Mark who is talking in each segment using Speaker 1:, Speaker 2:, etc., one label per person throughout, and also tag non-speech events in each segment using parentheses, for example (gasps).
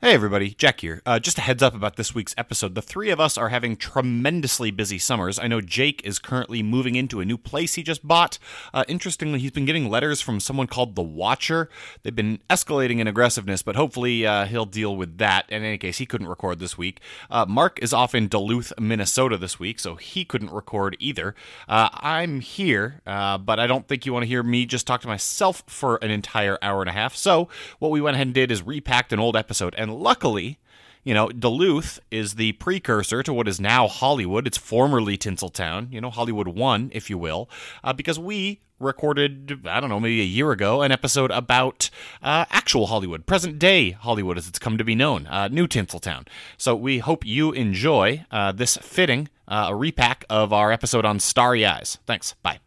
Speaker 1: Hey everybody, Jack here. Uh, just a heads up about this week's episode. The three of us are having tremendously busy summers. I know Jake is currently moving into a new place he just bought. Uh, interestingly, he's been getting letters from someone called the Watcher. They've been escalating in aggressiveness, but hopefully uh, he'll deal with that. In any case, he couldn't record this week. Uh, Mark is off in Duluth, Minnesota this week, so he couldn't record either. Uh, I'm here, uh, but I don't think you want to hear me just talk to myself for an entire hour and a half. So, what we went ahead and did is repacked an old episode. And luckily, you know, Duluth is the precursor to what is now Hollywood. It's formerly Tinseltown, you know, Hollywood 1, if you will, uh, because we recorded, I don't know, maybe a year ago, an episode about uh, actual Hollywood, present day Hollywood as it's come to be known, uh, new Tinseltown. So we hope you enjoy uh, this fitting, uh, a repack of our episode on Starry Eyes. Thanks. Bye.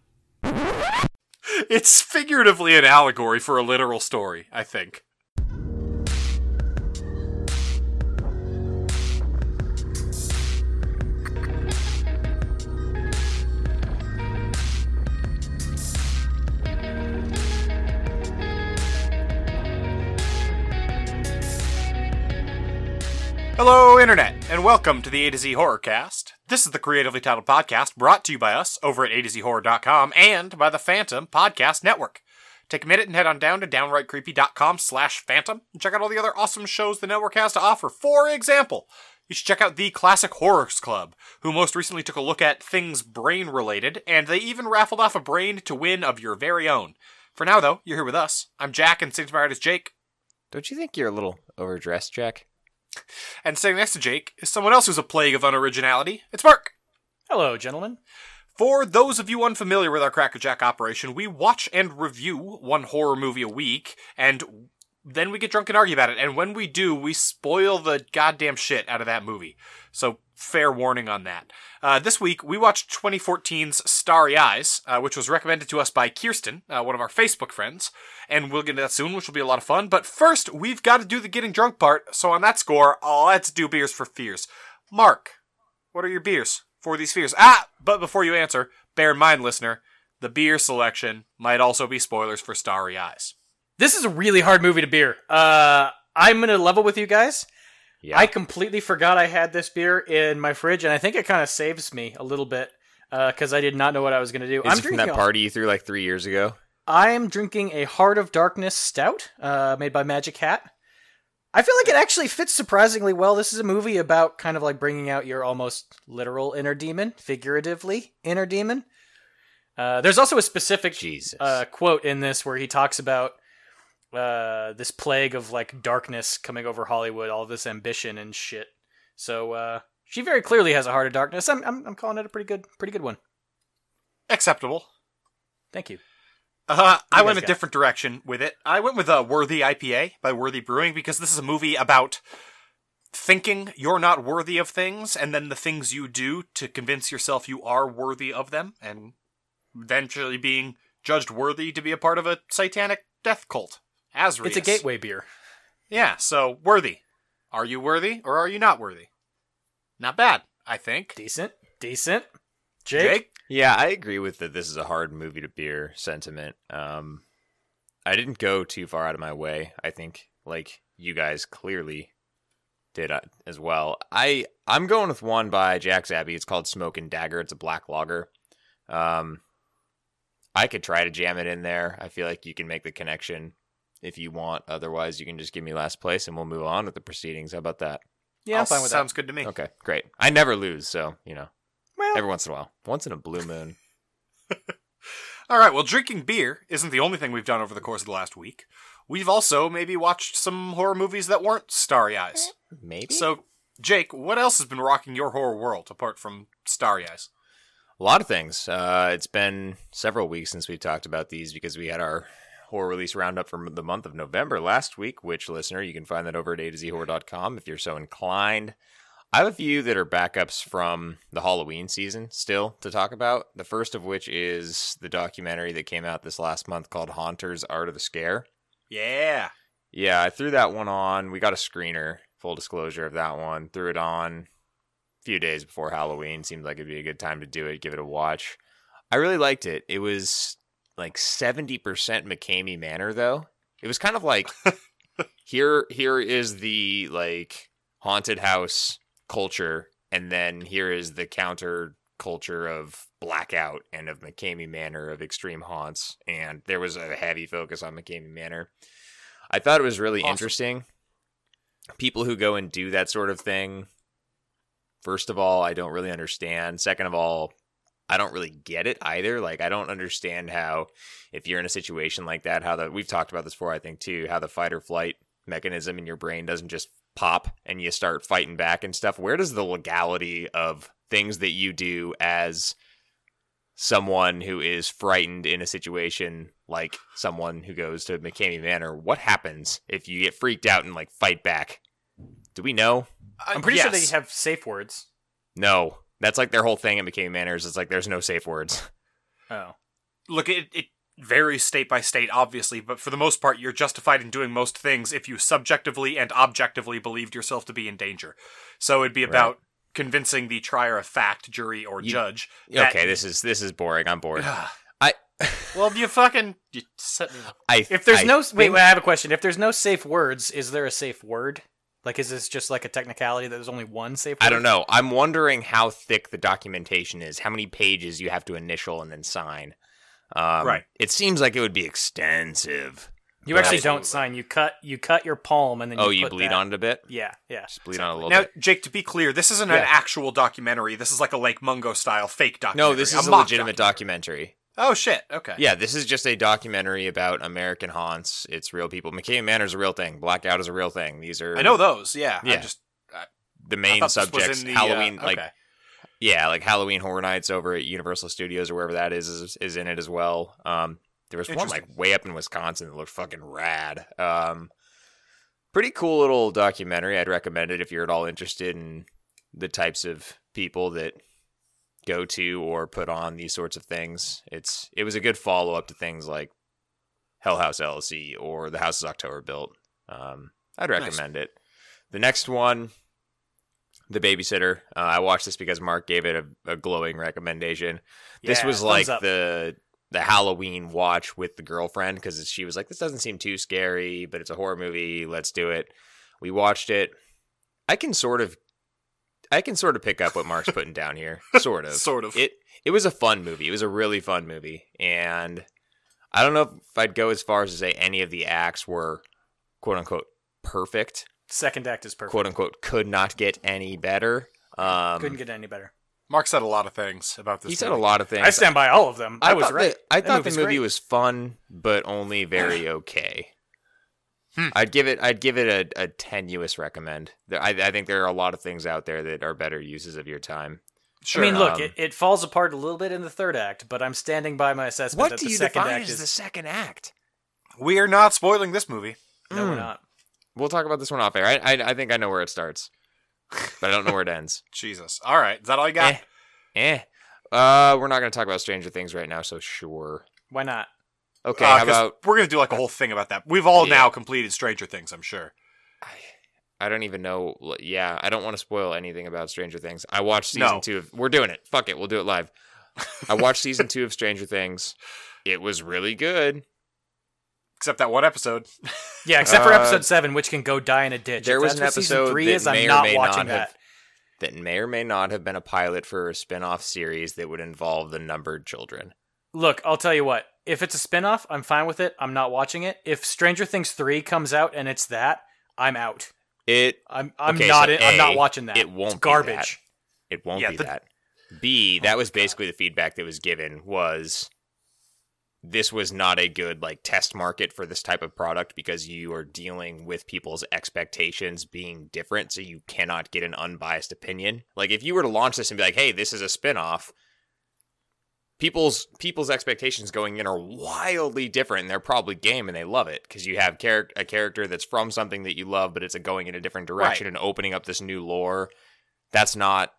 Speaker 2: It's figuratively an allegory for a literal story, I think. Hello, Internet, and welcome to the A to Z Horrorcast. This is the creatively titled podcast brought to you by us over at A to Z Horror.com and by the Phantom Podcast Network. Take a minute and head on down to downrightcreepy.com slash phantom and check out all the other awesome shows the network has to offer. For example, you should check out the Classic Horrors Club, who most recently took a look at things brain related, and they even raffled off a brain to win of your very own. For now, though, you're here with us. I'm Jack, and sitting to my right is Jake.
Speaker 3: Don't you think you're a little overdressed, Jack?
Speaker 2: And sitting next to Jake is someone else who's a plague of unoriginality. It's Mark.
Speaker 4: Hello, gentlemen.
Speaker 2: For those of you unfamiliar with our Crackerjack operation, we watch and review one horror movie a week, and then we get drunk and argue about it. And when we do, we spoil the goddamn shit out of that movie. So, fair warning on that. Uh, this week, we watched 2014's Starry Eyes, uh, which was recommended to us by Kirsten, uh, one of our Facebook friends, and we'll get into that soon, which will be a lot of fun. But first, we've got to do the getting drunk part. So, on that score, let's do beers for fears. Mark, what are your beers for these fears? Ah, but before you answer, bear in mind, listener, the beer selection might also be spoilers for Starry Eyes.
Speaker 4: This is a really hard movie to beer. Uh, I'm gonna level with you guys.
Speaker 3: Yeah.
Speaker 4: I completely forgot I had this beer in my fridge, and I think it kind of saves me a little bit because I did not know what I was gonna do.
Speaker 3: Is
Speaker 4: I'm Uh,
Speaker 3: it from
Speaker 4: drinking.
Speaker 3: that party you threw like three years ago?
Speaker 4: I am drinking a Heart of Darkness stout uh, made by Magic Hat. I feel like it actually fits surprisingly well. This is a movie about kind of like bringing out your almost literal inner demon, figuratively inner demon. Uh, there's also a specific
Speaker 3: Jesus.
Speaker 4: uh, quote in this where he talks about uh, this plague of like darkness coming over Hollywood, all this ambition and shit. So uh, she very clearly has a heart of darkness. I'm, I'm I'm calling it a pretty good pretty good one.
Speaker 2: Acceptable.
Speaker 4: Thank you.
Speaker 2: Uh, I
Speaker 4: You
Speaker 2: went a
Speaker 4: guys got-
Speaker 2: different direction with it. I went with uh, Worthy IPA by Worthy Brewing because this is a movie about thinking you're not worthy of things and then the things you do to convince yourself you are worthy of them and eventually being judged worthy to be a part of a satanic death cult. Asrius.
Speaker 4: It's a gateway beer.
Speaker 2: Yeah, so worthy. Are you worthy or are you not worthy? Not bad, I think.
Speaker 4: Decent, decent. Jake,
Speaker 3: Yeah, I agree with that. This is a hard movie to beer sentiment. Um, I didn't go too far out of my way. I think like you guys clearly did uh, as well. I I'm going with one by Jack's Abbey. It's called Smoke and Dagger. It's a black lager. Um, I could try to jam it in there. I feel like you can make the connection if you want. Otherwise, you can just give me last place and we'll move on with the proceedings. How about that?
Speaker 4: yeah, I'm fine with
Speaker 2: Sounds good to me. (laughs)
Speaker 3: Okay, great. I never lose, so you know,
Speaker 4: that. Well,
Speaker 3: every once in a while, once in a blue moon.
Speaker 2: All right, well, drinking beer isn't the only thing we've done over the course of the last week. We've also maybe watched some horror movies that weren't Starry Eyes.
Speaker 3: Maybe.
Speaker 2: So, Jake, what else has been rocking your horror world apart from Starry Eyes?
Speaker 3: A lot of things. Uh, it's been several weeks since we've talked about these because we had our horror release roundup for m- the month of November last week, which, listener, you can find that over at a to z horror.com if you're so inclined. I have a few that are backups from the Halloween season still to talk about. The first of which is the documentary that came out this last month called Haunters Art of the Scare.
Speaker 2: Yeah.
Speaker 3: Yeah, I threw that one on. We got a screener, full disclosure of that one. Threw it on a few days before Halloween. Seemed like it'd be a good time to do it, give it a watch. I really liked it. It was like 70% McCamey Manor, though. It was kind of like here here is the like haunted house culture and then here is the counter culture of blackout and of mccamey manor of extreme haunts and there was a heavy focus on mccamey manor i thought it was really
Speaker 2: Awesome.
Speaker 3: interesting people who go and do that sort of thing first of all i don't really understand second of all i don't really get it either like i don't understand how if you're in a situation like that how the we've talked about this before i think too how the fight or flight mechanism in your brain doesn't just pop and you start fighting back and stuff where does the legality of things that you do as someone who is frightened in a situation like someone who goes to McCamey Manor what happens if you get freaked out and like fight back do we know
Speaker 4: I'm pretty sure they have safe words.
Speaker 3: no that's like their whole thing at McCamey Manor is it's like there's no safe words
Speaker 4: Oh.
Speaker 2: look it, it varies state by state obviously but for the most part you're justified in doing most things if you subjectively and objectively believed yourself to be in danger so it'd be about convincing the trier of fact jury or
Speaker 3: You-
Speaker 2: judge that-
Speaker 3: okay this is this is boring i'm bored
Speaker 2: (laughs) well you fucking you set me up
Speaker 3: i
Speaker 4: If there's
Speaker 3: I
Speaker 4: no wait,
Speaker 3: think-
Speaker 4: wait, I have a question. If there's no safe words, is there a safe word? Like, is this just like a technicality that there's only one safe? word?
Speaker 3: I don't know. I'm wondering how thick the documentation is, how many pages you have to initial and then sign. Um,
Speaker 2: Right.
Speaker 3: It seems like it would be extensive.
Speaker 4: You
Speaker 3: Right.
Speaker 4: actually don't
Speaker 2: Absolutely.
Speaker 4: sign. You cut. You cut your palm and then.
Speaker 3: oh,
Speaker 4: you,
Speaker 3: you,
Speaker 4: put
Speaker 3: bleed
Speaker 4: that-
Speaker 3: on it a bit?
Speaker 4: Yeah, yeah.
Speaker 3: Just bleed on a little
Speaker 2: now
Speaker 3: bit.
Speaker 2: jake to be clear this isn't
Speaker 4: Yeah.
Speaker 2: an actual documentary this is like a lake mungo style fake documentary
Speaker 3: No, this is a,
Speaker 2: mock
Speaker 3: legitimate documentary.
Speaker 2: documentary. oh shit okay
Speaker 3: Yeah, this is just a documentary about American haunts. It's real people. McCain Manor is a real thing. Blackout is a real thing. These are
Speaker 2: i know those yeah,
Speaker 3: Yeah.
Speaker 2: i'm just
Speaker 3: the
Speaker 2: I
Speaker 3: main
Speaker 2: thought this was
Speaker 3: subjects.
Speaker 2: in the, uh,
Speaker 3: Halloween, like
Speaker 2: okay.
Speaker 3: yeah, like Halloween Horror Nights over at Universal Studios or wherever that is is, is in it as well. Um, there was one
Speaker 2: Interesting.
Speaker 3: like way up in Wisconsin that looked fucking rad. Um, pretty cool little documentary. I'd recommend it if you're at all interested in the types of people that go to or put on these sorts of things. It's it was a good follow up to things like Hell House LLC or The House is October Built. Um, I'd
Speaker 2: Nice.
Speaker 3: recommend it. The next one, The Babysitter. Uh, I watched this because Mark gave it a, a glowing recommendation. this
Speaker 4: Yeah,
Speaker 3: was
Speaker 4: thumbs
Speaker 3: like
Speaker 4: up.
Speaker 3: the the Halloween watch with the girlfriend because she was like, "This doesn't seem too scary, but it's a horror movie. Let's do it." We watched it. I can sort of, I can sort of pick up what Mark's putting down here. Sort of.
Speaker 2: sort of
Speaker 3: uh, It it was a fun movie. It was a really fun movie, and I don't know if I'd go as far as to say any of the acts were quote unquote perfect.
Speaker 4: Second act is perfect.
Speaker 3: Quote unquote could not get any better. Um,
Speaker 4: Couldn't get any better.
Speaker 2: mark said a lot of things about this
Speaker 3: he said a
Speaker 2: movie.
Speaker 3: lot of things.
Speaker 4: I stand by all of them. I, was
Speaker 3: thought
Speaker 4: right.
Speaker 3: The, I
Speaker 4: That
Speaker 3: thought the
Speaker 4: movie's
Speaker 3: movie
Speaker 4: great.
Speaker 3: was fun, but
Speaker 4: (sighs)
Speaker 3: only very okay.
Speaker 2: Hmm.
Speaker 3: I'd give it. I'd give it a, a tenuous recommend. There- I, I think there are a lot of things out there that are better uses of your time.
Speaker 2: sure
Speaker 4: I mean, look,
Speaker 3: um,
Speaker 4: it, it falls apart a little bit in the third act, but I'm standing by my assessment that the second act is.
Speaker 3: second act?
Speaker 2: we are not spoiling this movie
Speaker 4: No, we're
Speaker 3: Mm.
Speaker 4: not.
Speaker 3: We'll talk about this one off air. I, I, I think I know where it starts, but I don't know where it
Speaker 2: (laughs)
Speaker 3: ends.
Speaker 2: jesus all right is that all you got
Speaker 3: Eh. Eh. Uh, we're not going to talk about Stranger Things right now, so sure.
Speaker 4: Why not?
Speaker 3: Okay,
Speaker 2: Uh,
Speaker 3: how
Speaker 2: 'cause
Speaker 3: about
Speaker 2: we're gonna do like a whole thing about that. We've all
Speaker 3: Yeah.
Speaker 2: now completed Stranger Things, I'm sure.
Speaker 3: I don't even know. like, Yeah, I don't want to spoil anything about Stranger Things. I watched
Speaker 2: No.
Speaker 3: season two of. We're doing it. Fuck it. We'll do it live. I watched season two of Stranger Things. It was really good.
Speaker 2: Except that one episode.
Speaker 4: Yeah, except for
Speaker 3: Uh,
Speaker 4: episode seven, which can go die in a ditch.
Speaker 3: there
Speaker 4: If
Speaker 3: was
Speaker 4: that's
Speaker 3: an
Speaker 4: what season
Speaker 3: episode
Speaker 4: three
Speaker 3: that
Speaker 4: is.
Speaker 3: may
Speaker 4: I'm
Speaker 3: or
Speaker 4: not
Speaker 3: may
Speaker 4: watching
Speaker 3: not
Speaker 4: that.
Speaker 3: have- That may or may not have been a pilot for a spin off series that would involve the numbered children.
Speaker 4: Look, I'll tell you what. If it's a spinoff, I'm fine with it. I'm not watching it. If Stranger Things three comes out and it's that, I'm out.
Speaker 3: It
Speaker 4: I'm I'm
Speaker 3: Okay,
Speaker 4: not
Speaker 3: so
Speaker 4: in, I'm
Speaker 3: A,
Speaker 4: not watching that.
Speaker 3: it won't
Speaker 4: It's
Speaker 3: be
Speaker 4: garbage.
Speaker 3: it won't
Speaker 2: Yeah,
Speaker 3: be
Speaker 2: the-
Speaker 3: that. Oh B that was basically the feedback that was given was this was not a good like test market for this type of product because you are dealing with people's expectations being different so you cannot get an unbiased opinion. Like if you were to launch this and be like, "Hey, this is a spin-off." People's people's expectations going in are wildly different and they're probably game and they love it because you have char- a character that's from something that you love but it's a going in a different direction and opening up this new lore. That's not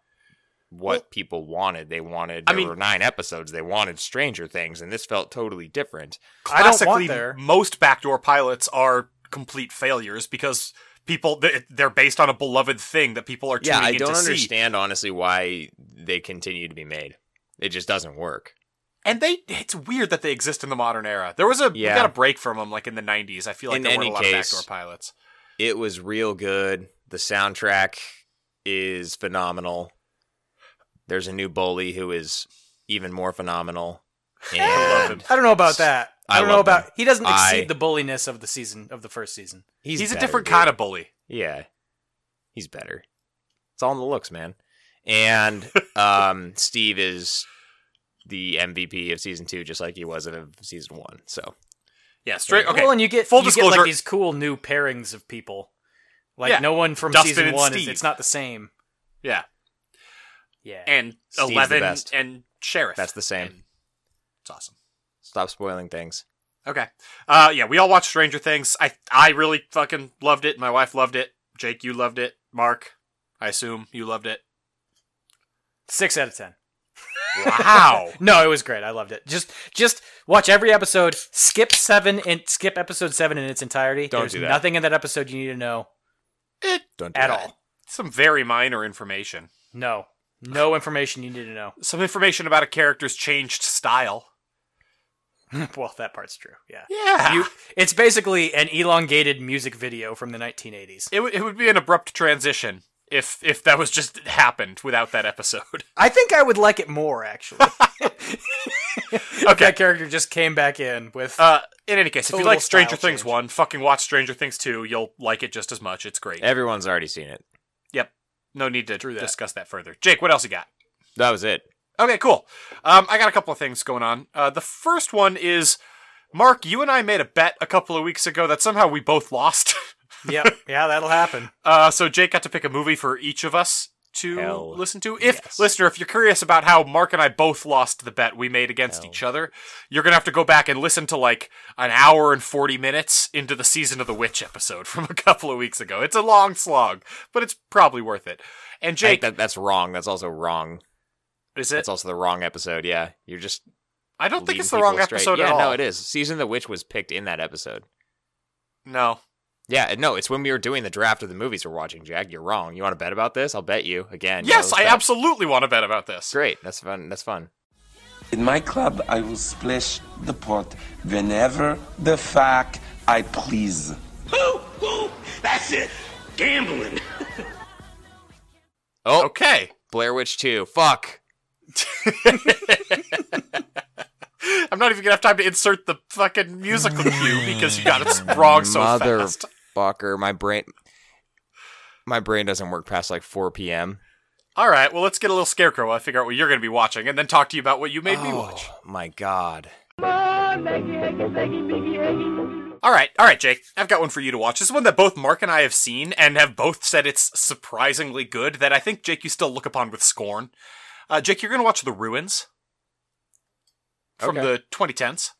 Speaker 3: what people wanted. They wanted
Speaker 2: I
Speaker 3: there
Speaker 2: mean-
Speaker 3: were nine episodes. They wanted Stranger Things, and this felt totally different.
Speaker 4: I don't want
Speaker 2: Classically,
Speaker 4: there.
Speaker 2: most backdoor pilots are complete failures because people they- they're based on a beloved thing that people are tuning
Speaker 3: yeah, I
Speaker 2: in
Speaker 3: don't
Speaker 2: to see.
Speaker 3: understand honestly why they continue to be made. It just doesn't work.
Speaker 2: And they, it's weird that they exist in the modern era. There was a, we
Speaker 3: Yeah.
Speaker 2: got a break from them like in the 90s. I feel like
Speaker 3: In
Speaker 2: there weren't
Speaker 3: any
Speaker 2: a lot
Speaker 3: case-
Speaker 2: of backdoor pilots.
Speaker 3: It was real good. The soundtrack is phenomenal. There's a new bully who is even more phenomenal.
Speaker 2: (laughs)
Speaker 3: And
Speaker 2: love him.
Speaker 4: I don't know about that. I
Speaker 3: I
Speaker 4: don't know
Speaker 3: love
Speaker 4: about. He doesn't
Speaker 3: I-
Speaker 4: exceed the bulliness of the season of the first season.
Speaker 2: He's, a
Speaker 3: better,
Speaker 2: different
Speaker 3: dude.
Speaker 2: kind of bully.
Speaker 3: Yeah. He's better. It's all in the looks, man.
Speaker 2: (laughs)
Speaker 3: And um, Steve is the MVP of season two, just like he was of season one. So
Speaker 2: Yeah, straight. Okay.
Speaker 4: Well, and you get
Speaker 2: Full
Speaker 4: you Get,
Speaker 2: disclosure-
Speaker 4: like these cool new pairings of people. Like
Speaker 2: Yeah.
Speaker 4: no one from
Speaker 2: Dustin
Speaker 4: season
Speaker 2: and
Speaker 4: one. Is,
Speaker 2: Steve.
Speaker 4: it's not the same.
Speaker 2: yeah.
Speaker 4: Yeah.
Speaker 2: And
Speaker 3: Steve's the
Speaker 2: 11
Speaker 3: best.
Speaker 2: and Sheriff.
Speaker 3: that's the same.
Speaker 2: And It's awesome.
Speaker 3: Stop spoiling things.
Speaker 2: Okay. Uh, yeah, we all watched Stranger Things. I I really fucking loved it. My wife loved it. Jake, you loved it. Mark, I assume you loved it.
Speaker 4: Six out of ten. (laughs)
Speaker 2: Wow.
Speaker 4: No, it was great. I loved it. Just just watch every episode. Skip seven and skip episode seven in its entirety.
Speaker 3: Don't
Speaker 4: There's
Speaker 3: do that.
Speaker 4: nothing in that episode you need to know
Speaker 3: Don't do
Speaker 4: at
Speaker 3: that.
Speaker 4: all.
Speaker 2: Some very minor information.
Speaker 4: No. No information you need to know. (laughs)
Speaker 2: Some information about a character's changed style.
Speaker 4: well, that part's true. Yeah.
Speaker 2: Yeah.
Speaker 4: You, it's basically an elongated music video from the 1980s.
Speaker 2: it, w- it would be an abrupt transition if if that was just happened without that
Speaker 4: (laughs)
Speaker 2: episode.
Speaker 4: I think I would like it more actually.
Speaker 2: okay.
Speaker 4: that character just came back in with
Speaker 2: Uh, in any case, if you
Speaker 4: Total
Speaker 2: like Stranger
Speaker 4: style
Speaker 2: Things
Speaker 4: change.
Speaker 2: 1, fucking watch Stranger Things 2. You'll like it just as much. It's great.
Speaker 3: Everyone's already seen it.
Speaker 2: No need to
Speaker 4: that.
Speaker 2: discuss that further. Jake, what else you got?
Speaker 3: That was it.
Speaker 2: Okay, cool. Um, I got a couple of things going on. Uh, the first one is, Mark, you and I made a bet a couple of weeks ago that somehow we both lost. (laughs)
Speaker 4: yep, yeah, that'll happen.
Speaker 2: uh, so Jake got to pick a movie for each of us to
Speaker 3: Hell
Speaker 2: listen to. If
Speaker 3: yes.
Speaker 2: listener, if you're curious about how Mark and I both lost the bet we made against
Speaker 3: Hell.
Speaker 2: each other, you're gonna have to go back and listen to like an hour and forty minutes into the season of the witch episode (laughs) from a couple of weeks ago. It's a long slog, but it's probably worth it. And
Speaker 3: I think
Speaker 2: Jake,
Speaker 3: that, that's wrong. That's also wrong.
Speaker 2: is it?
Speaker 3: That's also the wrong episode. Yeah, you're just.
Speaker 2: I don't think
Speaker 3: leading
Speaker 2: it's the wrong
Speaker 3: people straight.
Speaker 2: episode
Speaker 3: Yeah,
Speaker 2: at all.
Speaker 3: no, it is. Season of the Witch was picked in that episode.
Speaker 2: No.
Speaker 3: Yeah, no, it's when we were doing the draft of the movies we're watching, Jack. You're wrong. You want to bet about this? I'll bet you again.
Speaker 2: Yes, I
Speaker 3: absolutely.
Speaker 2: absolutely want to bet about this.
Speaker 3: Great. That's fun. That's fun.
Speaker 5: In my club, I will splash the pot whenever the fuck I please.
Speaker 6: Woo, woo, that's it. Gambling.
Speaker 3: Oh,
Speaker 2: Okay.
Speaker 3: Blair Witch 2. Fuck.
Speaker 2: I'm not even gonna have time to insert the fucking musical cue because you got it wrong so fast.
Speaker 3: Motherfucker. My brain. My brain doesn't work past like 4 p.m.
Speaker 2: All right, well, let's get a little scarecrow. while I figure out what you're gonna be watching, and then talk to you about what you made me watch.
Speaker 3: Oh, my God.
Speaker 2: All right, all right, Jake. I've got one for you to watch. This is one that both Mark and I have seen and have both said it's surprisingly good. That I think Jake, you still look upon with scorn. Uh, Jake, you're gonna watch The Ruins from
Speaker 3: Okay.
Speaker 2: the 2010s.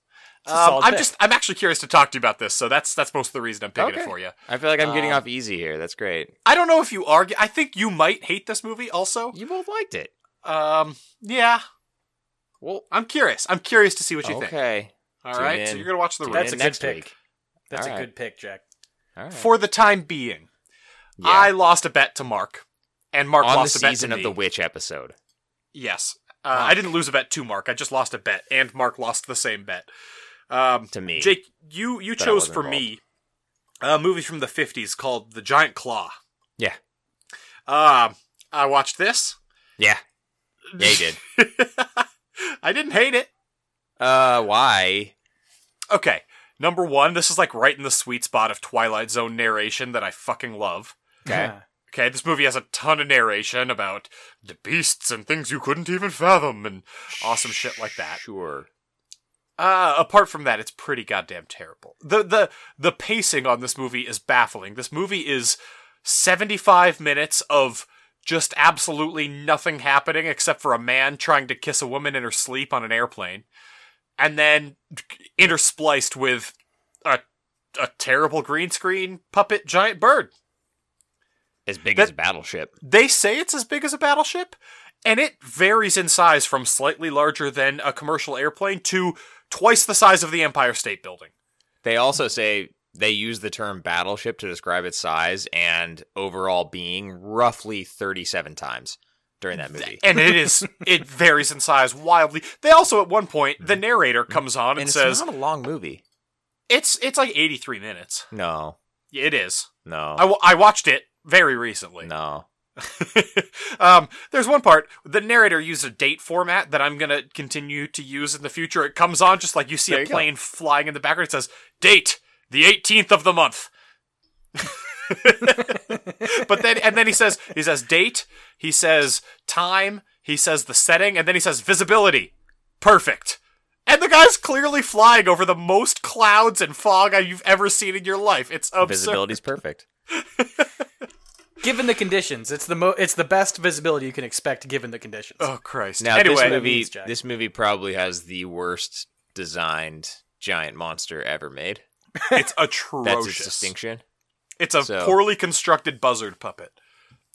Speaker 4: It's a
Speaker 2: Um,
Speaker 4: solid
Speaker 2: I'm
Speaker 4: pick.
Speaker 2: just I'm actually curious to talk to you about this, so that's that's most of the reason I'm picking it
Speaker 3: Okay.
Speaker 2: for you.
Speaker 3: I feel like I'm getting
Speaker 2: Um,
Speaker 3: off easy here. That's great.
Speaker 2: I don't know if you argue. I think you might hate this movie also.
Speaker 3: You both liked it.
Speaker 2: Um, yeah.
Speaker 3: Well,
Speaker 2: I'm curious. I'm curious to see what you think.
Speaker 3: okay.
Speaker 2: All
Speaker 3: Tune
Speaker 2: right. So
Speaker 3: in.
Speaker 2: you're going to watch The
Speaker 3: Tune
Speaker 2: Room.
Speaker 4: That's
Speaker 3: in
Speaker 4: a good
Speaker 3: next
Speaker 4: pick.
Speaker 3: week.
Speaker 4: That's a
Speaker 3: All right.
Speaker 4: good pick, Jack.
Speaker 3: All right.
Speaker 2: For the time being,
Speaker 3: Yeah.
Speaker 2: I lost a bet to Mark, and Mark
Speaker 3: on the
Speaker 2: lost a bet
Speaker 3: season
Speaker 2: to
Speaker 3: of
Speaker 2: me.
Speaker 3: the witch episode.
Speaker 2: Yes. Uh, I didn't lose a bet to Mark. I just lost a bet, and Mark lost the same bet. Um,
Speaker 3: To me.
Speaker 2: Jake, you you
Speaker 3: But I
Speaker 2: chose
Speaker 3: wasn't
Speaker 2: for me a movie from the 50s called The Giant Claw.
Speaker 3: Yeah.
Speaker 2: Um, I watched this. (laughs)
Speaker 3: Yeah. Yeah, you did.
Speaker 2: I didn't hate it.
Speaker 3: Uh, why?
Speaker 2: Okay. Number one, this is like right in the sweet spot of Twilight Zone narration that I fucking love.
Speaker 3: Okay.
Speaker 2: Okay, this movie has a ton of narration about the beasts and things you couldn't even fathom and awesome shit like that.
Speaker 3: Sure.
Speaker 2: Uh, apart from that, it's pretty goddamn terrible. The the the pacing on this movie is baffling. This movie is 75 minutes of just absolutely nothing happening except for a man trying to kiss a woman in her sleep on an airplane and then interspliced with a a terrible green screen puppet giant bird.
Speaker 3: As big
Speaker 2: That-
Speaker 3: as a battleship.
Speaker 2: They say it's as big as a battleship, and it varies in size from slightly larger than a commercial airplane to twice the size of the Empire State Building.
Speaker 3: They also say they use the term battleship to describe its size and overall being roughly 37 times. during that movie.
Speaker 2: and it is it varies in size wildly. They also at one point the narrator comes on and,
Speaker 3: And it's
Speaker 2: says
Speaker 3: not a long movie.
Speaker 2: it's it's like 83 minutes.
Speaker 3: No,
Speaker 2: Yeah, It is.
Speaker 3: no,
Speaker 2: I, w- I watched it very recently.
Speaker 3: no.
Speaker 2: (laughs) um, there's one part the narrator used a date format that I'm gonna continue to use in the future. It comes on just like you see
Speaker 3: There
Speaker 2: a
Speaker 3: you go.
Speaker 2: plane flying in the background. It says date the 18th of the month. (laughs) but then and then he says he says date. He says time. He says the setting, and then he says visibility. Perfect. And the guy's clearly flying over the most clouds and fog you've ever seen in your life. It's absurd.
Speaker 3: Visibility's perfect.
Speaker 4: Given the conditions, it's the mo- it's the best visibility you can expect given the conditions.
Speaker 2: Oh Christ!
Speaker 3: Now
Speaker 2: anyway,
Speaker 3: this movie,
Speaker 4: means, Jack.
Speaker 3: this movie probably has the worst designed giant monster ever made.
Speaker 2: it's
Speaker 3: (laughs) That's
Speaker 2: atrocious.
Speaker 3: its distinction.
Speaker 2: It's a
Speaker 3: So-
Speaker 2: poorly constructed buzzard puppet. (laughs)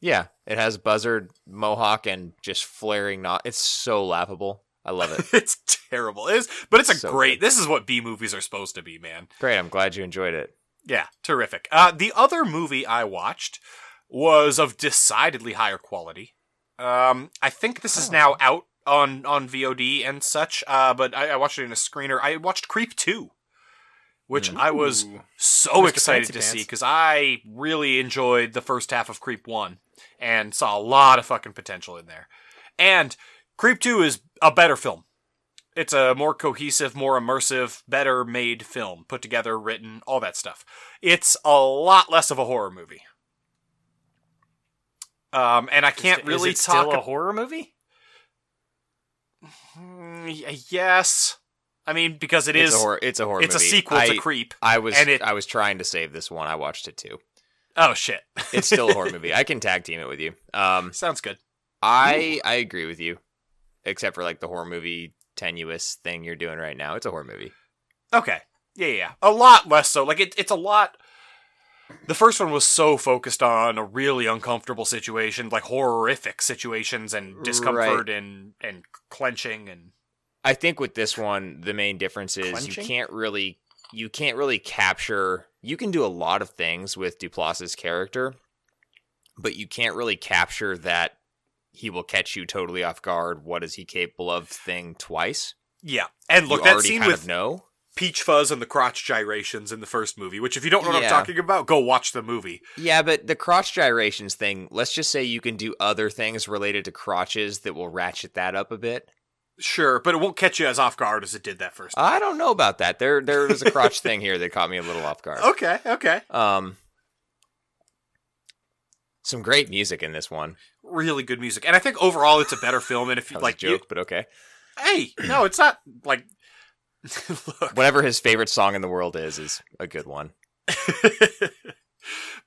Speaker 3: Yeah, it has buzzard mohawk and just flaring. Not it's so laughable. I
Speaker 2: (laughs)
Speaker 3: love it.
Speaker 2: It's terrible. It is, but it's a
Speaker 3: So
Speaker 2: great.
Speaker 3: good.
Speaker 2: This is what B movies are supposed to be, man.
Speaker 3: Great. I'm glad you enjoyed it.
Speaker 2: Yeah, terrific. Uh, the other movie I watched was of decidedly higher quality. Um, I think this
Speaker 3: Oh.
Speaker 2: is now out on on VOD and such. Uh, but I, I watched it in a screener. I watched Creep Two, which I was so
Speaker 4: Mr.
Speaker 2: excited
Speaker 4: Fancy
Speaker 2: to
Speaker 4: Pants.
Speaker 2: see because I really enjoyed the first half of Creep One and saw a lot of fucking potential in there. And Creep Two is a better film. It's a more cohesive, more immersive, better made film, put together, written, all that stuff. It's a lot less of a horror movie. Um, and I can't
Speaker 4: Is it
Speaker 2: really
Speaker 4: still
Speaker 2: talk.
Speaker 4: a horror movie.
Speaker 2: Mm, y- yes, I mean because it
Speaker 3: it's
Speaker 2: is-
Speaker 3: a horror. It's a horror.
Speaker 2: it's a
Speaker 3: movie.
Speaker 2: sequel
Speaker 3: I,
Speaker 2: to Creep.
Speaker 3: I was
Speaker 2: and it-
Speaker 3: I was trying to save this one. I watched it too.
Speaker 2: Oh shit!
Speaker 3: It's still a horror movie. I can tag team it with you.
Speaker 2: (laughs)
Speaker 3: Um,
Speaker 2: Sounds good.
Speaker 3: I I agree with you, except for like the horror movie tenuous thing you're doing right now. It's a horror movie.
Speaker 2: Okay. Yeah, yeah, yeah. A lot less so. Like it, it's a lot. The first one was so focused on a really uncomfortable situation, like horrific situations and discomfort and and clenching and
Speaker 3: I think with this one, the main difference is
Speaker 4: Clenching?
Speaker 3: you can't really you can't really capture. You can do a lot of things with Duplass's character, but you can't really capture that he will catch you totally off guard. What is he capable of? Thing twice.
Speaker 2: yeah. And look,
Speaker 3: you
Speaker 2: that
Speaker 3: already
Speaker 2: scene
Speaker 3: kind
Speaker 2: with
Speaker 3: of know.
Speaker 2: Peach Fuzz and the crotch gyrations in the first movie, which if you don't know what I'm
Speaker 3: Yeah.
Speaker 2: talking about, go watch the movie.
Speaker 3: Yeah, but the crotch gyrations thing. Let's just say you can do other things related to crotches that will ratchet that up a bit.
Speaker 2: Sure, but it won't catch you as off guard as it did that first. time.
Speaker 3: I don't know about that. There there was a
Speaker 2: (laughs)
Speaker 3: crotch thing here that caught me a little off guard.
Speaker 2: okay, okay.
Speaker 3: Um some great music in this one.
Speaker 2: Really good music, and I think overall it's a better film. And if you
Speaker 3: (laughs) That was
Speaker 2: like,
Speaker 3: a joke, but okay.
Speaker 2: you, hey, no, it's not like (laughs) look.
Speaker 3: Whatever his favorite song in the world is is a good one.
Speaker 2: (laughs)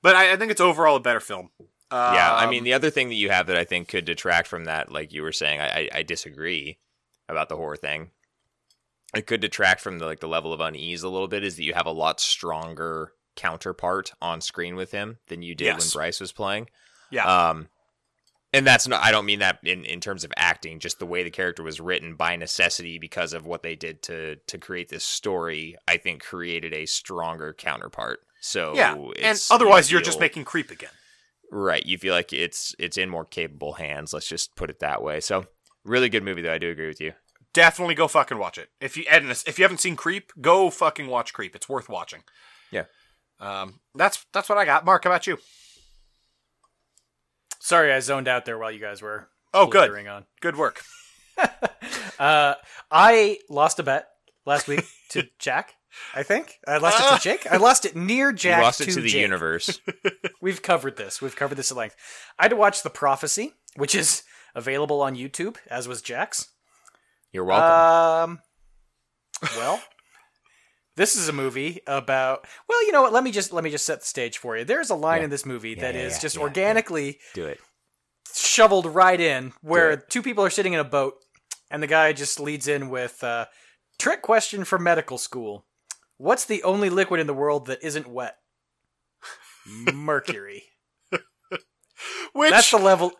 Speaker 2: but I, I think it's overall a better film.
Speaker 3: yeah, I
Speaker 2: Um,
Speaker 3: mean the other thing that you have that I think could detract from that, like you were saying, I, I, I disagree about the horror thing. It could detract from the like the level of unease a little bit is that you have a lot stronger counterpart on screen with him than you did
Speaker 2: Yes.
Speaker 3: when Bryce was playing.
Speaker 2: yeah,
Speaker 3: Um, and that's not, I don't mean that in, in terms of acting, just the way the character was written by necessity because of what they did to, to create this story, I think created a stronger counterpart. So,
Speaker 2: yeah, and
Speaker 3: it's-
Speaker 2: otherwise
Speaker 3: you
Speaker 2: you're just
Speaker 3: feel-
Speaker 2: making creep again.
Speaker 3: right. You feel like it's, it's in more capable hands. Let's just put it that way. So really good movie though. I do agree with you.
Speaker 2: Definitely go fucking watch it. If you and this- if you haven't seen Creep, go fucking watch Creep. It's worth watching.
Speaker 3: Yeah.
Speaker 2: Um, that's that's what I got. Mark, how about you?
Speaker 4: Sorry, I zoned out there while you guys were.
Speaker 2: Oh, good.
Speaker 4: blithering On.
Speaker 2: Good work.
Speaker 4: Uh, I lost a bet last week to Jack. I think I lost it to Jake. I lost it near Jack.
Speaker 3: you lost it to the
Speaker 4: Jake.
Speaker 3: universe.
Speaker 4: We've covered this. We've covered this at length. I had to watch The Prophecy, which is available on YouTube, as was Jack's.
Speaker 3: You're
Speaker 4: Uh,
Speaker 3: welcome.
Speaker 4: Um, well, this is a movie about. Well, you know what? Let me just let me just set the stage for you. There's a line
Speaker 3: Yeah.
Speaker 4: in this movie
Speaker 3: Yeah,
Speaker 4: that is
Speaker 3: yeah, yeah,
Speaker 4: just
Speaker 3: yeah, yeah.
Speaker 4: organically
Speaker 3: do it.
Speaker 4: shoveled right in where
Speaker 3: Good.
Speaker 4: two people are sitting in a boat and the guy just leads in with uh, trick question for medical school what's the only liquid in the world that isn't wet
Speaker 3: (laughs)
Speaker 4: mercury
Speaker 2: Which
Speaker 4: that's the (laughs) level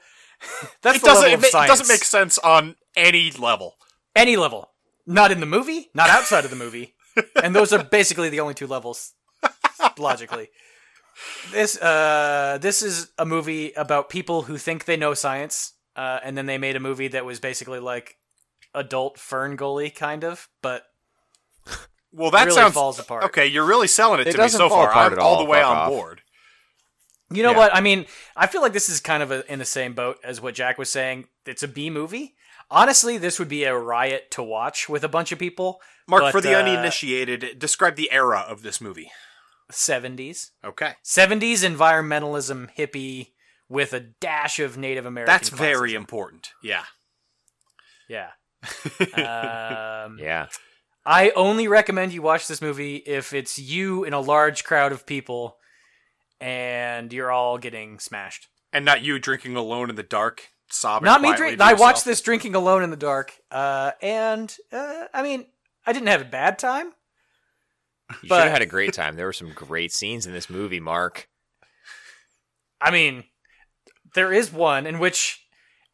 Speaker 4: that's
Speaker 2: it
Speaker 4: the
Speaker 2: doesn't
Speaker 4: level
Speaker 2: it,
Speaker 4: of
Speaker 2: ma- it
Speaker 4: science
Speaker 2: doesn't make sense on any level.
Speaker 4: any level not in the movie not outside of the (laughs) movie and those are basically the only two levels logically this uh this is a movie about people who think they know science uh, and then they made a movie that was basically like adult Fern Gully kind of, but
Speaker 2: Well, that
Speaker 4: really
Speaker 2: sounds
Speaker 4: falls apart.
Speaker 2: okay. You're really selling it,
Speaker 3: It
Speaker 2: to me
Speaker 3: doesn't
Speaker 2: so
Speaker 3: fall
Speaker 2: far.
Speaker 3: apart
Speaker 2: I'm
Speaker 3: at
Speaker 2: all
Speaker 3: all,
Speaker 2: the way
Speaker 3: fuck
Speaker 2: on
Speaker 3: off.
Speaker 2: board.
Speaker 4: You know
Speaker 3: Yeah.
Speaker 4: what? I mean, I feel like this is kind of a, in the same boat as what Jack was saying. It's a B movie. Honestly, this would be a riot to watch with a bunch of people.
Speaker 2: Mark,
Speaker 4: but,
Speaker 2: for the
Speaker 4: uh,
Speaker 2: uninitiated, describe the era of this movie.
Speaker 4: 70s.
Speaker 2: Okay,
Speaker 4: 70s environmentalism hippie with a dash of Native American.
Speaker 2: that's very
Speaker 4: classism.
Speaker 2: important. Yeah, (laughs)
Speaker 4: Yeah. Um,
Speaker 3: Yeah.
Speaker 4: I only recommend you watch this movie if it's you in a large crowd of people and you're all getting smashed.
Speaker 2: and not you drinking alone in the dark, sobbing.
Speaker 4: Not me
Speaker 2: quietly
Speaker 4: drink.
Speaker 2: to
Speaker 4: I
Speaker 2: yourself.
Speaker 4: watched this drinking alone in the dark, uh, and uh, I mean, I didn't have a bad time.
Speaker 3: You
Speaker 4: But-
Speaker 3: should have had a great time. There were some great scenes in this movie, Mark.
Speaker 4: I mean, there is one in which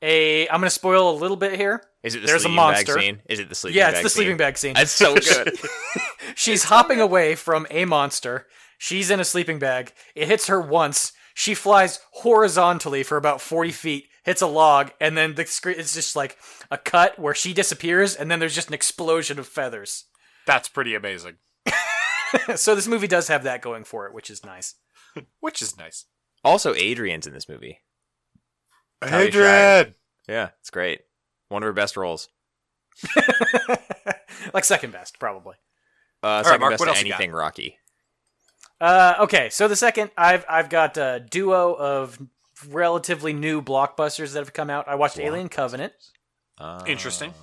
Speaker 4: a I'm going to spoil a little bit here.
Speaker 3: Is it the
Speaker 4: There's a
Speaker 3: sleeping bag
Speaker 4: monster.
Speaker 3: scene? Is it the sleeping
Speaker 4: yeah,
Speaker 3: bag
Speaker 4: it's the
Speaker 3: scene?
Speaker 4: sleeping bag
Speaker 3: (laughs)
Speaker 4: scene.
Speaker 3: That's so good.
Speaker 4: She's hopping away from a monster. She's in a sleeping bag. It hits her once. She flies horizontally for about 40 feet, hits a log, and then the screen it's just like a cut where she disappears, and then there's just an explosion of feathers. (laughs)
Speaker 2: That's pretty amazing,
Speaker 4: so this movie does have that going for it, which is nice. (laughs)
Speaker 2: which is nice.
Speaker 3: also, Adrian's in this movie. Talia Shire. Yeah, it's great. One of her best roles.
Speaker 4: like second best, probably.
Speaker 3: Uh,
Speaker 2: right,
Speaker 3: second
Speaker 2: Mark,
Speaker 3: best
Speaker 2: what
Speaker 3: to
Speaker 2: else you got?
Speaker 3: anything Rocky.
Speaker 4: Uh, okay, so the second I've I've got a duo of relatively new blockbusters that have come out. I watched Alien Covenant.
Speaker 3: Uh,
Speaker 2: Interesting.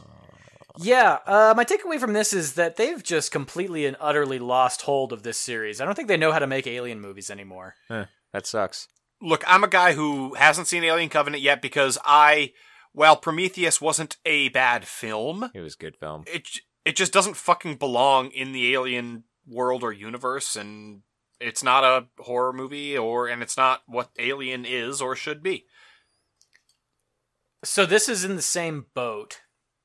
Speaker 4: Yeah, uh, my takeaway from this is that they've just completely and utterly lost hold of this series. I don't think they know how to make alien movies anymore.
Speaker 3: That sucks.
Speaker 2: Look, I'm a guy who hasn't seen Alien Covenant yet because I, while Prometheus wasn't a bad film,
Speaker 3: It was a good film.
Speaker 2: it it just doesn't fucking belong in the Alien world or universe, and it's not a horror movie, or and it's not what Alien is or should be.
Speaker 4: So this is in the same boat,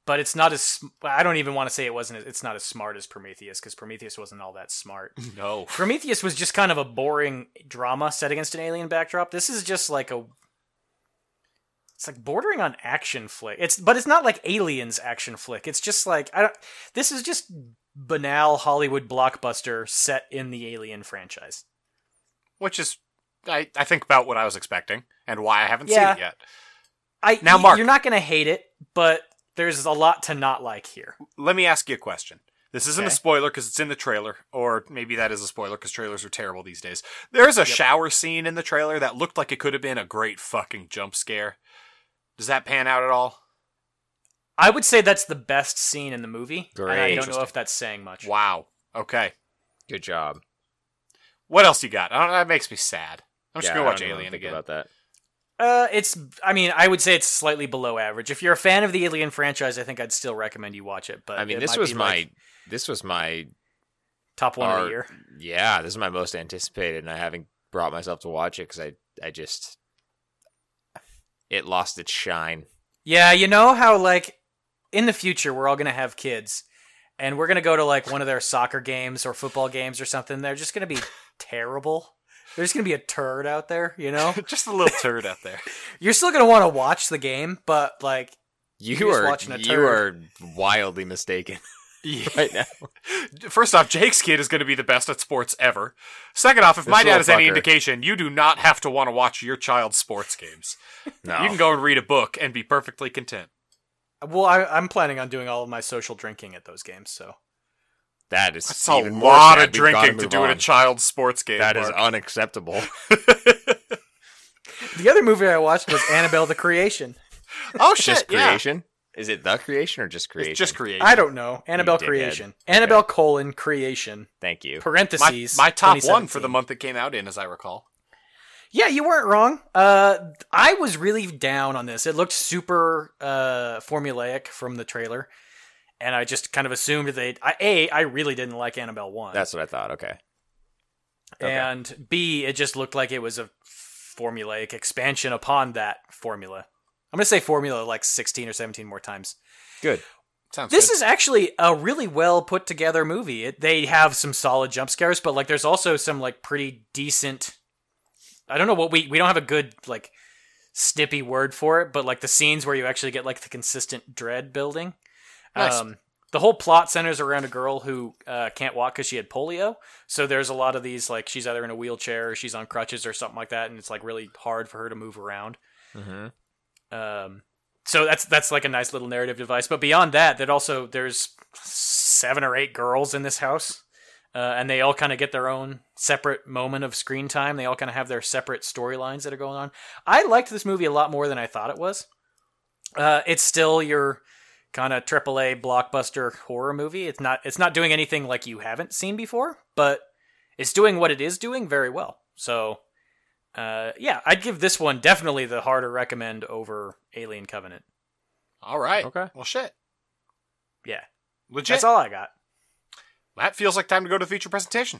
Speaker 4: but it's not as sm- I don't even want to say it wasn't. It's not as smart as Prometheus because Prometheus wasn't all that smart.
Speaker 2: No,
Speaker 4: Prometheus was just kind of a boring drama set against an alien backdrop. This is just like a it's like bordering on action flick. It's but it's not like aliens action flick. It's just like I don't this is just banal Hollywood blockbuster set in the alien franchise.
Speaker 2: which is I I think about what I was expecting and why I haven't
Speaker 4: Yeah.
Speaker 2: seen it yet.
Speaker 4: I
Speaker 2: Now,
Speaker 4: y-
Speaker 2: Mark-
Speaker 4: you're not going to hate it, but there's a lot to not like here.
Speaker 2: Let me ask you a question. This isn't a
Speaker 4: Okay.
Speaker 2: spoiler because it's in the trailer, or maybe that is a spoiler because trailers are terrible these days. There's a shower scene in the trailer that looked like it could have been a great fucking jump scare. Does that pan out at all?
Speaker 4: I would say that's the best scene in the movie. and I
Speaker 3: Great.
Speaker 4: don't know if that's saying much.
Speaker 2: Wow. Okay.
Speaker 3: Good job.
Speaker 2: What else you got? I don't, that makes me sad. I'm just
Speaker 3: Yeah,
Speaker 2: gonna
Speaker 3: I
Speaker 2: watch
Speaker 3: don't even
Speaker 2: Alien
Speaker 3: think
Speaker 2: again.
Speaker 3: About that.
Speaker 4: Uh, it's. I mean, I would say it's slightly below average. If you're a fan of the Alien franchise, I think I'd still recommend you watch it. But
Speaker 3: I mean,
Speaker 4: Uh, it
Speaker 3: this
Speaker 4: might
Speaker 3: was
Speaker 4: be,
Speaker 3: my
Speaker 4: like,
Speaker 3: this was my
Speaker 4: top one of
Speaker 3: our-
Speaker 4: the year.
Speaker 3: Yeah, this is my most anticipated, and I haven't brought myself to watch it because I I just it lost its shine.
Speaker 4: Yeah, you know how like in the future we're all gonna have kids, and we're gonna go to like one of their soccer games or football games or something. They're just
Speaker 3: (laughs)
Speaker 4: gonna be terrible. There's gonna be a turd out there, you know.
Speaker 2: (laughs) just a little turd out
Speaker 3: (laughs)
Speaker 2: there.
Speaker 4: You're still gonna want to watch the game, but like,
Speaker 3: You
Speaker 4: You're just
Speaker 3: are
Speaker 4: watching a
Speaker 3: you are wildly mistaken right now.
Speaker 2: First off, Jake's kid is going to be the best at sports ever. Second off, if
Speaker 3: This
Speaker 2: my dad
Speaker 3: little
Speaker 2: is any
Speaker 3: fucker.
Speaker 2: indication, you do not have to want to watch your child's sports games.
Speaker 3: No,
Speaker 2: (laughs) You can go and read a book and be perfectly content.
Speaker 4: well, I, I'm planning on doing all of my social drinking at those games, so.
Speaker 3: That is
Speaker 2: That's a
Speaker 3: even more
Speaker 2: lot
Speaker 3: sad.
Speaker 2: of
Speaker 3: We've gotta
Speaker 2: drinking to
Speaker 3: move
Speaker 2: do at a
Speaker 3: on.
Speaker 2: child's sports game.
Speaker 3: That is
Speaker 2: Mark. (laughs)
Speaker 3: unacceptable.
Speaker 4: The other movie I watched was Annabelle the Creation.
Speaker 3: (laughs)
Speaker 2: oh shit!
Speaker 3: just
Speaker 2: yeah.
Speaker 3: creation. Is it the creation or just creation?
Speaker 2: It's just creation.
Speaker 4: I don't know. Annabelle
Speaker 3: dickhead.
Speaker 4: Creation. Annabelle colon creation.
Speaker 3: Thank you.
Speaker 2: my,
Speaker 4: Parentheses.
Speaker 2: my top one for
Speaker 4: 2017.
Speaker 2: the month it came out in, as I recall.
Speaker 4: Yeah, you weren't wrong. Uh, I was really down on this. It looked super uh, formulaic from the trailer, and I just kind of assumed they. I, A, I really didn't like Annabelle one.
Speaker 3: That's what I thought. Okay. okay.
Speaker 4: and B, it just looked like it was a formulaic expansion upon that formula. I'm gonna say formula like 16 or 17 more times.
Speaker 3: Good.
Speaker 2: Sounds
Speaker 4: This
Speaker 2: good.
Speaker 4: is actually a really well put together movie. It, they have some solid jump scares, but like there's also some like pretty decent. I don't know what we we don't have a good like snippy word for it, but like the scenes where you actually get like the consistent dread building.
Speaker 2: Nice.
Speaker 4: Um, the whole plot centers around a girl who uh, can't walk because she had polio. So there's a lot of these like she's either in a wheelchair or she's on crutches or something like that, and it's like really hard for her to move around.
Speaker 3: Mm-hmm.
Speaker 4: Um, so that's that's like a nice little narrative device. But beyond that, that also there's seven or eight girls in this house, uh, and they all kind of get their own separate moment of screen time. They all kind of have their separate storylines that are going on. I liked this movie a lot more than I thought it was. Uh, it's still your kind of AAA blockbuster horror movie. It's not it's not doing anything like you haven't seen before, but it's doing what it is doing very well. So uh, yeah, I'd give this one definitely the harder recommend over Alien Covenant.
Speaker 2: All right.
Speaker 3: Okay.
Speaker 2: Well, shit.
Speaker 4: Yeah,
Speaker 2: Legit.
Speaker 4: that's all I got.
Speaker 2: That feels like time to go to the feature presentation.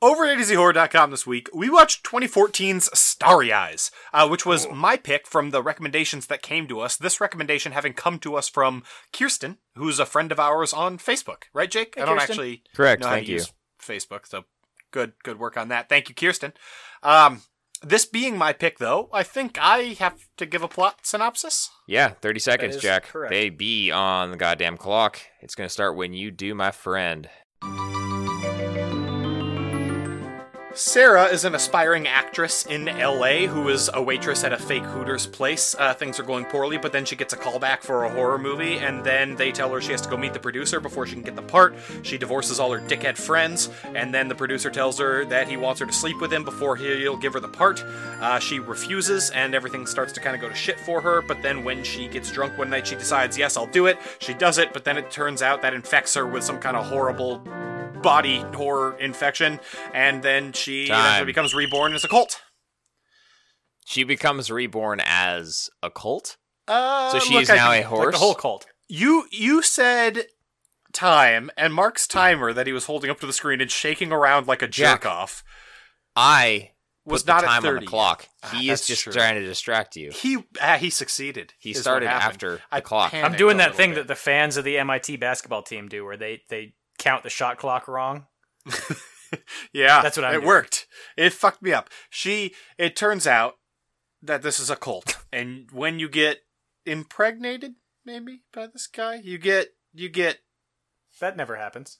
Speaker 2: Over at ADZHorror.com this week, we watched 2014's Starry Eyes, uh, which was my pick from the recommendations that came to us. This recommendation having come to us from Kirsten, who's a friend of ours on Facebook, right, Jake? I don't
Speaker 4: Kirsten.
Speaker 2: actually
Speaker 3: Correct,
Speaker 2: know how
Speaker 3: thank
Speaker 2: to
Speaker 3: you.
Speaker 2: use Facebook, so good, good work on that. Thank you, Kirsten. Um, this being my pick, though, I think I have to give a plot synopsis.
Speaker 3: Yeah, 30 seconds,
Speaker 4: is
Speaker 3: Jack.
Speaker 4: correct.
Speaker 3: They be on the goddamn clock. It's going to start when you do, my friend.
Speaker 2: Sarah is an aspiring actress in LA who is a waitress at a fake Hooters place. Uh, things are going poorly, but then she gets a call back for a horror movie, and then they tell her she has to go meet the producer before she can get the part. She divorces all her dickhead friends, and then the producer tells her that he wants her to sleep with him before he'll give her the part. Uh, she refuses, and everything starts to kind of go to shit for her, but then when she gets drunk one night, she decides, yes, I'll do it. She does it, but then it turns out that infects her with some kind of horrible body horror infection, and then she
Speaker 3: Time.
Speaker 2: eventually becomes reborn as a cult.
Speaker 3: She becomes reborn as a cult.
Speaker 2: Uh,
Speaker 3: So she
Speaker 2: look,
Speaker 3: is
Speaker 2: I
Speaker 3: now
Speaker 2: can-
Speaker 3: a horse.
Speaker 4: Like the whole cult.
Speaker 2: You you said time, and Mark's timer that he was holding up to the screen and shaking around like a
Speaker 3: Jack.
Speaker 2: jerk off
Speaker 3: I
Speaker 2: was
Speaker 3: put the
Speaker 2: not at
Speaker 3: time on
Speaker 2: thirty.
Speaker 3: the clock.
Speaker 2: Ah,
Speaker 3: He is
Speaker 2: that's
Speaker 3: just
Speaker 2: true.
Speaker 3: trying to distract you.
Speaker 2: He ah, he succeeded.
Speaker 3: He
Speaker 2: is what
Speaker 3: started
Speaker 2: happened.
Speaker 3: after
Speaker 2: I
Speaker 3: the clock.
Speaker 2: panicked
Speaker 4: I'm doing
Speaker 2: a
Speaker 4: that
Speaker 2: little
Speaker 4: thing
Speaker 2: bit.
Speaker 4: that the fans of the MIT basketball team do, where they they count the shot clock wrong.
Speaker 2: Yeah,
Speaker 4: That's what I'm
Speaker 2: It
Speaker 4: doing.
Speaker 2: worked. It fucked me up. She. It turns out that this is a cult, and when you get impregnated, maybe by this guy, you get you get
Speaker 4: That never happens.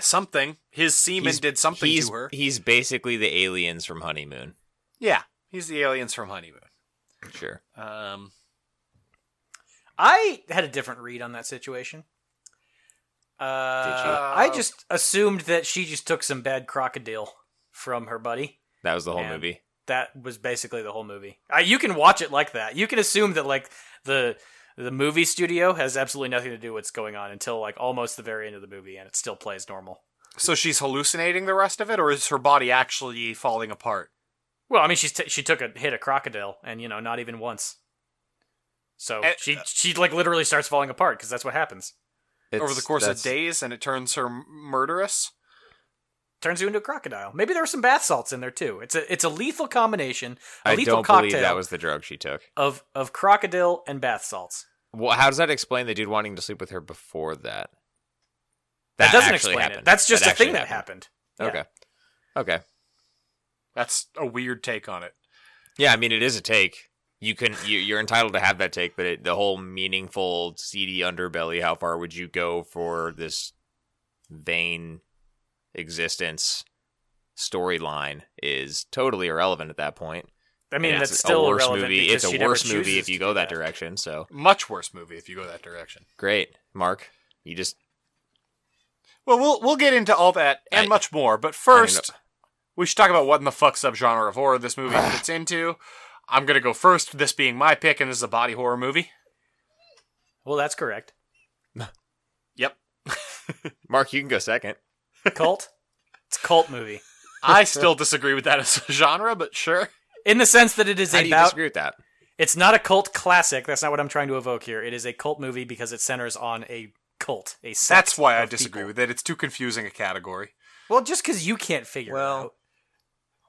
Speaker 2: something. His semen
Speaker 3: He's-
Speaker 2: did something
Speaker 3: he's,
Speaker 2: to her.
Speaker 3: He's basically the aliens from Honeymoon.
Speaker 2: yeah, he's the aliens from Honeymoon.
Speaker 3: Sure.
Speaker 2: Um,
Speaker 4: I had a different read on that situation. Uh,
Speaker 3: Did you?
Speaker 4: I just assumed that she just took some bad crocodile from her buddy.
Speaker 3: That was the whole
Speaker 4: And-
Speaker 3: movie.
Speaker 4: that was basically the whole movie. Uh, you can watch it like that. You can assume that like the the movie studio has absolutely nothing to do with what's going on until like almost the very end of the movie, and it still plays normal.
Speaker 2: so she's hallucinating the rest of it, or is her body actually falling apart?
Speaker 4: Well, I mean, she's t- she took a hit a crocodile, and you know, not even once. So
Speaker 2: And-
Speaker 3: uh,
Speaker 4: she she like literally starts falling apart because that's what happens.
Speaker 2: Over the
Speaker 3: It's-
Speaker 2: course of
Speaker 3: that's-
Speaker 2: days, and it turns her m- murderous.
Speaker 4: Turns you into a crocodile. Maybe there were some bath salts in there too. It's a it's a lethal combination, a
Speaker 3: I
Speaker 4: lethal
Speaker 3: don't
Speaker 4: cocktail
Speaker 3: believe that was the drug she took.
Speaker 4: of of crocodile and bath salts.
Speaker 3: Well, how does that explain the dude wanting to sleep with her before that?
Speaker 4: That, doesn't
Speaker 3: actually
Speaker 4: explain it.
Speaker 3: happened.
Speaker 4: That's just
Speaker 3: That
Speaker 4: a thing
Speaker 3: actually
Speaker 4: that happened. Yeah.
Speaker 3: Okay. Okay.
Speaker 2: That's a weird take on it.
Speaker 3: Yeah, I mean it is a take. You can you, you're entitled to have that take, but it, the whole meaningful seedy underbelly. How far would you go for this vain existence storyline? Is totally irrelevant at that point.
Speaker 4: I mean,
Speaker 3: And
Speaker 4: that's
Speaker 3: it's
Speaker 4: still
Speaker 3: a worse
Speaker 4: irrelevant
Speaker 3: movie.
Speaker 4: because
Speaker 3: It's
Speaker 4: she
Speaker 3: a
Speaker 4: never
Speaker 3: worse movie
Speaker 4: chooses
Speaker 3: if you
Speaker 4: to
Speaker 3: go
Speaker 4: do
Speaker 3: that direction. So
Speaker 2: Much worse movie if you go that direction.
Speaker 3: great, Mark. You just
Speaker 2: Well, we'll we'll get into all that and
Speaker 3: I-
Speaker 2: much more, but first we should talk about what in the fuck subgenre of horror this movie
Speaker 3: (sighs)
Speaker 2: fits into. I'm gonna go first, this being my pick, and this is a body horror movie.
Speaker 4: Well, that's correct.
Speaker 2: Yep.
Speaker 3: Mark, you can go second.
Speaker 4: Cult. it's a cult movie
Speaker 3: (laughs)
Speaker 2: I still disagree with that as a genre, but sure.
Speaker 4: in the sense that it is
Speaker 3: How do you
Speaker 4: about.
Speaker 3: disagree with that?
Speaker 4: It's not a cult classic. That's not what I'm trying to evoke here. It is a cult movie because it centers on a cult, a sect
Speaker 2: That's why I
Speaker 4: of
Speaker 2: disagree
Speaker 4: people.
Speaker 2: with it. It's too confusing a category.
Speaker 4: Well, just because you can't figure
Speaker 3: Well-
Speaker 4: it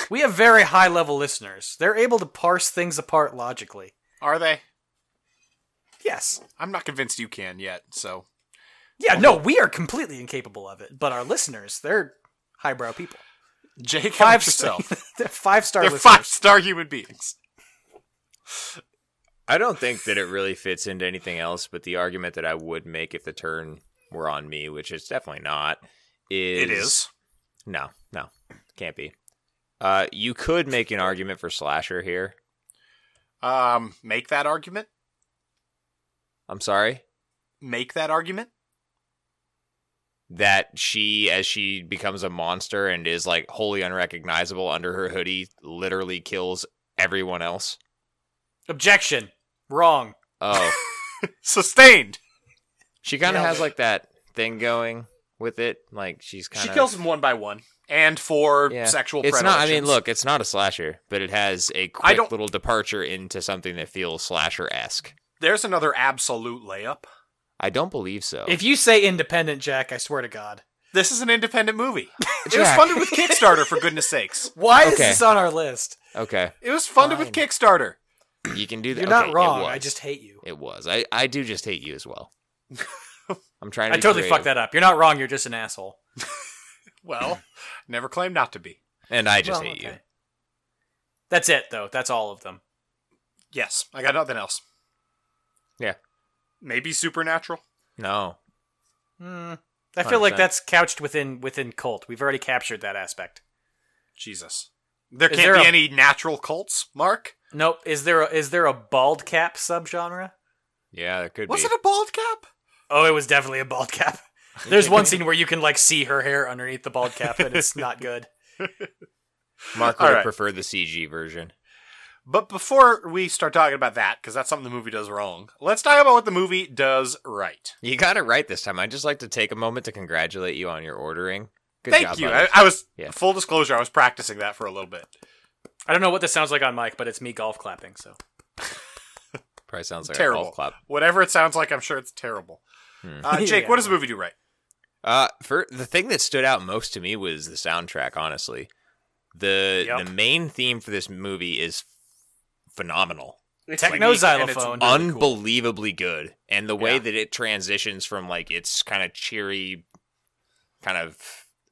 Speaker 4: out. We have very high level listeners. They're able to parse things apart logically.
Speaker 2: Are they?
Speaker 4: Yes.
Speaker 2: I'm not convinced you can yet, so
Speaker 4: Yeah, no, we are completely incapable of it, but our listeners, they're highbrow people.
Speaker 2: Jake, how
Speaker 4: Five
Speaker 2: about (laughs) yourself.
Speaker 4: (laughs) they're five star
Speaker 2: They're
Speaker 4: listeners.
Speaker 2: five star human beings.
Speaker 3: I don't think that it really fits into anything else, but the argument that I would make if the turn were on me, which it's definitely not, is
Speaker 2: It is.
Speaker 3: No, no. Can't be. Uh you could make an argument for slasher here.
Speaker 2: Um, make that argument.
Speaker 3: I'm sorry.
Speaker 2: Make that argument.
Speaker 3: That she as she becomes a monster and is like wholly unrecognizable under her hoodie literally kills everyone else.
Speaker 4: Objection. Wrong.
Speaker 3: Oh.
Speaker 2: Sustained.
Speaker 3: she kind of
Speaker 4: Nailed
Speaker 3: has
Speaker 4: it.
Speaker 3: like that thing going with it. Like she's kind of
Speaker 2: She kills them one by one, and for
Speaker 3: Yeah.
Speaker 2: sexual.
Speaker 3: It's not. I mean,
Speaker 2: predilections.
Speaker 3: look, it's not a slasher, but it has a quick
Speaker 2: don't-
Speaker 3: little departure into something that feels slasher esque.
Speaker 2: There's another absolute layup.
Speaker 3: I don't believe so.
Speaker 4: If you say independent, Jack, I swear to God.
Speaker 2: This is an independent movie. It was
Speaker 3: (laughs) Jack.
Speaker 2: funded with Kickstarter, for goodness sakes.
Speaker 4: Why is
Speaker 3: Okay.
Speaker 4: this on our list?
Speaker 3: okay,
Speaker 2: It was funded with
Speaker 3: Fine.
Speaker 2: Kickstarter.
Speaker 3: you can do that.
Speaker 4: You're
Speaker 3: Okay,
Speaker 4: not
Speaker 3: it
Speaker 4: wrong.
Speaker 3: was.
Speaker 4: I just hate you.
Speaker 3: it was. I I do just hate you as
Speaker 4: (laughs)
Speaker 3: well. I'm trying to.
Speaker 4: I
Speaker 3: be
Speaker 4: totally
Speaker 3: creative.
Speaker 4: fucked that up. You're not wrong. You're just an asshole.
Speaker 2: Well, never claimed not to be.
Speaker 3: and I just
Speaker 4: Well,
Speaker 3: hate you.
Speaker 4: okay. That's it, though. That's all of them.
Speaker 2: Yes, I got nothing else.
Speaker 3: Yeah.
Speaker 2: Maybe Supernatural.
Speaker 3: No,
Speaker 4: Hmm. I feel like
Speaker 3: 100%.
Speaker 4: that's couched within within cult. We've already captured that aspect.
Speaker 2: Jesus. There
Speaker 4: Is
Speaker 2: can't
Speaker 4: there
Speaker 2: be
Speaker 4: a-
Speaker 2: any natural cults, Mark.
Speaker 4: Nope. Is there a, is there a bald cap subgenre?
Speaker 3: yeah, it could
Speaker 2: Was
Speaker 3: be.
Speaker 2: it a bald cap?
Speaker 4: Oh, it was definitely a bald (laughs) cap. There's one scene where you can like see her hair underneath the bald cap, and it's not good.
Speaker 3: Mark would
Speaker 2: All
Speaker 3: have
Speaker 2: right.
Speaker 3: preferred the CG version.
Speaker 2: But before we start talking about that, because that's something the movie does wrong, let's talk about what the movie does right.
Speaker 3: You got it right this time. I'd just like to take a moment to congratulate you on your ordering. Good
Speaker 2: Thank
Speaker 3: job,
Speaker 2: you. I,
Speaker 3: buddy.
Speaker 2: I was
Speaker 3: Yeah.
Speaker 2: full disclosure. I was practicing that for a little bit.
Speaker 4: (laughs) I don't know what this sounds like on mic, but it's me golf clapping. So
Speaker 3: Probably sounds like a
Speaker 2: terrible.
Speaker 3: golf clap. Hmm.
Speaker 2: Whatever it sounds like, I'm sure it's terrible. Uh, Jake,
Speaker 4: Yeah.
Speaker 2: what does the movie do right?
Speaker 3: Uh, for the thing that stood out most to me was the soundtrack. Honestly, the
Speaker 4: Yep.
Speaker 3: the main theme for this movie is phenomenal,
Speaker 4: techno
Speaker 2: unique and it's un- Really
Speaker 4: xylophone.
Speaker 2: cool.
Speaker 3: unbelievably good, and the way
Speaker 2: Yeah.
Speaker 3: that it transitions from like its kind of cheery, kind of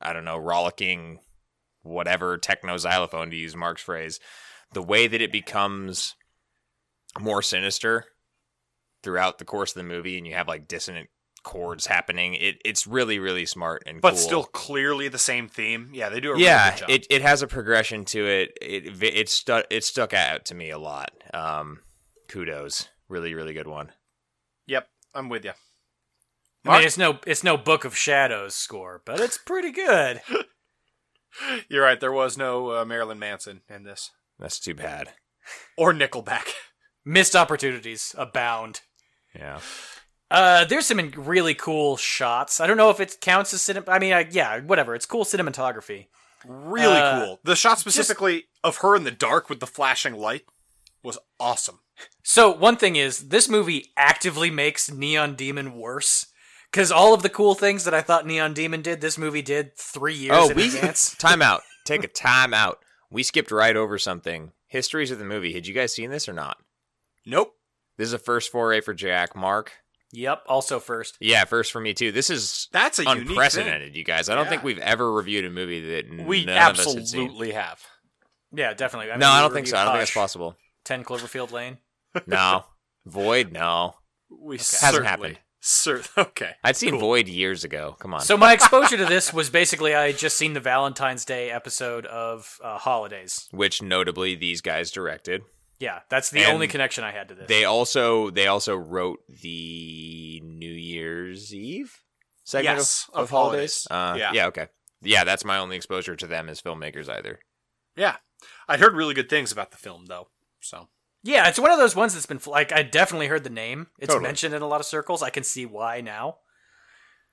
Speaker 3: I don't know, rollicking, whatever techno xylophone to use Mark's phrase, the way that it becomes more sinister throughout the course of the movie, and you have like dissonant chords happening. It it's really really smart and
Speaker 2: But
Speaker 3: cool
Speaker 2: still, clearly the same theme. Yeah, they do a really
Speaker 3: yeah,
Speaker 2: good job.
Speaker 3: it, it has a progression to it. It vi- it stuck it stuck out to me a lot. Um, kudos, really really good one.
Speaker 2: yep, I'm with you.
Speaker 4: I mean, it's no it's no Book of Shadows score, but it's pretty good.
Speaker 2: You're right. There was no uh, Marilyn Manson in this,
Speaker 3: That's too bad.
Speaker 2: or Nickelback.
Speaker 4: (laughs)
Speaker 2: (laughs)
Speaker 4: Missed opportunities abound.
Speaker 3: Yeah,
Speaker 4: Uh, there's some in- really cool shots. I don't know if it counts as cinema. I mean, I, yeah, whatever. It's cool cinematography.
Speaker 2: really
Speaker 4: Uh,
Speaker 2: cool. The shot specifically of her in the dark with the flashing light was awesome.
Speaker 4: So one thing is, this movie actively makes Neon Demon worse because all of the cool things that I thought Neon Demon did, this movie did three years
Speaker 3: Oh,
Speaker 4: in
Speaker 3: we-
Speaker 4: advance. (laughs)
Speaker 3: (laughs) time out. Take a time out. We skipped right over something. Histories of the movie. Had you guys seen this or not?
Speaker 2: Nope.
Speaker 3: This is a first foray for Jack. Mark.
Speaker 4: Yep. Also first.
Speaker 3: Yeah, first for me too. This is
Speaker 2: That's a unique thing.
Speaker 3: unprecedented, you guys. I don't think
Speaker 2: Yeah.
Speaker 3: we've ever reviewed a movie that
Speaker 2: We
Speaker 3: none of us had seen.
Speaker 2: absolutely have.
Speaker 4: Yeah, definitely. mean,
Speaker 3: No, I
Speaker 4: we
Speaker 3: don't think so. I don't think it's
Speaker 4: reviewed
Speaker 3: possible.
Speaker 4: Hush, Ten Cloverfield Lane.
Speaker 2: (laughs)
Speaker 3: No, Void. No,
Speaker 2: We
Speaker 3: Hasn't
Speaker 2: certainly-
Speaker 3: happened.
Speaker 2: Cer- (laughs) okay.
Speaker 3: I'd seen
Speaker 2: Cool.
Speaker 3: Void years ago. Come on.
Speaker 4: So my exposure to this was basically I had just seen the Valentine's Day episode of uh, Holidays.
Speaker 3: which notably these guys directed.
Speaker 4: Yeah, that's the
Speaker 3: And
Speaker 4: only connection I had to this.
Speaker 3: They also they also wrote the New Year's Eve segment
Speaker 2: Yes,
Speaker 3: of,
Speaker 2: of
Speaker 3: holidays.
Speaker 2: Holidays.
Speaker 3: Uh, yeah.
Speaker 2: Yeah.
Speaker 3: okay. Yeah, that's my only exposure to them as filmmakers either.
Speaker 2: Yeah, I heard really good things about the film though. So
Speaker 4: yeah, it's one of those ones that's been fl- like I definitely heard the name. It's
Speaker 3: Totally.
Speaker 4: mentioned in a lot of circles. I can see why now.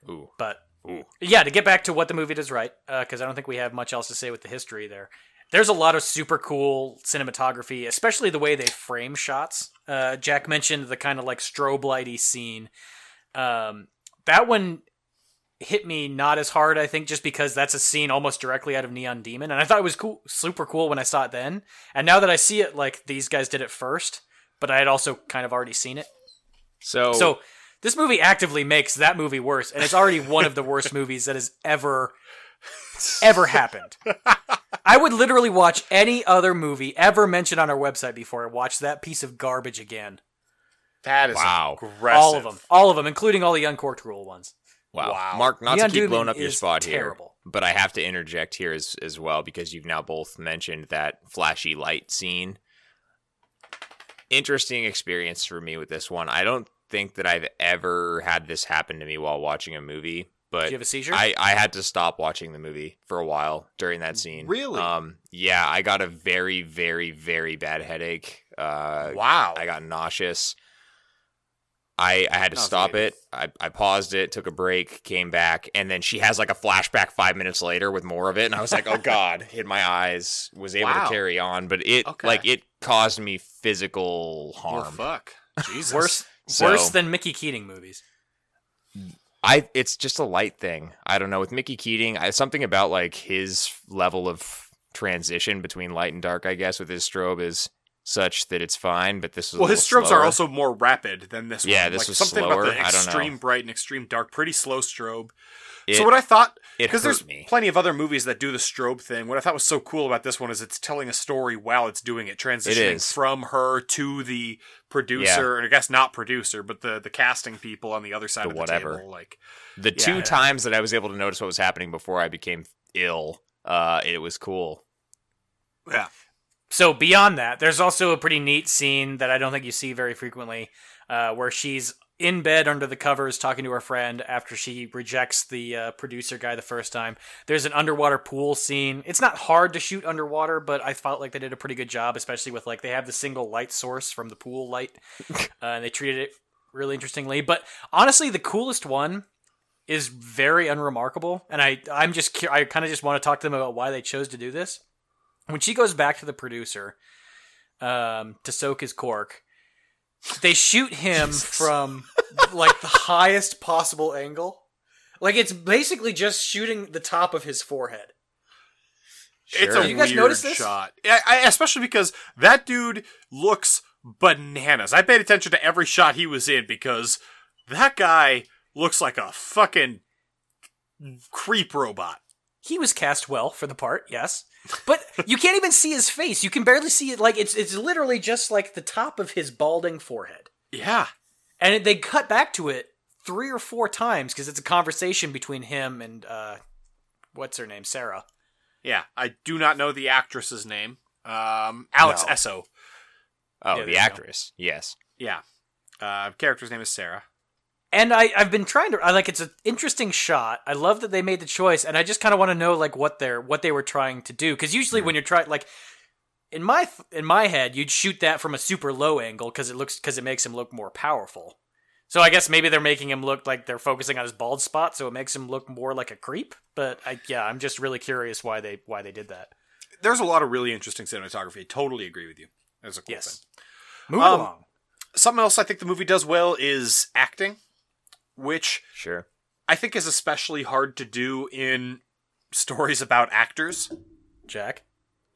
Speaker 3: Ooh.
Speaker 4: But
Speaker 3: Ooh.
Speaker 4: yeah, to get back to what the movie does right, because I don't think we have much else to say with the history there. There's a lot of super cool cinematography, especially the way they frame shots. Uh, Jack mentioned the kind of like strobe lighty scene. Um, that one hit me not as hard, I think, just because that's a scene almost directly out of Neon Demon, and I thought it was cool, super cool when I saw it then. And now that I see
Speaker 3: Oh.
Speaker 4: it, like these guys did it first, but I had also kind of already seen it.
Speaker 3: So,
Speaker 4: So This movie actively makes that movie worse, and it's already one of
Speaker 3: (laughs)
Speaker 4: the worst movies that has ever, ever happened. I would literally watch any other movie ever mentioned on our website before I watch that piece of garbage again.
Speaker 2: That is
Speaker 1: Wow.
Speaker 2: aggressive.
Speaker 4: All of them, all of them, including all the uncorked rule ones.
Speaker 3: Wow.
Speaker 2: Wow.
Speaker 3: Mark, not
Speaker 4: Neon
Speaker 3: to keep
Speaker 4: Doom
Speaker 3: blowing up your
Speaker 4: is
Speaker 3: spot
Speaker 4: terrible.
Speaker 3: here, but I have to interject here as, as well because you've now both mentioned that flashy light scene. Interesting experience for me with this one. I don't think that I've ever had this happen to me while watching a movie,
Speaker 4: Do
Speaker 3: but
Speaker 4: you have a seizure?
Speaker 3: I, I had to stop watching the movie for a while during that scene.
Speaker 2: Really?
Speaker 3: Um, yeah, I got a very, very, very bad headache. Uh,
Speaker 2: Wow.
Speaker 3: I got nauseous. I I had to
Speaker 2: Sounds
Speaker 3: stop
Speaker 2: like it.
Speaker 3: it. I, I paused it, took a break, came back, and then she has like a flashback five minutes later with more of it, and I was like,
Speaker 2: (laughs)
Speaker 3: oh god, hit my eyes. Was able
Speaker 2: Wow.
Speaker 3: to carry on, but it
Speaker 2: Okay.
Speaker 3: like it caused me physical harm.
Speaker 2: Well, fuck. Jesus.
Speaker 4: worse,
Speaker 3: So-
Speaker 4: worse than Mickey Keating movies.
Speaker 3: I it's just a light thing. I don't know with Mickey Keating, I, something about like his level of transition between light and dark. I guess with his strobe is such that it's fine, but this was a
Speaker 2: Well, his
Speaker 3: little
Speaker 2: strobes
Speaker 3: slower.
Speaker 2: are also more rapid than this
Speaker 3: Yeah,
Speaker 2: one.
Speaker 3: this
Speaker 2: like,
Speaker 3: was
Speaker 2: something
Speaker 3: slower.
Speaker 2: about
Speaker 3: I
Speaker 2: the
Speaker 3: don't know.
Speaker 2: extreme bright and extreme dark. Pretty slow strobe.
Speaker 3: It,
Speaker 2: so what I thought,
Speaker 3: it
Speaker 2: because there's
Speaker 3: hurt me.
Speaker 2: plenty of other movies that do the strobe thing. What I thought was so cool about this one is it's telling a story while it's doing it, transitioning
Speaker 3: is.
Speaker 2: from her to the producer, and I guess not producer, but the the casting people on the other side
Speaker 3: The
Speaker 2: of
Speaker 3: whatever.
Speaker 2: the table. Like,
Speaker 3: The
Speaker 2: Yeah,
Speaker 3: two
Speaker 2: yeah.
Speaker 3: times that I was able to notice what was happening before I became ill, uh, it was cool.
Speaker 2: yeah,
Speaker 4: so beyond that, there's also a pretty neat scene that I don't think you see very frequently, uh, where she's in bed under the covers talking to her friend after she rejects the uh, producer guy the first time. There's an underwater pool scene. It's not hard to shoot underwater, but I felt like they did a pretty good job, especially with like they have the single light source from the pool light, uh, and they treated it really interestingly. But honestly, the coolest one is very unremarkable, and I I'm just cur- I kind of just want to talk to them about why they chose to do this when she goes back to the producer um, to soak his cork, they shoot him from like the highest possible angle. Like it's basically just shooting the top of his forehead.
Speaker 2: it's
Speaker 3: Sure.
Speaker 2: a
Speaker 4: You guys
Speaker 2: weird
Speaker 4: notice this?
Speaker 2: shot. I, I, especially because that dude looks bananas. I paid attention to every shot he was in because that guy looks like a fucking creep robot.
Speaker 4: He was cast well for the part, yes, but you can't even see his face. You can barely see it. Like it's it's literally just like the top of his balding forehead.
Speaker 2: Yeah.
Speaker 4: and they cut back to it three or four times because it's a conversation between him and uh, what's her name, Sarah.
Speaker 2: Yeah, I do not know the actress's name. Um, Alex
Speaker 3: No.
Speaker 2: Esso.
Speaker 3: Oh,
Speaker 4: Yeah, there you
Speaker 3: the
Speaker 4: go.
Speaker 3: actress. Yes.
Speaker 2: Yeah, uh, character's name is Sarah.
Speaker 4: And I, I've been trying to I like it's an interesting shot. I love that they made the choice, and I just kind of want to know like what they're what they were trying to do because usually when you're trying like in my th- in my head you'd shoot that from a super low angle because it looks because it makes him look more powerful. So I guess maybe they're making him look like they're focusing on his bald spot, so it makes him look more like a creep. But I, yeah, I'm just really curious why they why they did that.
Speaker 2: There's a lot of really interesting cinematography. I totally agree with you. That's a cool
Speaker 4: Yes.
Speaker 2: thing.
Speaker 4: Move
Speaker 2: Um,
Speaker 4: along.
Speaker 2: Something else I think the movie does well is acting, which
Speaker 3: Sure.
Speaker 2: I think is especially hard to do in stories about actors.
Speaker 4: Jack,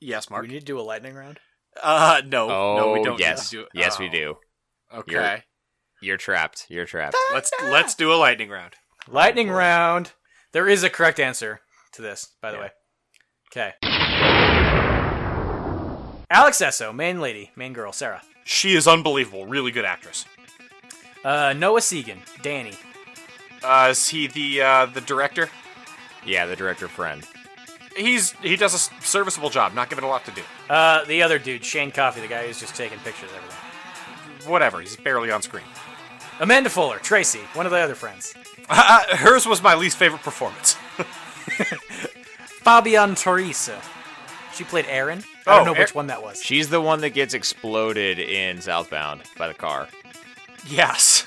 Speaker 2: Yes,
Speaker 4: we
Speaker 2: Mark.
Speaker 4: need to do a lightning round.
Speaker 2: Uh, no,
Speaker 3: Oh,
Speaker 2: no, we don't.
Speaker 3: Yes.
Speaker 2: need to do
Speaker 3: yes,
Speaker 2: Oh,
Speaker 3: we do.
Speaker 2: Okay,
Speaker 3: You're- You're trapped. You're trapped.
Speaker 2: let's let's do a lightning round.
Speaker 4: Lightning round. There is a correct answer to this, by the way. Okay. Alex Esso, main lady, main girl, Sarah.
Speaker 2: She is unbelievable. Really good actress.
Speaker 4: Uh, Noah Segan, Danny.
Speaker 2: Uh, is he the uh, the director?
Speaker 3: Yeah, the director friend.
Speaker 2: He's he does a s- serviceable job. Not given a lot to do.
Speaker 4: Uh, the other dude, Shane Coffey, the guy who's just taking pictures of everything.
Speaker 2: Whatever. He's barely on screen.
Speaker 4: Amanda Fuller, Tracy, one of the other friends.
Speaker 2: (laughs) Uh, hers was my least favorite performance.
Speaker 4: Fabian Teresa. She played Aaron. I don't
Speaker 2: Oh,
Speaker 4: know which
Speaker 2: Erin-
Speaker 4: one that was.
Speaker 3: She's the one that gets exploded in Southbound by the car.
Speaker 2: yes.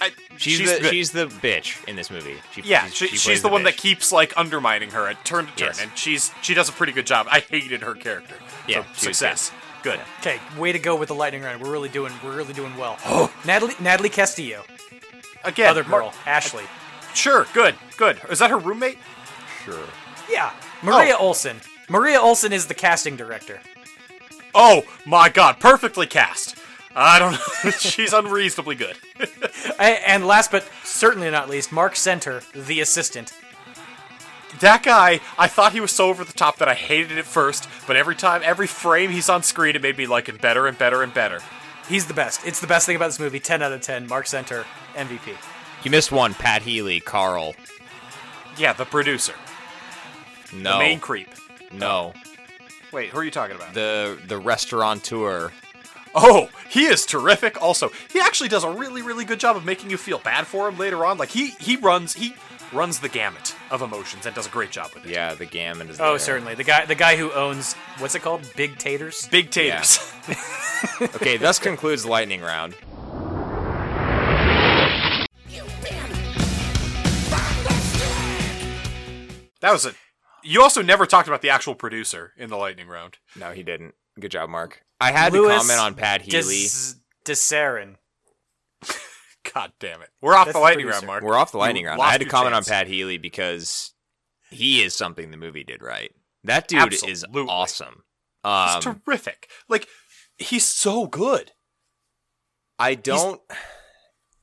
Speaker 2: I,
Speaker 3: She's, the
Speaker 2: good.
Speaker 3: she's the bitch in this movie. She,
Speaker 2: yeah,
Speaker 3: she's-
Speaker 2: she,
Speaker 3: she
Speaker 2: she's
Speaker 3: plays
Speaker 2: the, one that
Speaker 3: bitch.
Speaker 2: keeps like undermining her at turn to turn,
Speaker 3: Yes.
Speaker 2: and she's she does a pretty good job. I hated her character. So,
Speaker 3: Yeah, she was
Speaker 2: success. Good.
Speaker 4: Okay, way to go with the lightning round. We're really doing, we're really doing well. (gasps) Natalie, Natalie Castillo,
Speaker 2: Again,
Speaker 4: other
Speaker 2: Oh. Mar-
Speaker 4: girl, Ashley.
Speaker 2: sure. Good. Good. Is that her roommate?
Speaker 3: Sure.
Speaker 4: Yeah, Maria Olson. Maria Olson is the casting director.
Speaker 2: (laughs) Oh my God! Perfectly cast. I don't know. she's unreasonably good. (laughs)
Speaker 4: A- and last but certainly not least, Mark Center, the assistant.
Speaker 2: That guy, I thought he was so over the top that I hated it at first, but every time, every frame he's on screen, it made me like him better and better and better.
Speaker 4: He's the best. It's the best thing about this movie. 10 out of 10. Mark Center, MVP.
Speaker 3: You missed one. Pat Healy, Carl.
Speaker 2: Yeah, the producer,
Speaker 3: No,
Speaker 2: the main creep.
Speaker 3: no,
Speaker 2: Wait, who are you talking about?
Speaker 3: the the restaurateur.
Speaker 2: Oh, he is terrific. Also, he actually does a really, really good job of making you feel bad for him later on. Like he he runs he runs the gamut of emotions and does a great job with it.
Speaker 3: Yeah, the gammon is.
Speaker 4: Oh,
Speaker 3: there.
Speaker 4: certainly. The guy the guy who owns what's it called? Big Taters?
Speaker 2: Big taters.
Speaker 3: (laughs) Okay, thus concludes the lightning round.
Speaker 2: that was a. You also never talked about the actual producer in the lightning round.
Speaker 3: No, he didn't. Good job, Mark. I had
Speaker 4: Louis
Speaker 3: to comment on Pat Healy.
Speaker 4: Des- Desarin.
Speaker 2: God damn it, we're off
Speaker 4: That's
Speaker 2: the
Speaker 4: the
Speaker 2: lightning round,
Speaker 4: producer.
Speaker 2: Mark.
Speaker 3: We're off the
Speaker 2: You
Speaker 3: lightning round. I
Speaker 2: lost
Speaker 3: had to
Speaker 2: your
Speaker 3: comment
Speaker 2: chance.
Speaker 3: on Pat Healy because he is something the movie did right. That dude is
Speaker 2: Absolutely.
Speaker 3: awesome.
Speaker 2: He's
Speaker 3: Um,
Speaker 2: terrific. Like he's so good.
Speaker 3: I don't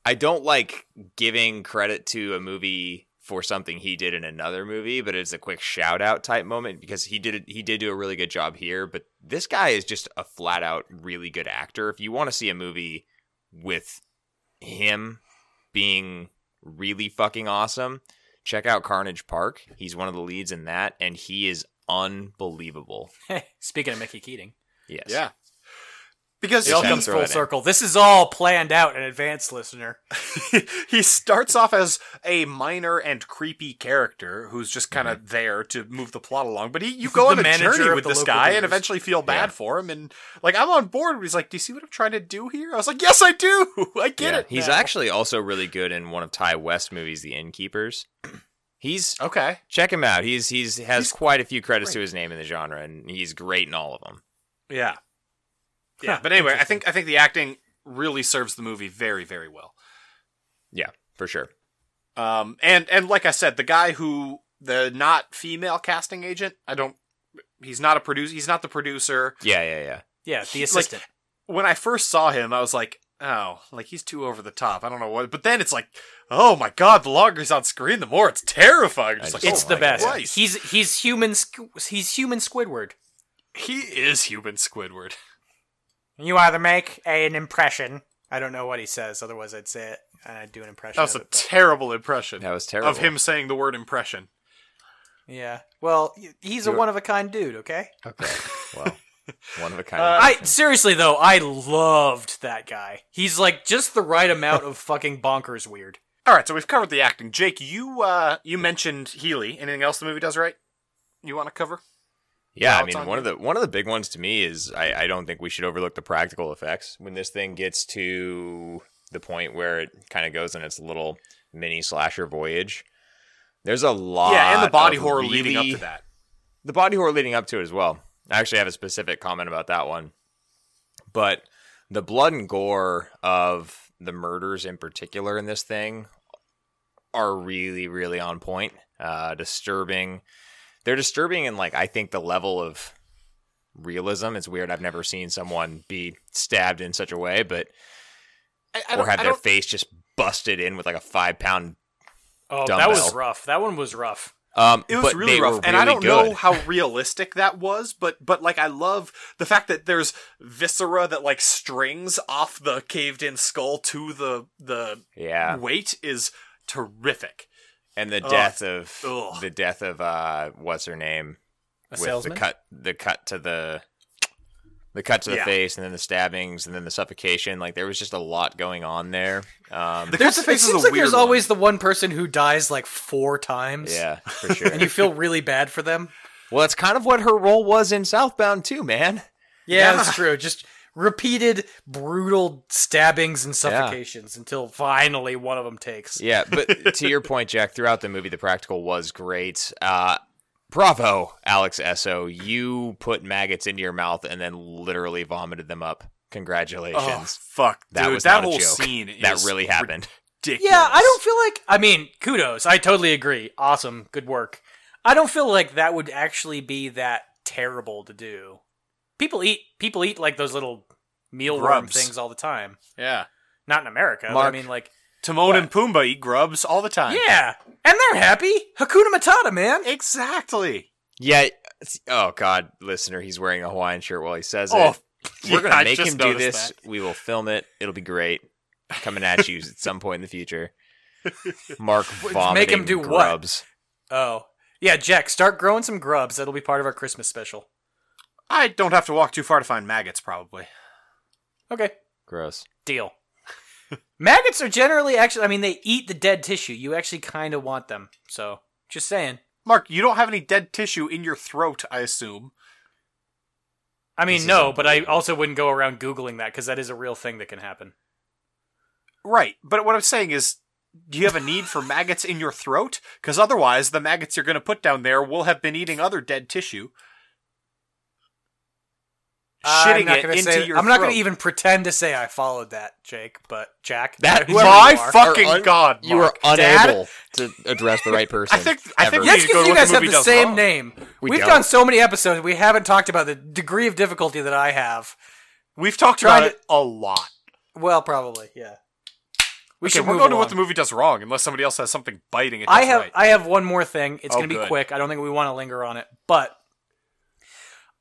Speaker 3: I don't like giving credit to a movie for something he did in another movie, but it's a quick shout out type moment because he did he did do a really good job here, but this guy is just a flat out really good actor. If you want to see a movie with him being really fucking awesome, check out Carnage Park. He's one of the leads in that and he is unbelievable.
Speaker 4: Speaking of Mickey Keating.
Speaker 3: Yes.
Speaker 2: Because
Speaker 3: They
Speaker 4: It all
Speaker 3: Yeah,
Speaker 4: comes
Speaker 3: throw
Speaker 4: full
Speaker 3: it in.
Speaker 4: circle. This is all planned out in advance, listener.
Speaker 2: (laughs) he starts off as a minor and creepy character who's just kind
Speaker 3: Mm-hmm.
Speaker 2: of there to move the plot along. But he, you go
Speaker 4: The
Speaker 2: on a
Speaker 4: manager
Speaker 2: journey
Speaker 4: of
Speaker 2: with
Speaker 4: the
Speaker 2: this
Speaker 4: local
Speaker 2: guy and
Speaker 4: breweries.
Speaker 2: eventually feel bad for him. And like, I'm on board. He's like, "Do you see what I'm trying to do here?" I was like, "Yes, I do. (laughs) I get
Speaker 3: Yeah.
Speaker 2: it."
Speaker 3: He's
Speaker 2: now."
Speaker 3: actually also really good in one of Ty West movies, The Innkeepers. (clears throat) He's
Speaker 2: okay.
Speaker 3: check him out. He's he's has
Speaker 2: He's
Speaker 3: quite a few credits to
Speaker 2: great.
Speaker 3: his name in the genre, and he's great in all of them.
Speaker 2: Yeah, yeah.
Speaker 4: Huh,
Speaker 2: But anyway, I
Speaker 4: interesting.
Speaker 2: think I think the acting really serves the movie very very well.
Speaker 3: Yeah, for sure.
Speaker 2: Um, and and like I said, the guy who the not female casting agent, I don't. He's not a producer. He's not the producer.
Speaker 3: Yeah, yeah, yeah.
Speaker 4: Yeah, the
Speaker 2: like,
Speaker 4: assistant.
Speaker 2: When I first saw him, I was like, oh, like he's too over the top. I don't know what. But then it's like, oh my god, the longer he's on screen, the more it's terrifying. Just
Speaker 3: I
Speaker 2: like,
Speaker 3: just-
Speaker 4: it's
Speaker 2: oh
Speaker 4: the
Speaker 2: my
Speaker 4: best.
Speaker 2: Christ.
Speaker 4: He's he's human Squ- he's human Squidward.
Speaker 2: He is human Squidward.
Speaker 4: You either make an impression. I don't know what he says, otherwise I'd say it and I'd do an impression.
Speaker 2: That was
Speaker 4: of
Speaker 2: a
Speaker 4: it, but-
Speaker 2: terrible impression.
Speaker 3: That was terrible.
Speaker 2: of him saying the word impression.
Speaker 4: Yeah. Well, y- he's a
Speaker 3: You're-
Speaker 4: one of a kind dude, okay?
Speaker 3: (laughs) Okay.
Speaker 2: (laughs)
Speaker 3: Well, one of a kind.
Speaker 2: Uh,
Speaker 4: I seriously though, I loved that guy. He's like just the right amount of fucking bonkers weird.
Speaker 2: All right, so we've covered the acting. Jake, you uh, you mentioned Healy. Anything else the movie does right? You want to cover?
Speaker 3: yeah, I
Speaker 2: it's
Speaker 3: mean,
Speaker 2: on
Speaker 3: one of the one of the big ones to me is I, I don't think we should overlook the practical effects when this thing gets to the point where it kind of goes on its little mini slasher voyage. There's a lot.
Speaker 2: yeah, and the body
Speaker 3: of
Speaker 2: horror leading up
Speaker 3: Uh, really-
Speaker 2: to that.
Speaker 3: the body horror leading up to it as well. I actually have a specific comment about that one. But the blood and gore of the murders in particular in this thing are really, really on point. Uh, disturbing. They're disturbing in like I think the level of realism. It's weird. I've never seen someone be stabbed in such a way, but
Speaker 2: I, I
Speaker 3: or
Speaker 2: don't,
Speaker 3: have
Speaker 2: I
Speaker 3: their
Speaker 2: don't-
Speaker 3: face just busted in with like a five pound.
Speaker 4: Oh,
Speaker 3: Dumbbell.
Speaker 4: that was rough. That one was rough.
Speaker 3: Um,
Speaker 2: it was
Speaker 3: but
Speaker 2: really
Speaker 3: they
Speaker 2: rough,
Speaker 3: were
Speaker 2: and I
Speaker 3: really
Speaker 2: don't
Speaker 3: good.
Speaker 2: know how realistic that was, but but like I love the fact that there's viscera that like strings off the caved-in skull to the the
Speaker 3: yeah.
Speaker 2: weight is terrific.
Speaker 3: and the
Speaker 2: Ugh.
Speaker 3: death of
Speaker 2: Ugh.
Speaker 3: the death of uh what's her name
Speaker 4: A
Speaker 3: with
Speaker 4: salesman?
Speaker 3: the cut the cut to the the cut to the
Speaker 2: Yeah.
Speaker 3: face and then the stabbings and then the suffocation like there was just a lot going on there um
Speaker 2: The
Speaker 4: There's,
Speaker 2: cut to
Speaker 4: it
Speaker 2: face is
Speaker 4: seems
Speaker 2: a
Speaker 4: like
Speaker 2: weird
Speaker 4: there's
Speaker 2: one.
Speaker 4: always the one person who dies like four times.
Speaker 3: yeah for sure
Speaker 4: And you feel really bad for them.
Speaker 3: well that's kind of what her role was in southbound too man
Speaker 4: (laughs) Yeah,
Speaker 2: Yeah.
Speaker 4: that's true. Just repeated brutal stabbings and suffocations until finally one of them takes.
Speaker 3: yeah but to your point jack throughout the movie the practical was great uh bravo alex esso you put maggots into your mouth and then literally vomited them up congratulations
Speaker 2: Oh fuck,
Speaker 3: that
Speaker 2: dude!
Speaker 3: was
Speaker 2: that
Speaker 3: not a
Speaker 2: whole
Speaker 3: joke.
Speaker 2: scene
Speaker 3: that
Speaker 2: is
Speaker 3: really happened
Speaker 2: Ridiculous.
Speaker 4: Yeah, I don't feel like. I mean, kudos. I totally agree. Awesome. Good work. I don't feel like that would actually be that terrible to do. People eat people eat like those little mealworm
Speaker 2: Grubs.
Speaker 4: things all the time.
Speaker 2: Yeah,
Speaker 4: Not in America. but I
Speaker 3: Mark.
Speaker 4: mean, like,
Speaker 2: Timon and Pumbaa eat grubs all the time.
Speaker 4: yeah, and they're happy. Hakuna Matata, man.
Speaker 2: Exactly.
Speaker 3: Yeah. it's- Oh God, listener, he's wearing a Hawaiian shirt while he says
Speaker 2: Oh,
Speaker 3: it. We're
Speaker 2: yeah,
Speaker 3: gonna
Speaker 2: I
Speaker 3: make
Speaker 2: just
Speaker 3: him do
Speaker 2: noticed
Speaker 3: this.
Speaker 2: that.
Speaker 3: We will film it. It'll be great. Coming at you at some point in the future. Mark vomiting
Speaker 4: make him do what?
Speaker 3: grubs.
Speaker 4: Oh, yeah, Jack, start growing some grubs. That'll be part of our Christmas special.
Speaker 2: I don't have to walk too far to find maggots, probably.
Speaker 4: Okay,
Speaker 3: Gross.
Speaker 4: deal. Maggots are generally actually. I mean, they eat the dead tissue. You actually kind of want them. So, just saying.
Speaker 2: Mark, you don't have any dead tissue in your throat, I assume.
Speaker 4: I mean,
Speaker 3: is
Speaker 4: no, but I also wouldn't go around googling that because that is a real thing that can happen.
Speaker 2: Right. But what I'm saying is, do you have a need for maggots in your throat? Because otherwise, the maggots you're going to put down there will have been eating other dead tissue.
Speaker 4: I'm not
Speaker 2: Shitting it
Speaker 4: gonna
Speaker 2: into
Speaker 4: say-
Speaker 2: your
Speaker 4: I'm not going
Speaker 2: throat.
Speaker 4: to even pretend to say I followed that, Jake. But Jack,
Speaker 3: That-
Speaker 4: whoever
Speaker 2: My
Speaker 4: you are-
Speaker 2: fuck- Fucking God,
Speaker 3: You were
Speaker 2: Mark. Dad?
Speaker 3: unable to address the (laughs) right person.
Speaker 2: I think- I think
Speaker 3: ever.
Speaker 2: we
Speaker 4: That's
Speaker 2: need to go
Speaker 4: because
Speaker 2: to
Speaker 4: you
Speaker 2: what
Speaker 4: guys
Speaker 2: the
Speaker 4: have
Speaker 2: movie
Speaker 4: the
Speaker 2: does
Speaker 4: same
Speaker 2: wrong.
Speaker 4: name.
Speaker 3: We
Speaker 4: have
Speaker 3: don't.
Speaker 4: done so many episodes, we haven't talked about the degree of difficulty that I have.
Speaker 2: We've talked
Speaker 4: Tried
Speaker 2: about
Speaker 4: it.
Speaker 2: it a lot.
Speaker 4: Well, probably, yeah. We
Speaker 2: Okay,
Speaker 4: should
Speaker 2: we're
Speaker 4: move
Speaker 2: going to
Speaker 4: along.
Speaker 2: what the movie does wrong, unless somebody else has something biting it.
Speaker 4: I
Speaker 2: does
Speaker 4: have
Speaker 2: right.
Speaker 4: I have one more thing. It's
Speaker 2: Oh,
Speaker 4: going to be
Speaker 2: good.
Speaker 4: quick. I don't think we want to linger on it, but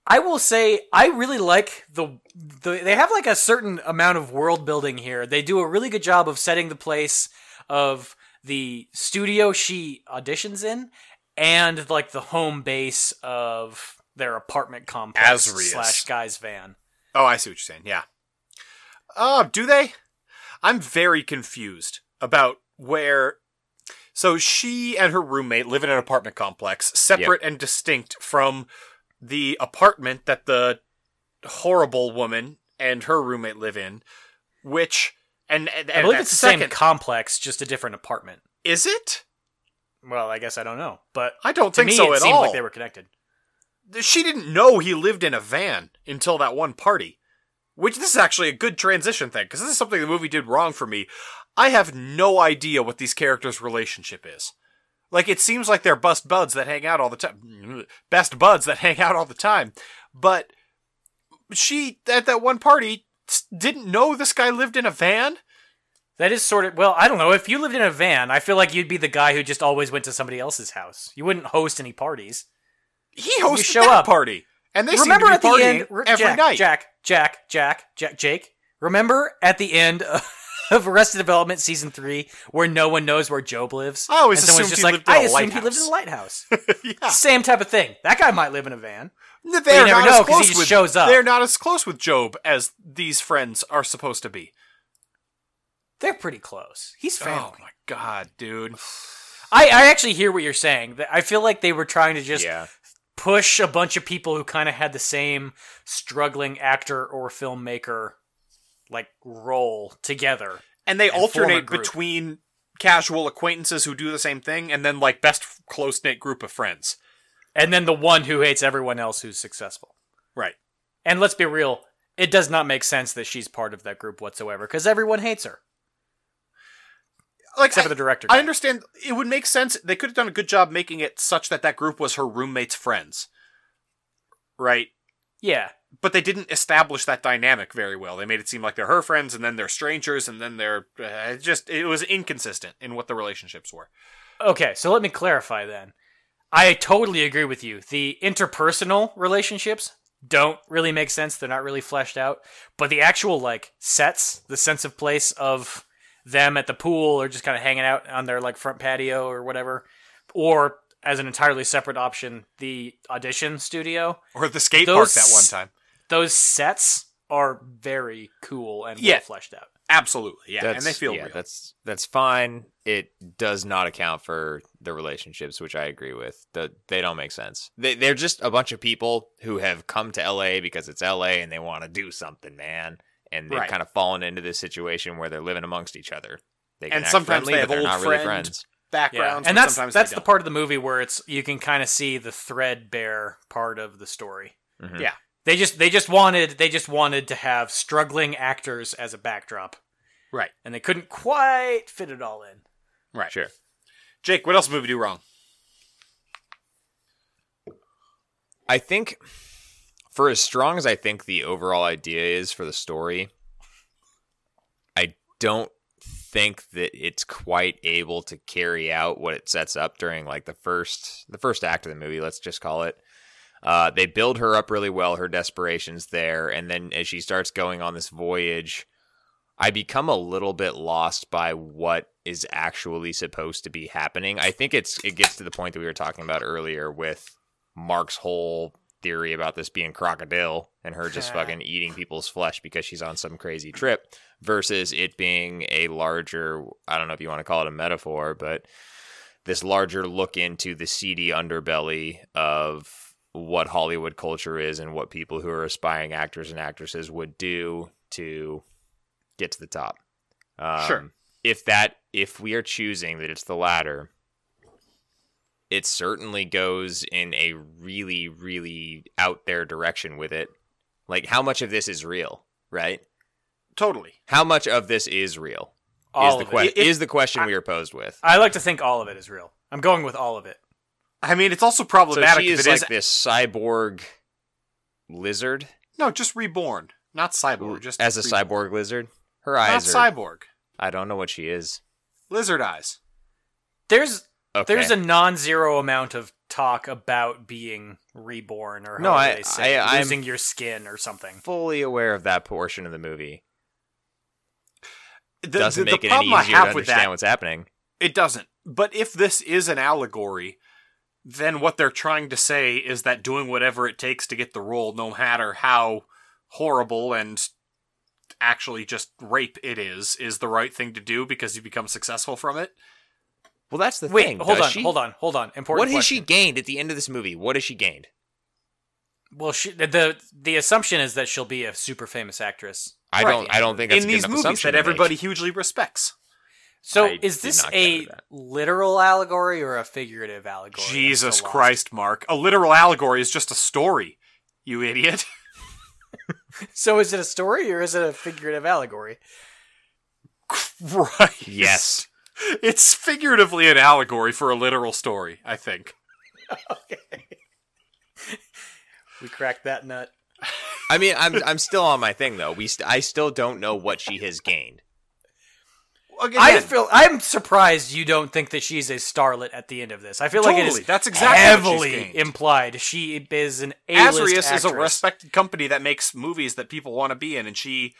Speaker 4: I will say I really like the, the they have like a certain amount of world building here. They do a really good job of setting the place of the studio she auditions in and like the home base of their apartment complex
Speaker 2: Asrius.
Speaker 4: slash guy's van.
Speaker 2: Oh, I see what you're saying. Yeah. Uh, do they? I'm very confused about where. So she and her roommate live in an apartment complex, separate and distinct from the apartment that the horrible woman and her roommate live in, which and, and
Speaker 4: I believe
Speaker 2: that
Speaker 4: it's the
Speaker 2: second,
Speaker 4: same complex, just a different apartment.
Speaker 2: Is it?
Speaker 4: Well, I guess I don't know, but
Speaker 2: I don't
Speaker 4: to
Speaker 2: think
Speaker 4: me
Speaker 2: so
Speaker 4: it
Speaker 2: at
Speaker 4: seemed
Speaker 2: all.
Speaker 4: like they were connected.
Speaker 2: she didn't know he lived in a van until that one party. Which this is actually a good transition thing because this is something the movie did wrong for me. I have no idea what these characters' relationship is. Like it seems like they're best buds that hang out all the time, best buds that (laughs) hang out all the time. But she at that one party s- didn't know this guy lived in a van.
Speaker 4: That is sort of well, I don't know. If you lived in a van, I feel like you'd be the guy who just always went to somebody else's house. You wouldn't host any parties.
Speaker 2: He hosted
Speaker 4: show
Speaker 2: that
Speaker 4: up.
Speaker 2: party, and they
Speaker 4: remember
Speaker 2: seem
Speaker 4: at
Speaker 2: to be
Speaker 4: the
Speaker 2: partying
Speaker 4: end re-
Speaker 2: every
Speaker 4: Jack,
Speaker 2: night.
Speaker 4: Jack, Jack, Jack, Jack, Jake. Remember at the end of, (laughs) of Arrested Development season three, where no one knows where Job lives.
Speaker 2: I always
Speaker 4: and someone's
Speaker 2: assumed
Speaker 4: just
Speaker 2: he
Speaker 4: like,
Speaker 2: lived in
Speaker 4: I
Speaker 2: a
Speaker 4: assumed he lived in
Speaker 2: (laughs)
Speaker 4: a lighthouse. Same type of thing. That guy might live in a van.
Speaker 2: They're
Speaker 4: you never
Speaker 2: not
Speaker 4: know,
Speaker 2: as
Speaker 4: 'cause he
Speaker 2: close
Speaker 4: just
Speaker 2: with,
Speaker 4: shows up.
Speaker 2: They're not as close with Job as these friends are supposed to be.
Speaker 4: They're pretty close. He's family.
Speaker 2: Oh my god, dude.
Speaker 4: I, I actually hear what you're saying. That- I feel like they were trying to just
Speaker 3: Yeah.
Speaker 4: push a bunch of people who kind of had the same struggling actor or filmmaker like role together.
Speaker 2: And they
Speaker 4: And form a
Speaker 2: alternate
Speaker 4: group.
Speaker 2: between casual acquaintances who do the same thing and then like best close knit group of friends.
Speaker 4: And then the one who hates everyone else who's successful.
Speaker 2: Right.
Speaker 4: And let's be real, it does not make sense that she's part of that group whatsoever because everyone hates her
Speaker 2: Like
Speaker 4: except
Speaker 2: I-
Speaker 4: for the director.
Speaker 2: I
Speaker 4: guy.
Speaker 2: understand it would make sense. They could have done a good job making it such that that group was her roommate's friends. Right?
Speaker 4: Yeah.
Speaker 2: But they didn't establish that dynamic very well. They made it seem like they're her friends and then they're strangers and then they're uh, it just it was inconsistent in what the relationships were.
Speaker 4: Okay, so let me clarify then. I totally agree with you. The interpersonal relationships don't really make sense. They're not really fleshed out. But the actual like sets, the sense of place of them at the pool or just kind of hanging out on their like front patio or whatever, or as an entirely separate option, the audition studio.
Speaker 2: Or the skate
Speaker 4: Those-
Speaker 2: park that one time.
Speaker 4: Those sets are very cool and
Speaker 2: Yeah.
Speaker 4: well fleshed out.
Speaker 2: Absolutely, yeah,
Speaker 3: That's,
Speaker 2: and they feel
Speaker 3: yeah,
Speaker 2: real.
Speaker 3: That's that's fine. It does not account for the relationships, which I agree with. The, they don't make sense. They they're just a bunch of people who have come to LA because it's LA and they want to do something, man. And they've
Speaker 2: Right.
Speaker 3: kind of fallen into this situation where they're living amongst each other. They can
Speaker 2: And
Speaker 3: act
Speaker 2: sometimes
Speaker 3: friendly,
Speaker 2: they
Speaker 3: but
Speaker 2: have
Speaker 3: they're
Speaker 2: old
Speaker 3: not really
Speaker 2: friend-
Speaker 3: friends.
Speaker 2: backgrounds,
Speaker 4: and
Speaker 2: but
Speaker 4: that's
Speaker 2: sometimes
Speaker 4: that's
Speaker 2: they
Speaker 4: the
Speaker 2: don't.
Speaker 4: part of the movie where it's you can kind of see the threadbare part of the story.
Speaker 3: Mhm.
Speaker 2: Yeah.
Speaker 4: They just they just wanted they just wanted to have struggling actors as a backdrop,
Speaker 2: Right,
Speaker 4: and they couldn't quite fit it all in.
Speaker 2: right.
Speaker 3: Sure.
Speaker 2: Jake, what else did we do wrong?
Speaker 3: I think for as strong as I think the overall idea is for the story, I don't think that it's quite able to carry out what it sets up during like the first the first act of the movie. Let's just call it. Uh, they build her up really well. Her desperation's there, and then as she starts going on this voyage, I become a little bit lost by what is actually supposed to be happening. I think it's it gets to the point that we were talking about earlier with Mark's whole theory about this being crocodile and her just fucking eating people's flesh because she's on some crazy trip versus it being a larger I don't know if you want to call it a metaphor, but this larger look into the seedy underbelly of what Hollywood culture is and what people who are aspiring actors and actresses would do to get to the top. Um,
Speaker 2: Sure.
Speaker 3: If that, if we are choosing that it's the latter, it certainly goes in a really, really out there direction with it. Like, how much of this is real, right?
Speaker 2: Totally.
Speaker 3: How much of this is real?
Speaker 4: All
Speaker 3: is the
Speaker 4: of it.
Speaker 3: que- is the question we are posed with.
Speaker 4: I like to think all of it is real. I'm going with all of it.
Speaker 2: I mean, it's also
Speaker 3: So
Speaker 2: problematic
Speaker 3: she
Speaker 2: if
Speaker 3: is
Speaker 2: it is
Speaker 3: like this cyborg lizard,
Speaker 2: no, just reborn, not cyborg, just
Speaker 3: as a
Speaker 2: re-
Speaker 3: cyborg lizard. Her
Speaker 2: not
Speaker 3: eyes are.
Speaker 2: cyborg,
Speaker 3: I don't know what she is.
Speaker 2: lizard eyes.
Speaker 4: There's
Speaker 3: Okay.
Speaker 4: there's a non-zero amount of talk about being reborn or
Speaker 3: No,
Speaker 4: however
Speaker 3: I-
Speaker 4: they say,
Speaker 3: I- I'm-
Speaker 4: losing your skin or something.
Speaker 3: fully aware of that portion of the movie.
Speaker 2: The,
Speaker 3: Doesn't
Speaker 2: the,
Speaker 3: make
Speaker 2: the
Speaker 3: it any
Speaker 2: problem I
Speaker 3: easier to
Speaker 2: have with
Speaker 3: understand
Speaker 2: that,
Speaker 3: what's happening.
Speaker 2: it doesn't. But if this is an allegory, then what they're trying to say is that doing whatever it takes to get the role, no matter how horrible and actually just rape it is, is the right thing to do because you become successful from it.
Speaker 3: Well, that's the
Speaker 4: Wait,
Speaker 3: thing.
Speaker 4: hold
Speaker 3: does
Speaker 4: on,
Speaker 3: she-
Speaker 4: hold on, hold on. Important.
Speaker 3: What has
Speaker 4: question.
Speaker 3: she gained at the end of this movie? What has she gained?
Speaker 4: Well, she, the the assumption is that she'll be a super famous actress.
Speaker 3: I
Speaker 2: Right.
Speaker 3: don't. I don't think that's
Speaker 2: In
Speaker 3: a good
Speaker 2: these
Speaker 3: enough
Speaker 2: movies
Speaker 3: assumption
Speaker 2: that
Speaker 3: to make.
Speaker 2: everybody hugely respects.
Speaker 4: So,
Speaker 3: I
Speaker 4: is
Speaker 3: did
Speaker 4: this
Speaker 3: not get
Speaker 4: a
Speaker 3: it at.
Speaker 4: literal allegory or a figurative allegory? I'm
Speaker 2: Jesus
Speaker 4: so lost.
Speaker 2: Christ, Mark. A literal allegory is just a story, you idiot. (laughs)
Speaker 4: So, is it a story or is it a figurative allegory?
Speaker 2: right.
Speaker 3: Yes.
Speaker 2: It's figuratively an allegory for a literal story, I think.
Speaker 4: We cracked that nut.
Speaker 3: I mean, I'm. I'm still on my thing though. We. St- I still don't know what she has (laughs) gained.
Speaker 2: Again,
Speaker 4: I feel I'm surprised you don't think that she's a starlet at the end of this. I feel like it
Speaker 2: Totally.
Speaker 4: is
Speaker 2: That's exactly what she's
Speaker 4: heavily
Speaker 2: gained.
Speaker 4: implied she is an A-list
Speaker 2: Azrius is a
Speaker 4: actress.
Speaker 2: respected company that makes movies that people want to be in, and she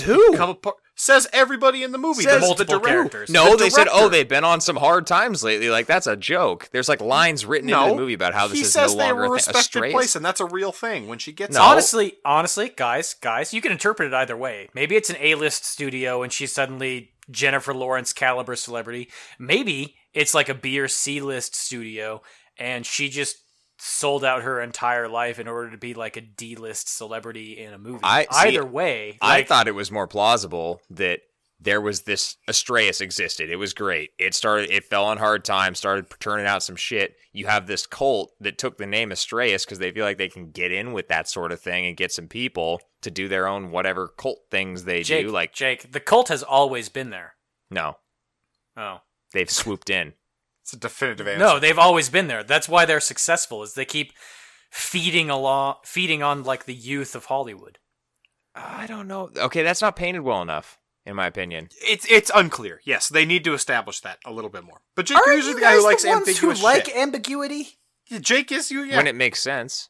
Speaker 2: has
Speaker 3: who?
Speaker 2: become a par- says everybody in the movie.
Speaker 3: Says
Speaker 2: the,
Speaker 4: multiple
Speaker 2: the director.
Speaker 4: characters.
Speaker 3: No,
Speaker 2: The
Speaker 3: they said,
Speaker 2: director.
Speaker 3: "Oh, they've been on some hard times lately." Like that's a joke. There's like lines written
Speaker 2: no.
Speaker 3: into the movie about how this
Speaker 2: he
Speaker 3: is
Speaker 2: says
Speaker 3: no
Speaker 2: they
Speaker 3: longer
Speaker 2: were a
Speaker 3: a, thing- a
Speaker 2: respected
Speaker 3: stray-
Speaker 2: place, and that's a real thing. When she gets
Speaker 3: No.
Speaker 2: on-
Speaker 4: Honestly, honestly, guys, guys, you can interpret it either way. Maybe it's an A-list studio and she's suddenly Jennifer Lawrence caliber celebrity. Maybe it's like a B or C-list studio and she just sold out her entire life in order to be like a D-list celebrity in a movie.
Speaker 3: I- see,
Speaker 4: either way,
Speaker 3: I
Speaker 4: like,
Speaker 3: thought it was more plausible that there was this Astraeus existed. It was great. It started. It fell on hard times. Started turning out some shit. You have this cult that took the name Astraeus because they feel like they can get in with that sort of thing and get some people to do their own whatever cult things they
Speaker 4: Jake,
Speaker 3: do. Like
Speaker 4: Jake, the cult has always been there.
Speaker 3: no,
Speaker 4: Oh.
Speaker 3: they've swooped in.
Speaker 2: it's a definitive answer.
Speaker 4: No, they've always been there. That's why they're successful. Is they keep feeding along, feeding on like the youth of Hollywood.
Speaker 3: I don't know. Okay, that's not painted well enough, in my opinion.
Speaker 2: it's it's unclear. Yes, they need to establish that a little bit more. But Jake is usually the guy who likes ambiguous shit.
Speaker 4: ambiguity?
Speaker 2: Jake is you. Yeah.
Speaker 3: When it makes sense.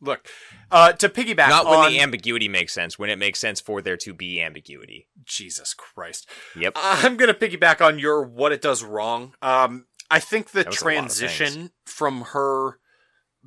Speaker 2: Look, uh, to piggyback
Speaker 3: Not
Speaker 2: on
Speaker 3: when the ambiguity makes sense, when it makes sense for there to be ambiguity.
Speaker 2: Jesus Christ.
Speaker 3: Yep.
Speaker 2: Uh, I'm gonna piggyback on your what it does wrong. Um, I think the
Speaker 3: That was a lot of
Speaker 2: transition from her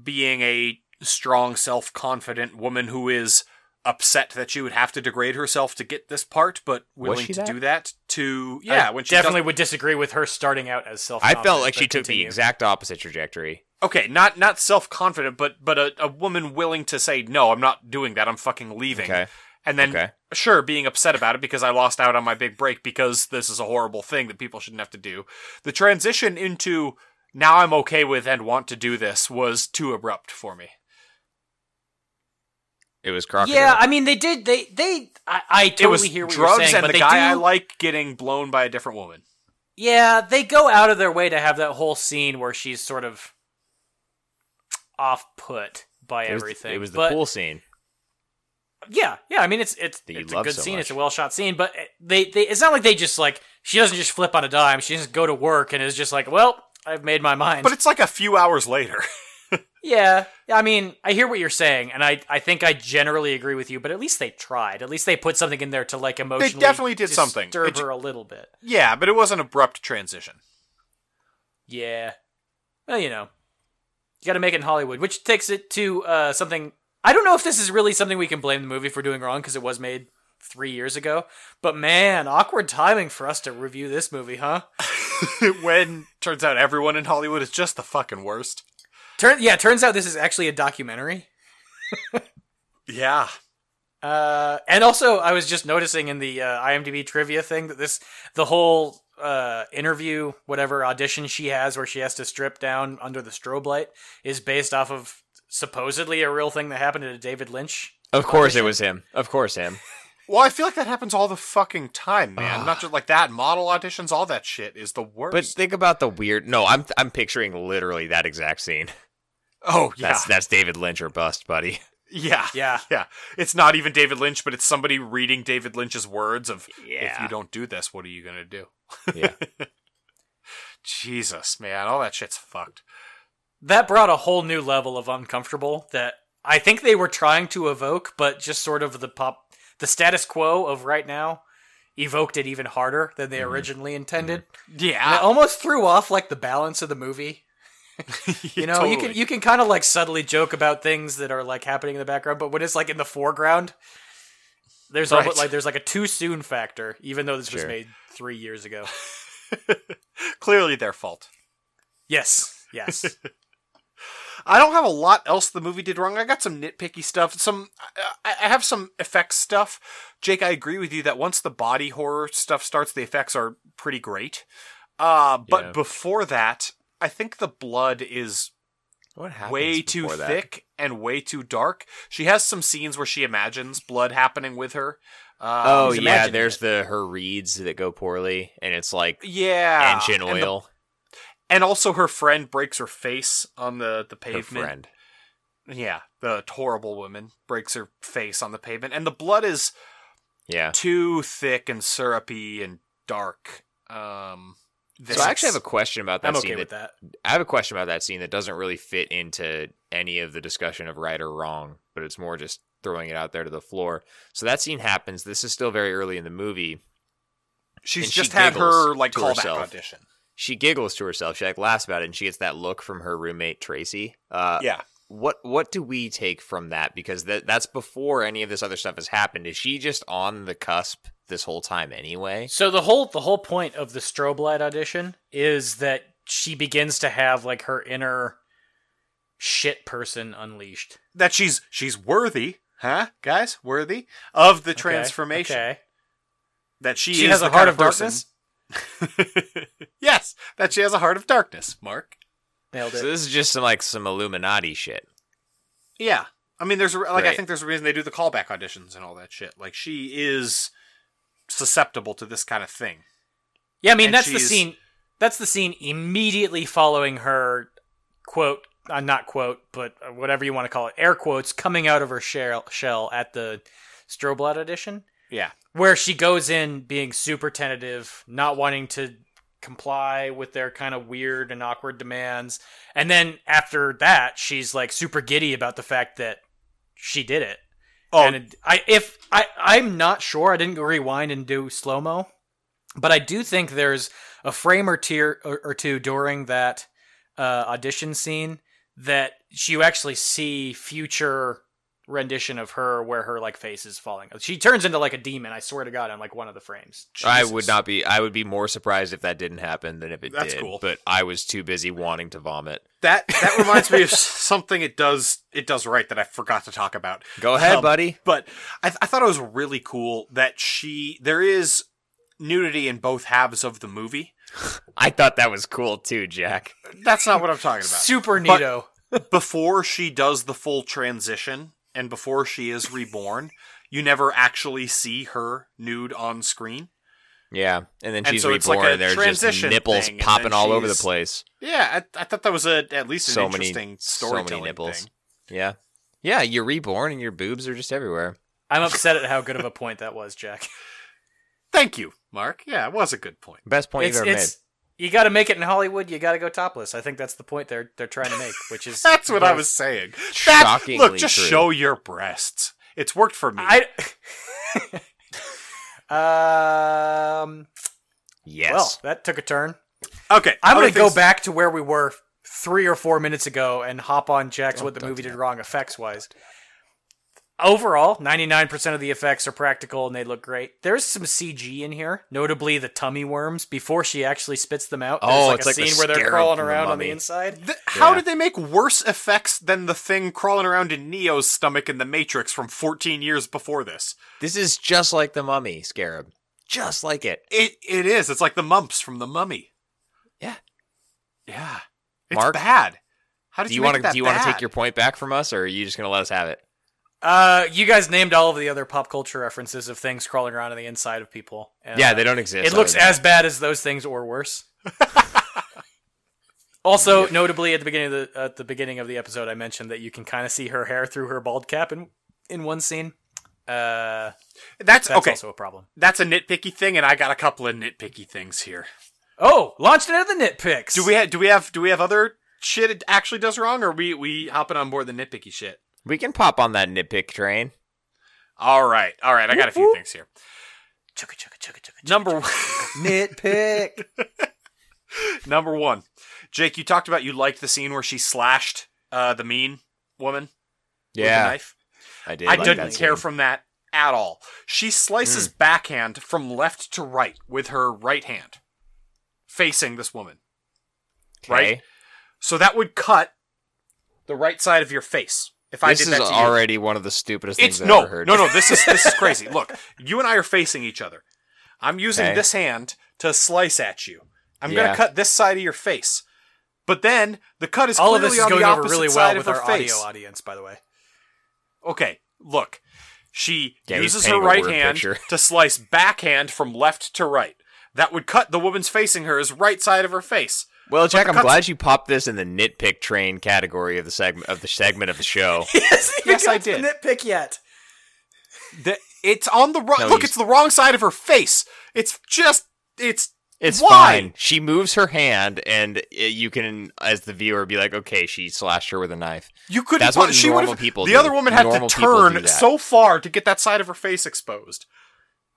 Speaker 2: being a strong, self-confident woman who is upset that she would have to degrade herself to get this part, but willing
Speaker 3: she
Speaker 2: to
Speaker 3: that?
Speaker 2: do that to yeah, when she
Speaker 4: definitely
Speaker 2: does-
Speaker 4: would disagree with her starting out as self.
Speaker 3: I felt like she took the exact opposite trajectory.
Speaker 2: okay, not not self-confident, but but a, a woman willing to say no, I'm not doing that. I'm fucking leaving.
Speaker 3: Okay.
Speaker 2: And then,
Speaker 3: Okay.
Speaker 2: sure, being upset about it because I lost out on my big break because this is a horrible thing that people shouldn't have to do. The transition into now I'm okay with and want to do this was too abrupt for me.
Speaker 3: It was crocodile.
Speaker 4: Yeah, I mean they did. They they. I, I totally
Speaker 2: it was
Speaker 4: hear what
Speaker 2: drugs
Speaker 4: you're saying,
Speaker 2: and
Speaker 4: but
Speaker 2: the
Speaker 4: they
Speaker 2: guy I
Speaker 4: do-
Speaker 2: like getting blown by a different woman.
Speaker 4: Yeah, they go out of their way to have that whole scene where she's sort of off put by
Speaker 3: it was,
Speaker 4: everything.
Speaker 3: It was the
Speaker 4: but
Speaker 3: pool scene.
Speaker 4: Yeah, yeah. I mean, it's it's,
Speaker 3: That you
Speaker 4: it's a
Speaker 3: love
Speaker 4: good
Speaker 3: so
Speaker 4: scene.
Speaker 3: much.
Speaker 4: It's a well shot scene, but they, they it's not like they just like she doesn't just flip on a dime. She doesn't go to work and is just like, well, I've made my mind.
Speaker 2: But it's like a few hours later. (laughs)
Speaker 4: yeah, yeah, I mean, I hear what you're saying, and I I think I generally agree with you. But at least they tried. At least they put something in there to like emotionally
Speaker 2: definitely did something.
Speaker 4: disturb
Speaker 2: It j-
Speaker 4: her a little bit.
Speaker 2: yeah, but it was an abrupt transition. (laughs)
Speaker 4: Yeah. Well, you know, you got to make it in Hollywood, which takes it to uh, something. I don't know if this is really something we can blame the movie for doing wrong because it was made three years ago. But man, awkward timing for us to review this movie, huh?
Speaker 2: when turns out everyone in Hollywood is just the fucking worst.
Speaker 4: Turn yeah, turns out this is actually a documentary.
Speaker 2: Yeah.
Speaker 4: Uh, and also, I was just noticing in the uh, IMDb trivia thing that this the whole uh, interview, whatever audition she has, where she has to strip down under the strobe light, is based off of supposedly a real thing that happened to David Lynch
Speaker 3: Of course it was him. Of course him.
Speaker 2: Well, I feel like that happens all the fucking time, man. Not just like that. Model auditions, all that shit is the worst.
Speaker 3: But think about the weird. No, I'm I'm picturing literally that exact scene.
Speaker 2: oh yeah,
Speaker 3: That's that's David Lynch or bust, buddy.
Speaker 2: yeah,
Speaker 4: (laughs) Yeah.
Speaker 2: (laughs) yeah. It's not even David Lynch, but it's somebody reading David Lynch's words of, "If
Speaker 3: Yeah.
Speaker 2: you don't do this, what are you gonna do?"
Speaker 3: Yeah.
Speaker 2: Jesus, man, all that shit's fucked.
Speaker 4: that brought a whole new level of uncomfortable that I think they were trying to evoke, but just sort of the pop, the status quo of right now evoked it even harder than they originally intended.
Speaker 2: Mm-hmm.
Speaker 4: And
Speaker 2: Yeah, (laughs)
Speaker 4: it almost threw off like the balance of the movie.
Speaker 2: (laughs)
Speaker 4: You know, you can
Speaker 2: totally.
Speaker 4: you can kind of like subtly joke about things that are like happening in the background, but when it's like in the foreground, there's
Speaker 2: Right.
Speaker 4: almost like there's like a too soon factor, even though this was
Speaker 3: Sure.
Speaker 4: made three years ago. (laughs)
Speaker 2: clearly their fault.
Speaker 4: Yes,
Speaker 2: (laughs)
Speaker 4: yes.
Speaker 2: I don't have a lot else the movie did wrong. I got some nitpicky stuff. Some I, I have some effects stuff. Jake, I agree with you that once the body horror stuff starts, the effects are pretty great. Uh, but
Speaker 3: Yeah.
Speaker 2: before that, I think the blood is
Speaker 3: What happened?
Speaker 2: way too thick and way too dark. She has some scenes where she imagines blood happening with her. Uh,
Speaker 3: Oh
Speaker 4: He's
Speaker 3: yeah,
Speaker 4: imagining
Speaker 3: there's
Speaker 4: it.
Speaker 3: the her reads that go poorly, and it's like
Speaker 2: yeah,
Speaker 3: engine
Speaker 2: And, the-
Speaker 3: oil.
Speaker 2: and also her friend breaks her face on the the
Speaker 3: her
Speaker 2: pavement.
Speaker 3: friend.
Speaker 2: Yeah, the horrible woman breaks her face on the pavement, and the blood is
Speaker 3: Yeah.
Speaker 2: too thick and syrupy and dark. Um, this
Speaker 3: So I actually have a question about that
Speaker 4: I'm
Speaker 3: scene
Speaker 4: okay with
Speaker 3: that-
Speaker 4: that.
Speaker 3: I have a question about that scene that doesn't really fit into any of the discussion of right or wrong, but it's more just throwing it out there to the floor. So that scene happens. This is still very early in the movie.
Speaker 2: she's
Speaker 3: and she
Speaker 2: just had
Speaker 3: giggles
Speaker 2: her like
Speaker 3: to
Speaker 2: callback
Speaker 3: herself.
Speaker 2: audition.
Speaker 3: She giggles to herself. She like laughs about it, and she gets that look from her roommate Tracy. Uh,
Speaker 2: Yeah,
Speaker 3: what what do we take from that? Because that that's before any of this other stuff has happened. Is she just on the cusp this whole time anyway?
Speaker 4: So the whole the whole point of the strobe light audition is that she begins to have like her inner shit person unleashed.
Speaker 2: that she's she's worthy, huh, guys? Worthy of the
Speaker 4: Okay,
Speaker 2: transformation.
Speaker 4: okay.
Speaker 2: That she,
Speaker 4: She
Speaker 2: is
Speaker 4: has a
Speaker 2: the
Speaker 4: heart
Speaker 2: kind
Speaker 4: of
Speaker 2: person-
Speaker 4: darkness.
Speaker 2: (laughs) yes, that she has a heart of darkness. Mark.
Speaker 4: Nailed
Speaker 3: So
Speaker 4: it.
Speaker 3: this is just some like some Illuminati shit.
Speaker 2: Yeah, I mean, there's a, like I
Speaker 3: Right.
Speaker 2: think there's a reason they do the callback auditions and all that shit. Like she is susceptible to this kind of thing.
Speaker 4: Yeah, I mean
Speaker 2: and
Speaker 4: that's the
Speaker 2: she's-
Speaker 4: scene. That's the scene immediately following her quote, uh, not quote, but uh, whatever you want to call it, air quotes coming out of her shell, shell at the strobe light audition.
Speaker 2: Yeah.
Speaker 4: where she goes in being super tentative, not wanting to comply with their kind of weird and awkward demands. And then after that, she's like super giddy about the fact that she did it.
Speaker 2: Oh.
Speaker 4: and it- I if I I'm not sure. I didn't go rewind and do slow mo, but I do think there's a frame or tier or, or two during that uh, audition scene that you actually see future rendition of her where her like face is falling. She turns into like a demon. I swear to God, on like one of the frames.
Speaker 3: I
Speaker 2: Jesus.
Speaker 3: would not be. I would be more surprised if that didn't happen than if it
Speaker 2: That's
Speaker 3: did.
Speaker 2: cool.
Speaker 3: But I was too busy wanting to vomit.
Speaker 2: That
Speaker 3: (laughs)
Speaker 2: that reminds me of s- something it does it does right that I forgot to talk about.
Speaker 3: Go ahead,
Speaker 2: Um,
Speaker 3: buddy.
Speaker 2: But I, th- I thought it was really cool that she there is nudity in both halves of the movie.
Speaker 3: I thought that was cool too, Jack.
Speaker 2: That's not what I'm talking about.
Speaker 4: Super neato.
Speaker 2: before she does the full transition and before she is reborn, you never actually see her nude on screen.
Speaker 3: Yeah, and then
Speaker 2: And
Speaker 3: she's
Speaker 2: so it's like
Speaker 3: reborn.
Speaker 2: a
Speaker 3: and there's just
Speaker 2: transition
Speaker 3: nipples
Speaker 2: thing, and
Speaker 3: popping
Speaker 2: then
Speaker 3: all over the
Speaker 2: she's-
Speaker 3: place.
Speaker 2: Yeah, I, I thought that was a at least an
Speaker 3: So many,
Speaker 2: interesting
Speaker 3: so
Speaker 2: storytelling
Speaker 3: many nipples.
Speaker 2: thing.
Speaker 3: Yeah, yeah. You're reborn, and your boobs are just everywhere.
Speaker 4: I'm upset at how good of a point that was, Jack.
Speaker 2: Thank you, Mark. Yeah, it was a good (laughs) point.
Speaker 3: Best point
Speaker 4: it's,
Speaker 3: you've ever
Speaker 4: it's you got to make it in Hollywood. You got to go topless. I think that's the point they're they're trying to make, which
Speaker 2: (laughs)
Speaker 4: is
Speaker 2: That's what I was saying. That,
Speaker 3: Shockingly
Speaker 2: look, just
Speaker 3: true.
Speaker 2: show your breasts. It's worked for me.
Speaker 4: I. (laughs) um.
Speaker 3: made. Yes.
Speaker 4: Well, that took a turn.
Speaker 2: okay,
Speaker 4: I'm
Speaker 2: other
Speaker 4: going to go
Speaker 2: things-
Speaker 4: back to where we were three or four minutes ago and hop on
Speaker 3: Oh,
Speaker 4: Jack's what the movie did wrong effects wise. Overall, 99% of the effects are practical and they look great. There's some CG in here, notably the tummy worms. Before she actually spits them out, there's
Speaker 3: Oh,
Speaker 4: like
Speaker 3: it's
Speaker 4: a
Speaker 3: like the
Speaker 4: scene where they're
Speaker 3: scarab
Speaker 4: crawling
Speaker 3: from The
Speaker 4: around on the
Speaker 3: Mummy.
Speaker 4: inside.
Speaker 2: Th- How did they make worse effects than the thing crawling around in Neo's stomach in The Matrix from 14 years before this?
Speaker 3: this is just like the mummy scarab. Just like it.
Speaker 2: It it is. It's like the mumps from The Mummy.
Speaker 3: Yeah.
Speaker 2: Yeah. It's
Speaker 3: Mark,
Speaker 2: bad. How did
Speaker 3: Do
Speaker 2: you,
Speaker 3: you
Speaker 2: want
Speaker 3: want to do you want to take your point back from us or are you just going to let us have it?
Speaker 4: Uh, you guys named all of the other pop culture references of things crawling around on the inside of people. Uh,
Speaker 3: yeah, they don't exist.
Speaker 4: It looks
Speaker 3: other than-
Speaker 4: as bad as those things or worse. (laughs) also, notably at the beginning of the at the beginning of the episode, I mentioned that you can kind of see her hair through her bald cap in in one scene. Uh,
Speaker 2: That's,
Speaker 4: that's
Speaker 2: okay.
Speaker 4: also a problem.
Speaker 2: That's a nitpicky thing, and I got a couple of nitpicky things here.
Speaker 4: Oh, launched into the nitpicks.
Speaker 2: Do we ha- do we have do we have other shit it actually does wrong, or are we we hopping on board the nitpicky shit?
Speaker 3: we can pop on that nitpick train.
Speaker 2: All right, all right. I got a few things here.
Speaker 4: Chugga, chugga, chugga, chugga,
Speaker 2: (laughs)
Speaker 4: chugga.
Speaker 2: Number
Speaker 4: nitpick?
Speaker 2: number one, Jake. You talked about you liked the scene where she slashed uh, the mean woman with a
Speaker 3: Yeah,
Speaker 2: knife.
Speaker 3: I did.
Speaker 2: I
Speaker 3: like
Speaker 2: didn't
Speaker 3: that
Speaker 2: care
Speaker 3: scene. Mm.
Speaker 2: from that at all. She slices backhand from left to right with her right hand, facing this woman. right?
Speaker 3: Okay.
Speaker 2: So that would cut the right side of your face. If I
Speaker 3: This
Speaker 2: did
Speaker 3: is
Speaker 2: that to you.
Speaker 3: already one of the stupidest things
Speaker 2: It's
Speaker 3: I've
Speaker 2: no,
Speaker 3: ever heard.
Speaker 2: no,
Speaker 3: (laughs)
Speaker 2: no. This is this is crazy. Look, you and I are facing each other. I'm using
Speaker 3: Okay.
Speaker 2: this hand to slice at you. I'm
Speaker 3: Yeah.
Speaker 2: gonna cut this side of your face, but then the cut is
Speaker 4: All of
Speaker 2: clearly
Speaker 4: this is
Speaker 2: on
Speaker 4: going
Speaker 2: the
Speaker 4: over
Speaker 2: opposite
Speaker 4: really well
Speaker 2: side
Speaker 4: with
Speaker 2: of
Speaker 4: our
Speaker 2: her face.
Speaker 4: audio audience, by the way.
Speaker 2: Okay, look, she
Speaker 3: Yeah, he's
Speaker 2: uses her
Speaker 3: painting a
Speaker 2: right
Speaker 3: word
Speaker 2: hand
Speaker 3: picture.
Speaker 2: to slice backhand from left to right. That would cut the woman's facing her is right side of her face.
Speaker 3: Well, Jack, I'm
Speaker 2: cuts-
Speaker 3: glad you popped this in the nitpick train category of the segment of the segment of
Speaker 2: (laughs)
Speaker 3: the show.
Speaker 2: (laughs) Yes, I did.
Speaker 4: Nitpick yet?
Speaker 2: The, it's on the wrong.
Speaker 3: No,
Speaker 2: look,
Speaker 3: he's-
Speaker 2: it's the wrong side of her face. It's just. It's.
Speaker 3: It's
Speaker 2: Why?
Speaker 3: fine. She moves her hand, and uh, you can, as the viewer, be like, "Okay, she slashed her with a knife."
Speaker 2: You couldn't.
Speaker 3: That's what
Speaker 2: well, she
Speaker 3: normal
Speaker 2: would've-
Speaker 3: people
Speaker 2: The
Speaker 3: do.
Speaker 2: other woman had
Speaker 3: Normal
Speaker 2: to
Speaker 3: people do
Speaker 2: turn
Speaker 3: that.
Speaker 2: so far to get that side of her face exposed,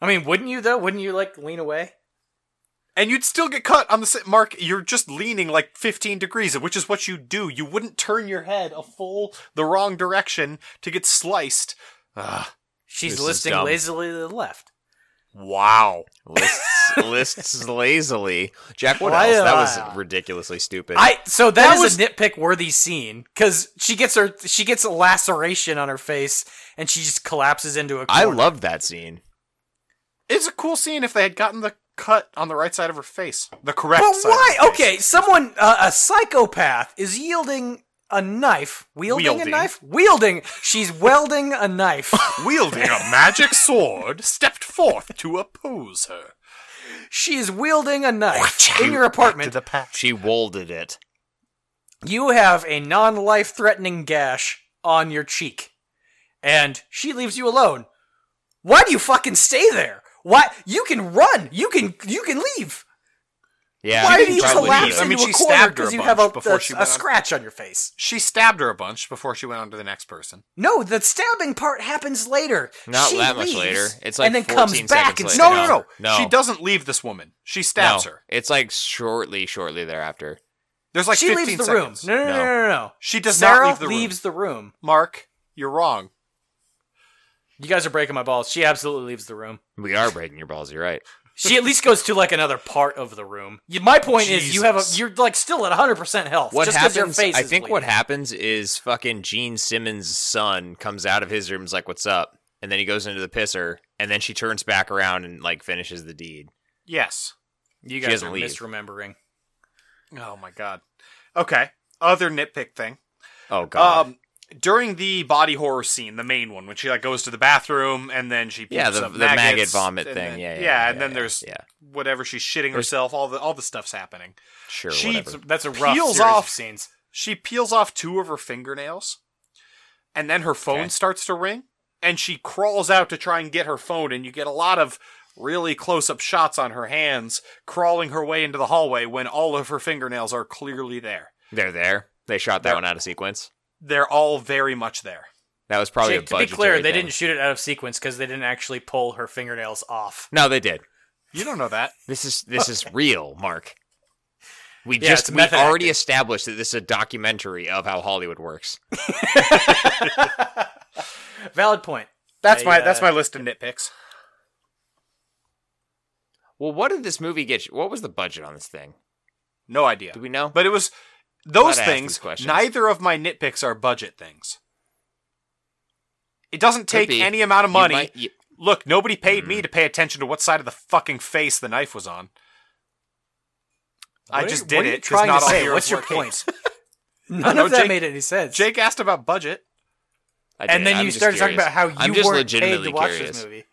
Speaker 4: I mean, wouldn't you though? Wouldn't you like lean away?
Speaker 2: and you'd still get cut on the sa- mark. You're just leaning like 15 degrees, which is what you do. You wouldn't turn your head a full the wrong direction to get sliced. Ugh,
Speaker 4: She's
Speaker 3: This is
Speaker 4: listing
Speaker 3: dumb.
Speaker 4: lazily to the left.
Speaker 2: wow. (laughs)
Speaker 3: Lists, lists lazily. Jack, what
Speaker 4: Why,
Speaker 3: else?
Speaker 4: uh,
Speaker 3: That was ridiculously stupid.
Speaker 4: I so
Speaker 2: That
Speaker 4: that is
Speaker 2: was-
Speaker 4: a nitpick worthy scene because she gets her she gets a laceration on her face and she just collapses into a corner.
Speaker 3: I loved that scene.
Speaker 2: It's a cool scene if they had gotten the cut on the right side of her face, the correct.
Speaker 4: But
Speaker 2: side of
Speaker 4: why?
Speaker 2: her face.
Speaker 4: Okay, someone uh, a psychopath is yielding a knife, wielding,
Speaker 2: Wielding.
Speaker 4: a knife, wielding. She's welding a (laughs) knife.
Speaker 2: Wielding a magic sword, stepped forth to oppose her.
Speaker 4: she is wielding a knife in your apartment.
Speaker 2: To the past.
Speaker 3: She wolded it.
Speaker 4: you have a non-life threatening gash on your cheek and she leaves you alone why do you fucking stay there why you can run you can you can leave
Speaker 3: Yeah.
Speaker 4: why
Speaker 3: she
Speaker 4: do you
Speaker 3: probably
Speaker 4: collapse
Speaker 3: did.
Speaker 2: I mean,
Speaker 4: into
Speaker 2: she
Speaker 4: a corner
Speaker 2: stabbed her
Speaker 4: because
Speaker 2: a
Speaker 4: you have a,
Speaker 2: bunch before
Speaker 4: a-
Speaker 2: she
Speaker 4: a
Speaker 2: went on-
Speaker 4: scratch on your face
Speaker 2: She stabbed her a bunch before she went on to the next person.
Speaker 4: no the stabbing part happens later
Speaker 3: Not
Speaker 4: She
Speaker 3: that much
Speaker 4: leaves
Speaker 3: later. It's like
Speaker 4: and then
Speaker 3: 14
Speaker 4: comes back and
Speaker 3: seconds
Speaker 2: No,
Speaker 3: later.
Speaker 2: no, no,
Speaker 3: No.
Speaker 2: She doesn't leave this woman. She
Speaker 3: No,
Speaker 2: stabs her.
Speaker 3: it's like shortly, shortly thereafter.
Speaker 2: There's like
Speaker 4: she
Speaker 2: 15
Speaker 4: leaves the
Speaker 2: seconds.
Speaker 4: room no no no
Speaker 3: No.
Speaker 4: no no, no.
Speaker 2: She does not
Speaker 4: Sarah
Speaker 2: leave the room.
Speaker 4: leaves the room
Speaker 2: Mark, you're wrong.
Speaker 4: you guys are breaking my balls she absolutely leaves the room
Speaker 3: We are breaking your balls. You're right.
Speaker 4: She at least goes to like another part of the room. You- My point is, you have a
Speaker 2: Jesus.
Speaker 4: you're like still at 100 percent health.
Speaker 3: What
Speaker 4: just 'cause
Speaker 3: happens?
Speaker 4: Your face
Speaker 3: I
Speaker 4: is
Speaker 3: think what
Speaker 4: bleeding.
Speaker 3: happens is fucking Gene Simmons' son comes out of his room, and is like, "What's up?" And then he goes into the pisser, and then she turns back around and like finishes the deed.
Speaker 2: Yes.
Speaker 4: you
Speaker 3: she
Speaker 4: guys
Speaker 3: doesn't
Speaker 4: are
Speaker 3: leave.
Speaker 4: misremembering.
Speaker 2: Oh my god. Okay. Other nitpick thing.
Speaker 3: Oh
Speaker 4: Uh,
Speaker 3: god.
Speaker 2: Um during the body horror scene, the main one, when she like goes to the bathroom and then she
Speaker 3: yeah,
Speaker 2: pukes
Speaker 3: the,
Speaker 2: up
Speaker 3: the maggot
Speaker 2: maggots,
Speaker 3: vomit
Speaker 2: and
Speaker 3: thing.
Speaker 2: then-
Speaker 3: yeah, yeah,
Speaker 2: and then
Speaker 3: yeah,
Speaker 2: there's
Speaker 3: yeah,
Speaker 2: whatever she's shitting herself. All the all the stuff's happening.
Speaker 3: sure,
Speaker 2: she-
Speaker 3: whatever.
Speaker 4: That's a rough
Speaker 2: Peels
Speaker 4: series
Speaker 2: off-
Speaker 4: of scenes.
Speaker 2: She peels off two of her fingernails, and then her phone
Speaker 3: Okay.
Speaker 2: starts to ring, and she crawls out to try and get her phone, and you get a lot of really close up shots on her hands crawling her way into the hallway when all of her fingernails are clearly there.
Speaker 3: They're there. They shot that
Speaker 2: They're-
Speaker 3: one out of sequence.
Speaker 2: They're all very much there.
Speaker 3: That was probably
Speaker 4: Jake,
Speaker 3: a
Speaker 4: to be
Speaker 3: budgetary
Speaker 4: clear, they
Speaker 3: thing.
Speaker 4: didn't shoot it out of sequence because they didn't actually pull her fingernails off.
Speaker 3: No, they did.
Speaker 2: You don't know that.
Speaker 3: This is
Speaker 4: (laughs)
Speaker 3: this is real, Mark. We
Speaker 4: Yeah,
Speaker 3: just
Speaker 4: it's
Speaker 3: we
Speaker 4: method
Speaker 3: already established that this is a documentary of how Hollywood works. (laughs)
Speaker 4: Valid point.
Speaker 2: (laughs) That's
Speaker 4: I,
Speaker 2: my
Speaker 4: uh,
Speaker 2: that's my list of nitpicks.
Speaker 3: Well, what did this movie get? What was the budget on this thing?
Speaker 2: No idea.
Speaker 3: Do we know?
Speaker 2: But it was those
Speaker 3: Glad I asked these
Speaker 2: things.
Speaker 3: questions.
Speaker 2: Neither of my nitpicks are budget things. It doesn't
Speaker 3: Could
Speaker 2: take
Speaker 3: be.
Speaker 2: any amount of
Speaker 3: You
Speaker 2: money.
Speaker 3: might- you-
Speaker 2: Look, nobody paid me to pay attention to what side of the fucking face the knife was on. I
Speaker 4: What are
Speaker 2: just
Speaker 4: you-
Speaker 2: did
Speaker 4: what are you
Speaker 2: it. 'cause
Speaker 4: trying
Speaker 2: not
Speaker 4: to
Speaker 2: all
Speaker 4: say?
Speaker 2: heroes
Speaker 4: What's your
Speaker 2: were
Speaker 4: point?
Speaker 2: (laughs) kings.
Speaker 4: None
Speaker 2: No,
Speaker 4: of that
Speaker 2: Jake-
Speaker 4: made any sense.
Speaker 2: Jake asked about budget.
Speaker 3: I
Speaker 4: and
Speaker 3: did.
Speaker 4: then
Speaker 3: I'm
Speaker 4: you
Speaker 3: just
Speaker 4: started talking about
Speaker 3: curious.
Speaker 4: how you
Speaker 3: I'm just
Speaker 4: weren't paid
Speaker 3: legitimately
Speaker 4: to watch
Speaker 3: curious.
Speaker 4: this movie.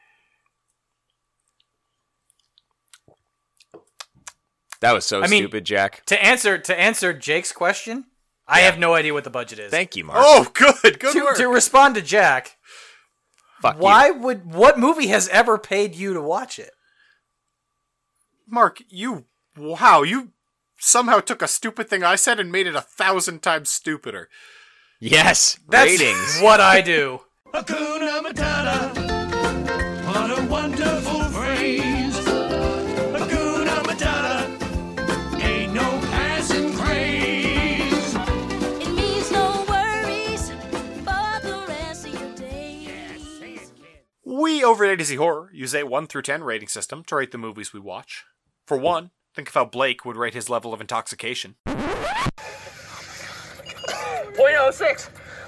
Speaker 3: That was so
Speaker 4: I mean-
Speaker 3: stupid, Jack.
Speaker 4: To answer to answer Jake's question, I have no idea what the budget is.
Speaker 3: Thank you, Mark.
Speaker 2: Oh, good, good
Speaker 4: to,
Speaker 2: work.
Speaker 4: to respond to Jack,
Speaker 3: Fuck you.
Speaker 4: why would what movie has ever paid you to watch it?
Speaker 2: Mark, you wow, you somehow took a stupid thing I said and made it a thousand times stupider.
Speaker 3: Yes,
Speaker 4: That's
Speaker 3: ratings.
Speaker 4: (laughs) what I do.
Speaker 3: (laughs)
Speaker 6: Hakuna Matata. What a wonderful phrase. Hakuna Matata. Ain't no passing craze.
Speaker 7: It means no worries for the rest of your days.
Speaker 2: We over at A to Z Horror use a 1 through 10 rating system to rate the movies we watch. For one, think of how Blake would rate his level of intoxication.
Speaker 8: .06. oh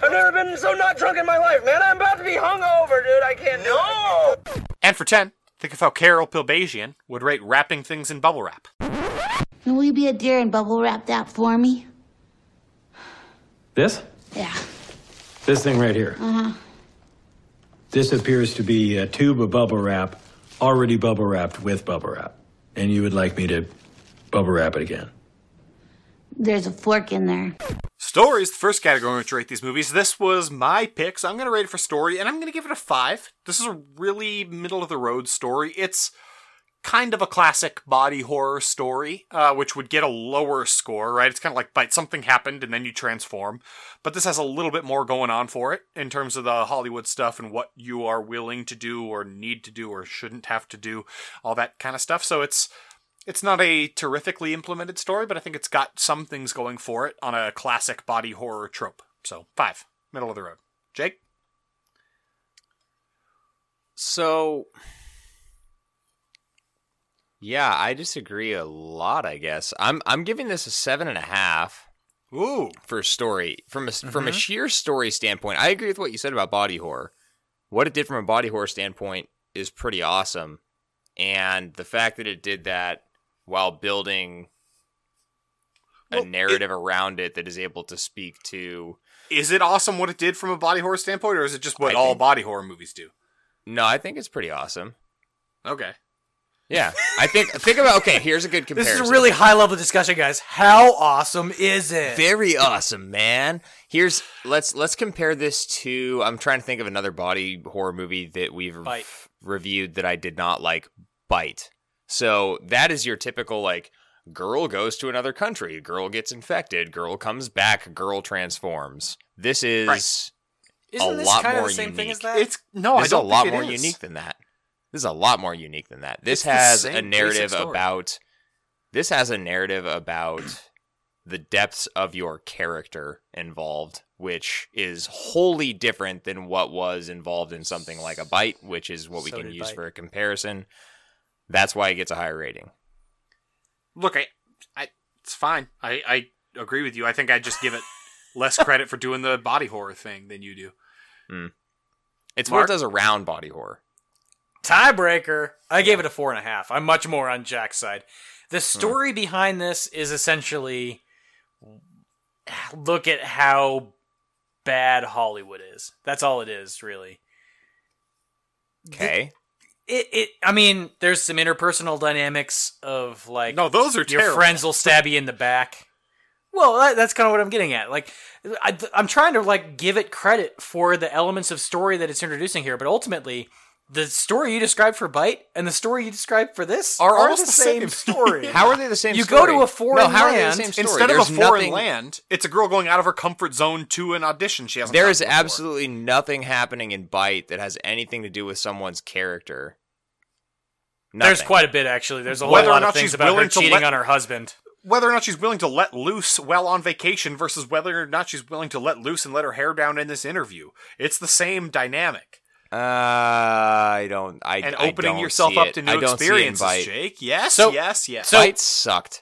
Speaker 8: I've never been so not drunk in my life, man. I'm about to be hungover, dude. I can't do it.
Speaker 2: And for 10, think of how Carol Pilbasian would rate wrapping things in bubble wrap.
Speaker 9: And will you be a dear and bubble wrap that for me?
Speaker 10: This?
Speaker 9: Yeah.
Speaker 10: This thing right here. Uh-huh. This appears to be a tube of bubble wrap, already bubble wrapped with bubble wrap. And you would like me to bubble wrap it again?
Speaker 9: There's a fork in there.
Speaker 2: Stories, the first category in which we rate these movies. This was my pick, so I'm going to rate it for story, and I'm going to give it a five. This is a really middle of the road story. It's kind of a classic body horror story, uh, which would get a lower score, right? It's kind of like bite something happened and then you transform, but this has a little bit more going on for it in terms of the Hollywood stuff and what you are willing to do or need to do or shouldn't have to do, all that kind of stuff. So it's it's not a terrifically implemented story, but I think it's got some things going for it on a classic body horror trope. So five, middle of the road. Jake,
Speaker 3: So, yeah, I disagree a lot. I guess I'm I'm giving this a seven and a half
Speaker 2: ooh,
Speaker 3: for story from a s from a
Speaker 4: Mm-hmm.
Speaker 3: sheer story standpoint. I agree with what you said about body horror. What it did from a body horror standpoint is pretty awesome, and the fact that it did that while building a
Speaker 2: Well, it-
Speaker 3: narrative around it that is able to speak to
Speaker 2: is it awesome what it did from a body horror standpoint, or is it just what
Speaker 3: I
Speaker 2: all
Speaker 3: think-
Speaker 2: body horror movies do?
Speaker 3: no, I think it's pretty awesome.
Speaker 2: Okay,
Speaker 3: Yeah, I think think about okay. Here's a good
Speaker 4: (laughs) This
Speaker 3: comparison.
Speaker 4: is a really high level discussion, guys. How awesome is it?
Speaker 3: very awesome man here's let's let's compare this to i'm trying to think of another body horror movie that we've rev-
Speaker 4: Bite.
Speaker 3: reviewed that i did not like bite so that is your typical like girl goes to another country girl gets infected girl comes back girl transforms this is
Speaker 2: Right.
Speaker 4: Isn't
Speaker 3: a
Speaker 4: this
Speaker 3: lot
Speaker 4: kind of
Speaker 3: more
Speaker 4: the same thing
Speaker 3: unique.
Speaker 4: as that?
Speaker 2: it's no,
Speaker 3: this
Speaker 2: Oh, I don't
Speaker 3: is a lot
Speaker 2: think it
Speaker 3: more
Speaker 2: is.
Speaker 3: unique than that. This is a lot more unique than that. This
Speaker 2: It's the
Speaker 3: has
Speaker 2: same
Speaker 3: a
Speaker 2: basic
Speaker 3: narrative
Speaker 2: story.
Speaker 3: about. This has a narrative about the depths of your character involved, which is wholly different than what was involved in something like a bite, which is what we
Speaker 4: So
Speaker 3: can
Speaker 4: did
Speaker 3: use
Speaker 4: Bite.
Speaker 3: for a comparison. That's why it gets a higher rating.
Speaker 2: Look, I, I, it's fine. I, I agree with you. I think I just give it
Speaker 3: (laughs)
Speaker 2: less credit for doing the body horror thing than you do.
Speaker 3: It's
Speaker 2: Mark?
Speaker 3: what it does around body horror.
Speaker 4: Tiebreaker. I gave it a four and a half. I'm much more on Jack's side. The story behind this is essentially look at how bad Hollywood is. That's all it is, really.
Speaker 3: Okay,
Speaker 4: It, it. I mean, there's some interpersonal dynamics of like
Speaker 2: No, those are
Speaker 4: your
Speaker 2: terrible.
Speaker 4: friends will stab you in the back, Well, that, that's kind of what I'm getting at. Like, I, am trying to like give it credit for the elements of story that it's introducing here, but ultimately, the story you described for Bite and the story you described for this are,
Speaker 2: almost
Speaker 4: the
Speaker 2: the same.
Speaker 4: same, story.
Speaker 3: How are they the same?
Speaker 4: You
Speaker 3: story?
Speaker 4: go to a foreign
Speaker 3: no, how Are they the
Speaker 4: land-
Speaker 3: same story?
Speaker 2: Instead
Speaker 3: There's
Speaker 2: of a foreign
Speaker 3: nothing-
Speaker 2: land, it's a girl going out of her comfort zone to an audition she hasn't.
Speaker 3: There
Speaker 2: gotten
Speaker 3: is
Speaker 2: before.
Speaker 3: absolutely nothing happening in Bite that has anything to do with someone's character.
Speaker 4: (laughs) There's
Speaker 3: Nothing.
Speaker 4: quite a bit actually. There's a whole
Speaker 2: Whether or
Speaker 4: lot of
Speaker 2: not
Speaker 4: things
Speaker 2: she's
Speaker 4: about her
Speaker 2: willing to
Speaker 4: cheating
Speaker 2: let-
Speaker 4: on her husband.
Speaker 2: whether or not she's willing to let loose while on vacation versus whether or not she's willing to let loose and let her hair down in this interview. It's the same dynamic.
Speaker 3: Uh, I don't. I
Speaker 2: And
Speaker 3: I
Speaker 2: opening
Speaker 3: don't
Speaker 2: yourself
Speaker 3: see
Speaker 2: up
Speaker 3: it.
Speaker 2: to
Speaker 3: I
Speaker 2: new
Speaker 3: don't see it in
Speaker 2: experiences,
Speaker 3: Bite.
Speaker 2: Jake. Yes,
Speaker 4: So-
Speaker 2: yes, yes.
Speaker 4: so-
Speaker 3: Bite sucked.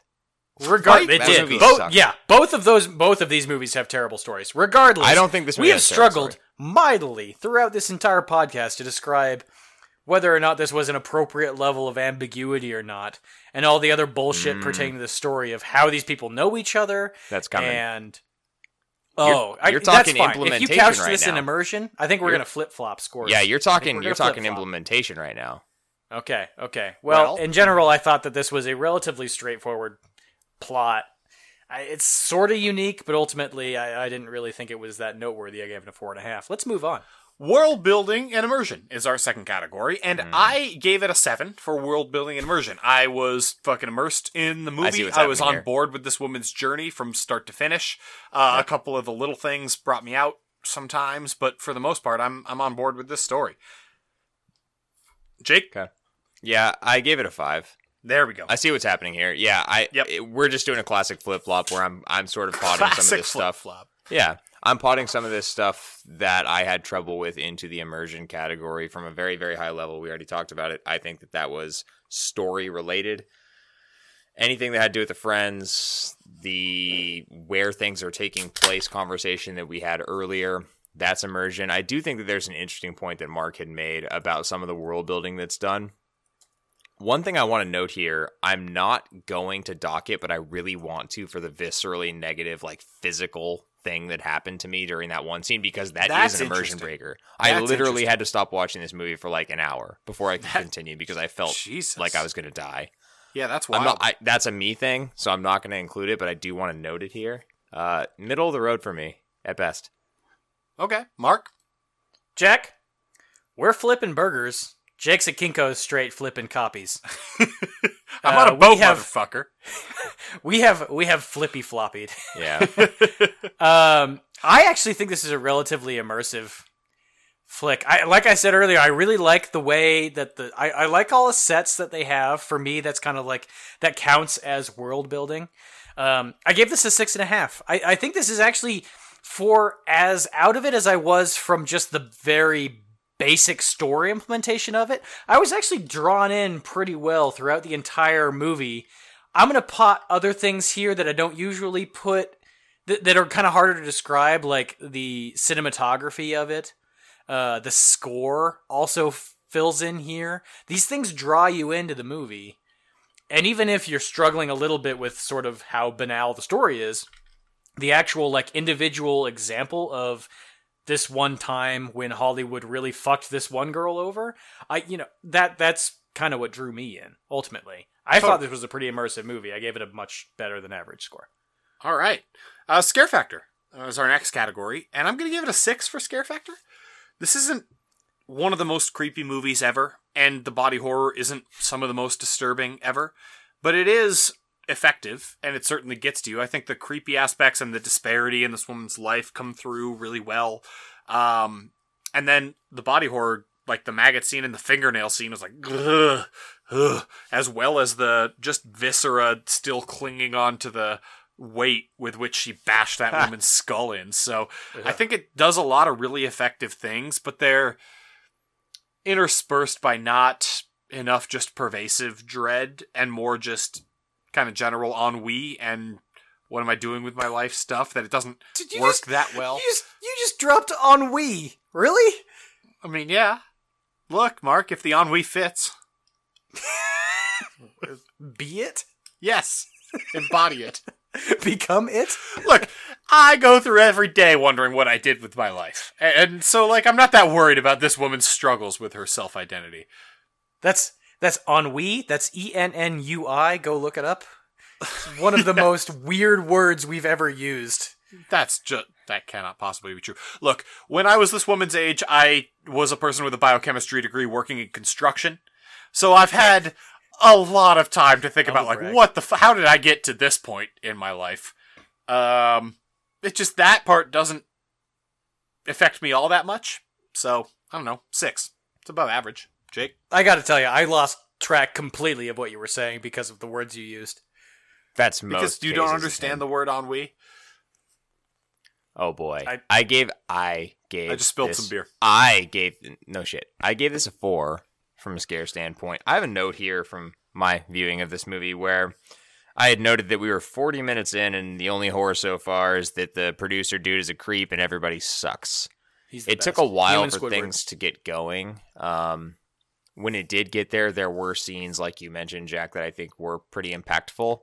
Speaker 4: Regard it
Speaker 3: that movie
Speaker 4: did. Both,
Speaker 3: sucked.
Speaker 4: yeah, both of those both of these movies have terrible stories. Regardless,
Speaker 3: I don't think this
Speaker 4: we
Speaker 3: movie
Speaker 4: have
Speaker 3: has a terrible
Speaker 4: struggled mightily throughout this entire podcast to describe whether or not this was an appropriate level of ambiguity or not, and all the other bullshit
Speaker 3: Mm.
Speaker 4: pertaining to the story of how these people know each other.
Speaker 3: That's coming.
Speaker 4: And oh, I-
Speaker 3: you're
Speaker 4: that's
Speaker 3: talking
Speaker 4: fine. If you
Speaker 3: implementation
Speaker 4: couch
Speaker 3: right
Speaker 4: this in
Speaker 3: now.
Speaker 4: immersion, I think we're
Speaker 3: You're-
Speaker 4: gonna flip flop scores.
Speaker 3: Yeah, you're
Speaker 4: I think we're
Speaker 3: talking.
Speaker 4: gonna
Speaker 3: You're talking
Speaker 4: flip-flop.
Speaker 3: implementation right now.
Speaker 4: Okay, okay. Well,
Speaker 3: Well-
Speaker 4: in general, I thought that this was a relatively straightforward plot. I, it's sort of unique, but ultimately, I, I didn't really think it was that noteworthy. I gave it a four and a half. Let's move on.
Speaker 2: World building and immersion is our second category, and
Speaker 3: Mm-hmm.
Speaker 2: I gave it a seven for world building and immersion. I was fucking immersed in the
Speaker 3: see
Speaker 2: movie.
Speaker 3: what's
Speaker 2: I, was on
Speaker 3: happening here.
Speaker 2: board with this woman's journey from start to finish. Uh, A couple of the little things brought me out sometimes, but for the most part, I'm I'm on board with this story. Jake,
Speaker 3: Okay. Yeah, I gave it a five.
Speaker 2: there we go.
Speaker 3: I see what's happening here. Yeah, I.
Speaker 2: Yep.
Speaker 3: it- we're just doing a classic flip flop where I'm I'm sort of potting
Speaker 2: Classic
Speaker 3: some of this
Speaker 2: flip
Speaker 3: stuff.
Speaker 2: flop.
Speaker 3: Yeah, I'm potting some of this stuff that I had trouble with into the immersion category from a very, very high level. We already talked about it. I think that that was story related. Anything that had to do with the friends, the where things are taking place conversation that we had earlier, that's immersion. I do think that there's an interesting point that Mark had made about some of the world building that's done. One thing I want to note here, I'm not going to dock it, but I really want to for the viscerally negative, like physical thing that happened to me during that one scene because that is
Speaker 2: That's
Speaker 3: an immersion
Speaker 2: interesting.
Speaker 3: breaker. I
Speaker 2: That's
Speaker 3: literally
Speaker 2: interesting.
Speaker 3: had to stop watching this movie for like an hour before I could continue because I felt
Speaker 2: Jesus.
Speaker 3: like I was going to die.
Speaker 2: Yeah, that's wild.
Speaker 3: I'm not. I, that's a me thing, so I'm not going to include it, but I do want to note it here. Uh, middle of the road for me at best.
Speaker 2: okay, Mark.
Speaker 4: Jack, we're flipping burgers. Jake's at Kinko's straight flipping copies.
Speaker 2: (laughs) I'm
Speaker 4: Uh,
Speaker 2: on a
Speaker 4: we
Speaker 2: boat,
Speaker 4: have-
Speaker 2: motherfucker.
Speaker 4: We have we have flippy floppied. (laughs)
Speaker 2: (laughs)
Speaker 3: Yeah.
Speaker 4: Um, I actually think this is a relatively immersive flick. I like I said earlier, I really like the way that the I, I like all the sets that they have. For me, that's kind of like that counts as world building. Um, I gave this a six and a half. I, I think this is actually for as out of it as I was from just the very basic story implementation of it. I was actually drawn in pretty well throughout the entire movie. I'm gonna pot other things here that I don't usually put that, that are kind of harder to describe, like the cinematography of it. Uh, the score also f- fills in here. These things draw you into the movie. And even if you're struggling a little bit with sort of how banal the story is, the actual like individual example of this one time when Hollywood really fucked this one girl over, I you know, that that's kind of what drew me in ultimately. I thought this was a pretty immersive movie. I gave it a much better than average score.
Speaker 2: All right. Uh, scare factor is our next category, and I'm going to give it a six for scare factor. This isn't one of the most creepy movies ever, and the body horror isn't some of the most disturbing ever, but it is effective, and it certainly gets to you. I think the creepy aspects and the disparity in this woman's life come through really well. Um, and then the body horror, like the maggot scene and the fingernail scene, is like, ugh, ugh, as well as the just viscera still clinging on to the weight with which she bashed
Speaker 4: (laughs)
Speaker 2: that woman's skull in. So I think it does a lot of really effective things, but they're interspersed by not enough just pervasive dread and more just kind of general ennui and what am I doing with my life stuff that it doesn't
Speaker 4: Did you
Speaker 2: work
Speaker 4: just- (laughs)
Speaker 2: that well.
Speaker 4: You just you just dropped ennui. Really?
Speaker 2: I mean, yeah. Look, Mark, if the ennui fits,
Speaker 4: Be it? (laughs)
Speaker 2: yes, embody it.
Speaker 4: Become it?
Speaker 2: Look, I go through every day wondering what I did with my life. A- And so, like, I'm not that worried about this woman's struggles with her self identity.
Speaker 4: That's that's ennui. That's E N N U I. Go look it up.
Speaker 3: (laughs)
Speaker 4: one of the most weird words we've ever used.
Speaker 2: That's just that cannot possibly be true. Look, when I was this woman's age, I was a person with a biochemistry degree working in construction. So I've had a lot of time to think about like
Speaker 4: brag.
Speaker 2: what the f- how did I get to this point in my life? Um it just that part doesn't affect me all that much. So, I don't know, 6. It's above average. Jake,
Speaker 4: I got to tell you, I lost track completely of what you were saying because of the words you used.
Speaker 3: That's most
Speaker 2: because you don't
Speaker 3: cases,
Speaker 2: understand
Speaker 3: man.
Speaker 2: the word ennui.
Speaker 3: Oh boy, I,
Speaker 2: I-
Speaker 3: gave I gave.
Speaker 2: I just spilled
Speaker 3: this-
Speaker 2: some beer.
Speaker 3: I gave no shit. I gave this a four from a scare standpoint. I have a note here from my viewing of this movie where I had noted that we were 40 minutes in, and the only horror so far is that the producer dude is a creep and everybody sucks.
Speaker 4: He's the
Speaker 3: It took
Speaker 4: best.
Speaker 3: a while
Speaker 4: Him and
Speaker 3: for
Speaker 4: Squidward.
Speaker 3: things to get going. Um, when it did get there, there were scenes like you mentioned, Jack, that I think were pretty impactful.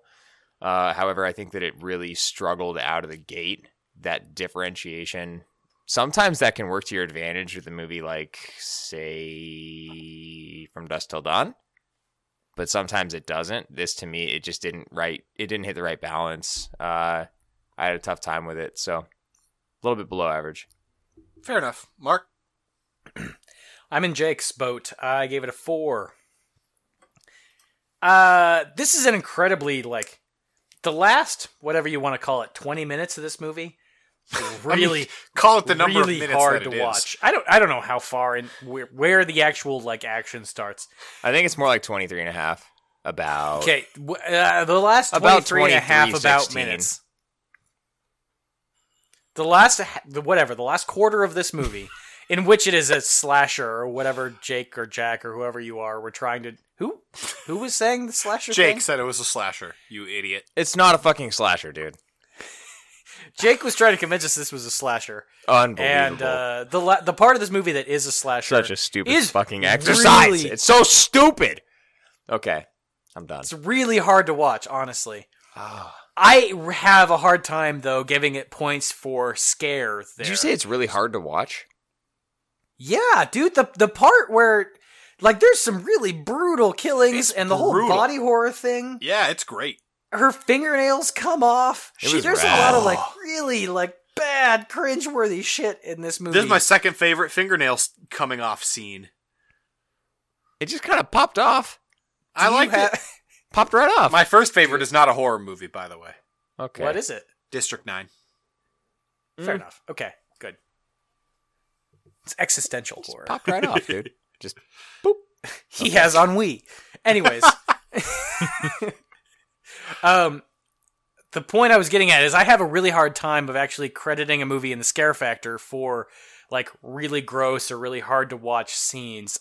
Speaker 3: Uh, however, I think that it really struggled out of the gate. That differentiation sometimes that can work to your advantage with a movie like, say, From Dusk Till Dawn, but sometimes it doesn't. This to me, it just didn't right. It didn't hit the right balance. Uh, I had a tough time with it, so a little bit below average.
Speaker 2: Fair enough. Mark,
Speaker 4: I'm in Jake's boat. I gave it a four. Uh, this is an incredibly like the last whatever you want to call it, twenty minutes of
Speaker 3: (laughs)
Speaker 4: this movie. Really,
Speaker 2: call it the number
Speaker 4: really
Speaker 2: of minutes
Speaker 4: hard
Speaker 2: that it
Speaker 4: to
Speaker 2: is.
Speaker 4: watch. I don't, I don't know how far and where, where the actual like action starts.
Speaker 3: I think it's more like 23 and a half. About
Speaker 4: Okay, w- uh, the last
Speaker 3: About
Speaker 4: 23 and a half
Speaker 3: 23,
Speaker 4: about
Speaker 3: 16.
Speaker 4: minutes. The last ha- the whatever, the last quarter of
Speaker 2: (laughs)
Speaker 4: this movie in which it is a slasher or whatever Jake or Jack or whoever you are we're trying to who who was saying the slasher
Speaker 2: Jake
Speaker 4: thing?
Speaker 2: said it was a slasher. You idiot.
Speaker 3: it's not a fucking slasher, dude.
Speaker 4: Jake was trying to convince us this was a slasher.
Speaker 3: Unbelievable.
Speaker 4: And uh, the la- the part of this movie that is a slasher
Speaker 3: Such a stupid
Speaker 4: is
Speaker 3: fucking exercise.
Speaker 4: really-
Speaker 3: It's so stupid. Okay, I'm done.
Speaker 4: It's really hard to watch, honestly. I r- have a hard time though giving it points for scare. There.
Speaker 3: Did you say it's really hard to watch?
Speaker 4: Yeah, dude, the the part where like there's some really brutal killings
Speaker 2: It's
Speaker 4: and the whole
Speaker 2: brutal.
Speaker 4: body horror thing.
Speaker 2: Yeah, it's great.
Speaker 4: Her fingernails come off.
Speaker 3: It
Speaker 4: She,
Speaker 3: was
Speaker 4: there's
Speaker 3: rad.
Speaker 4: a lot of like really like bad cringeworthy shit in this movie.
Speaker 2: This is my second favorite fingernails coming off scene.
Speaker 3: It just kind of popped off,
Speaker 4: Do
Speaker 2: I
Speaker 4: you
Speaker 2: like
Speaker 4: ha-
Speaker 2: it.
Speaker 3: popped right off.
Speaker 2: My first favorite is not a horror movie, by the way.
Speaker 3: okay,
Speaker 4: (laughs) What is it?
Speaker 2: District Nine.
Speaker 4: Fair enough. Okay, good. It's existential horror.
Speaker 3: popped right off,
Speaker 4: (laughs)
Speaker 3: dude? Just
Speaker 4: He has ennui.
Speaker 3: (laughs)
Speaker 4: Anyways. (laughs) um the point I was getting at is I have a really hard time of actually crediting a movie in the scare factor for like really gross or really hard to watch scenes.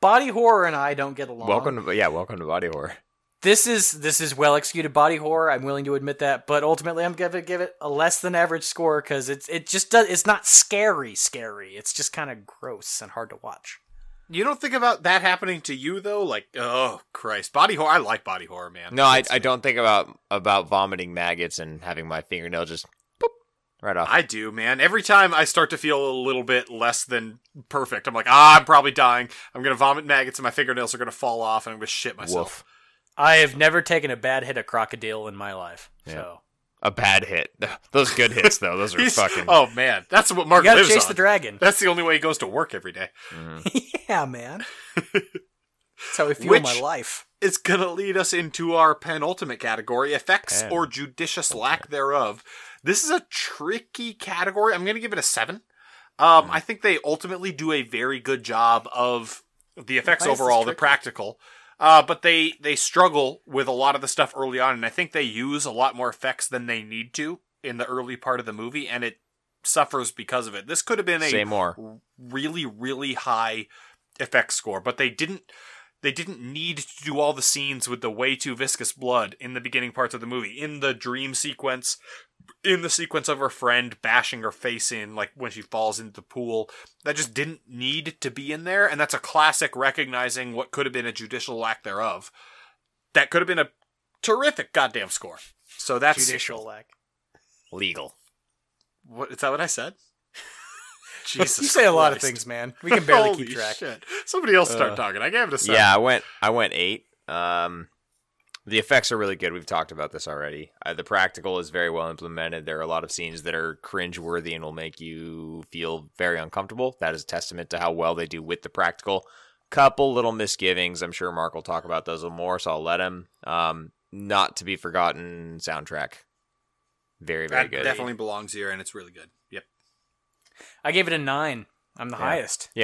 Speaker 4: Body horror and I don't get along.
Speaker 3: welcome to yeah, welcome to body horror.
Speaker 4: This is this is well executed body horror. I'm willing to admit that, but ultimately I'm gonna give it a less than average score because it's it just does it's not scary scary. It's just kind of gross and hard to watch.
Speaker 2: You don't think about that happening to you though? Like, oh Christ, body horror. I like body horror, man.
Speaker 3: No, I, I don't think about about vomiting maggots and having my fingernail just boop, right off.
Speaker 2: I do, man. Every time I start to feel a little bit less than perfect, I'm like, ah, I'm probably dying. I'm gonna vomit maggots, and my fingernails are gonna fall off, and I'm gonna shit myself.
Speaker 3: Woof.
Speaker 4: I have never taken a bad hit of crocodile in my life. So
Speaker 3: A bad hit. (laughs) Those good hits though. Those are
Speaker 2: He's-
Speaker 3: fucking.
Speaker 2: Oh man, that's what Mark
Speaker 4: you gotta
Speaker 2: lives
Speaker 4: chase
Speaker 2: on.
Speaker 4: the dragon.
Speaker 2: That's the only way he goes to work every day.
Speaker 4: (laughs) yeah, man. That's how I feel
Speaker 2: Which-
Speaker 4: my life.
Speaker 2: It's going to lead us into our penultimate category effects or judicious lack thereof. This is a tricky category. I'm going to give it a seven. Um, I think they ultimately do a very good job of the effects
Speaker 4: Why is this
Speaker 2: overall, the
Speaker 4: tricky?
Speaker 2: practical. Uh, but they they struggle with a lot of the stuff early on, and I think they use a lot more effects than they need to in the early part of the movie, and it suffers because of it. This could have been a
Speaker 3: Say more.
Speaker 2: really really high effect score but they didn't they didn't need to do all the scenes with the way too viscous blood in the beginning parts of the movie in the dream sequence in the sequence of her friend bashing her face in like when she falls into the pool that just didn't need to be in there and that's a classic recognizing what could have been a judicial lack thereof that could have been a terrific goddamn score so that's
Speaker 4: Judicial lack.
Speaker 3: Legal.
Speaker 2: what is that what i
Speaker 4: (laughs)
Speaker 2: said
Speaker 4: You say a lot of
Speaker 2: Christ.
Speaker 4: things, man. We can barely
Speaker 2: Holy
Speaker 4: keep track. Uh,
Speaker 2: Shit. Somebody else start talking. I gave it a seven.
Speaker 3: Yeah, I went. I went eight. Um, The effects are really good. We've talked about this already. Uh, the practical is very well implemented. There are a lot of scenes that are cringe-worthy and will make you feel very uncomfortable. That is a testament to how well they do with the practical. Couple little misgivings. I'm sure Mark will talk about those a little more, so I'll let him. Um, not to be forgotten soundtrack. Very, very
Speaker 2: That
Speaker 3: good.
Speaker 2: definitely belongs here, and it's really good. Yep.
Speaker 4: I gave it a nine. I'm the highest.
Speaker 2: (laughs)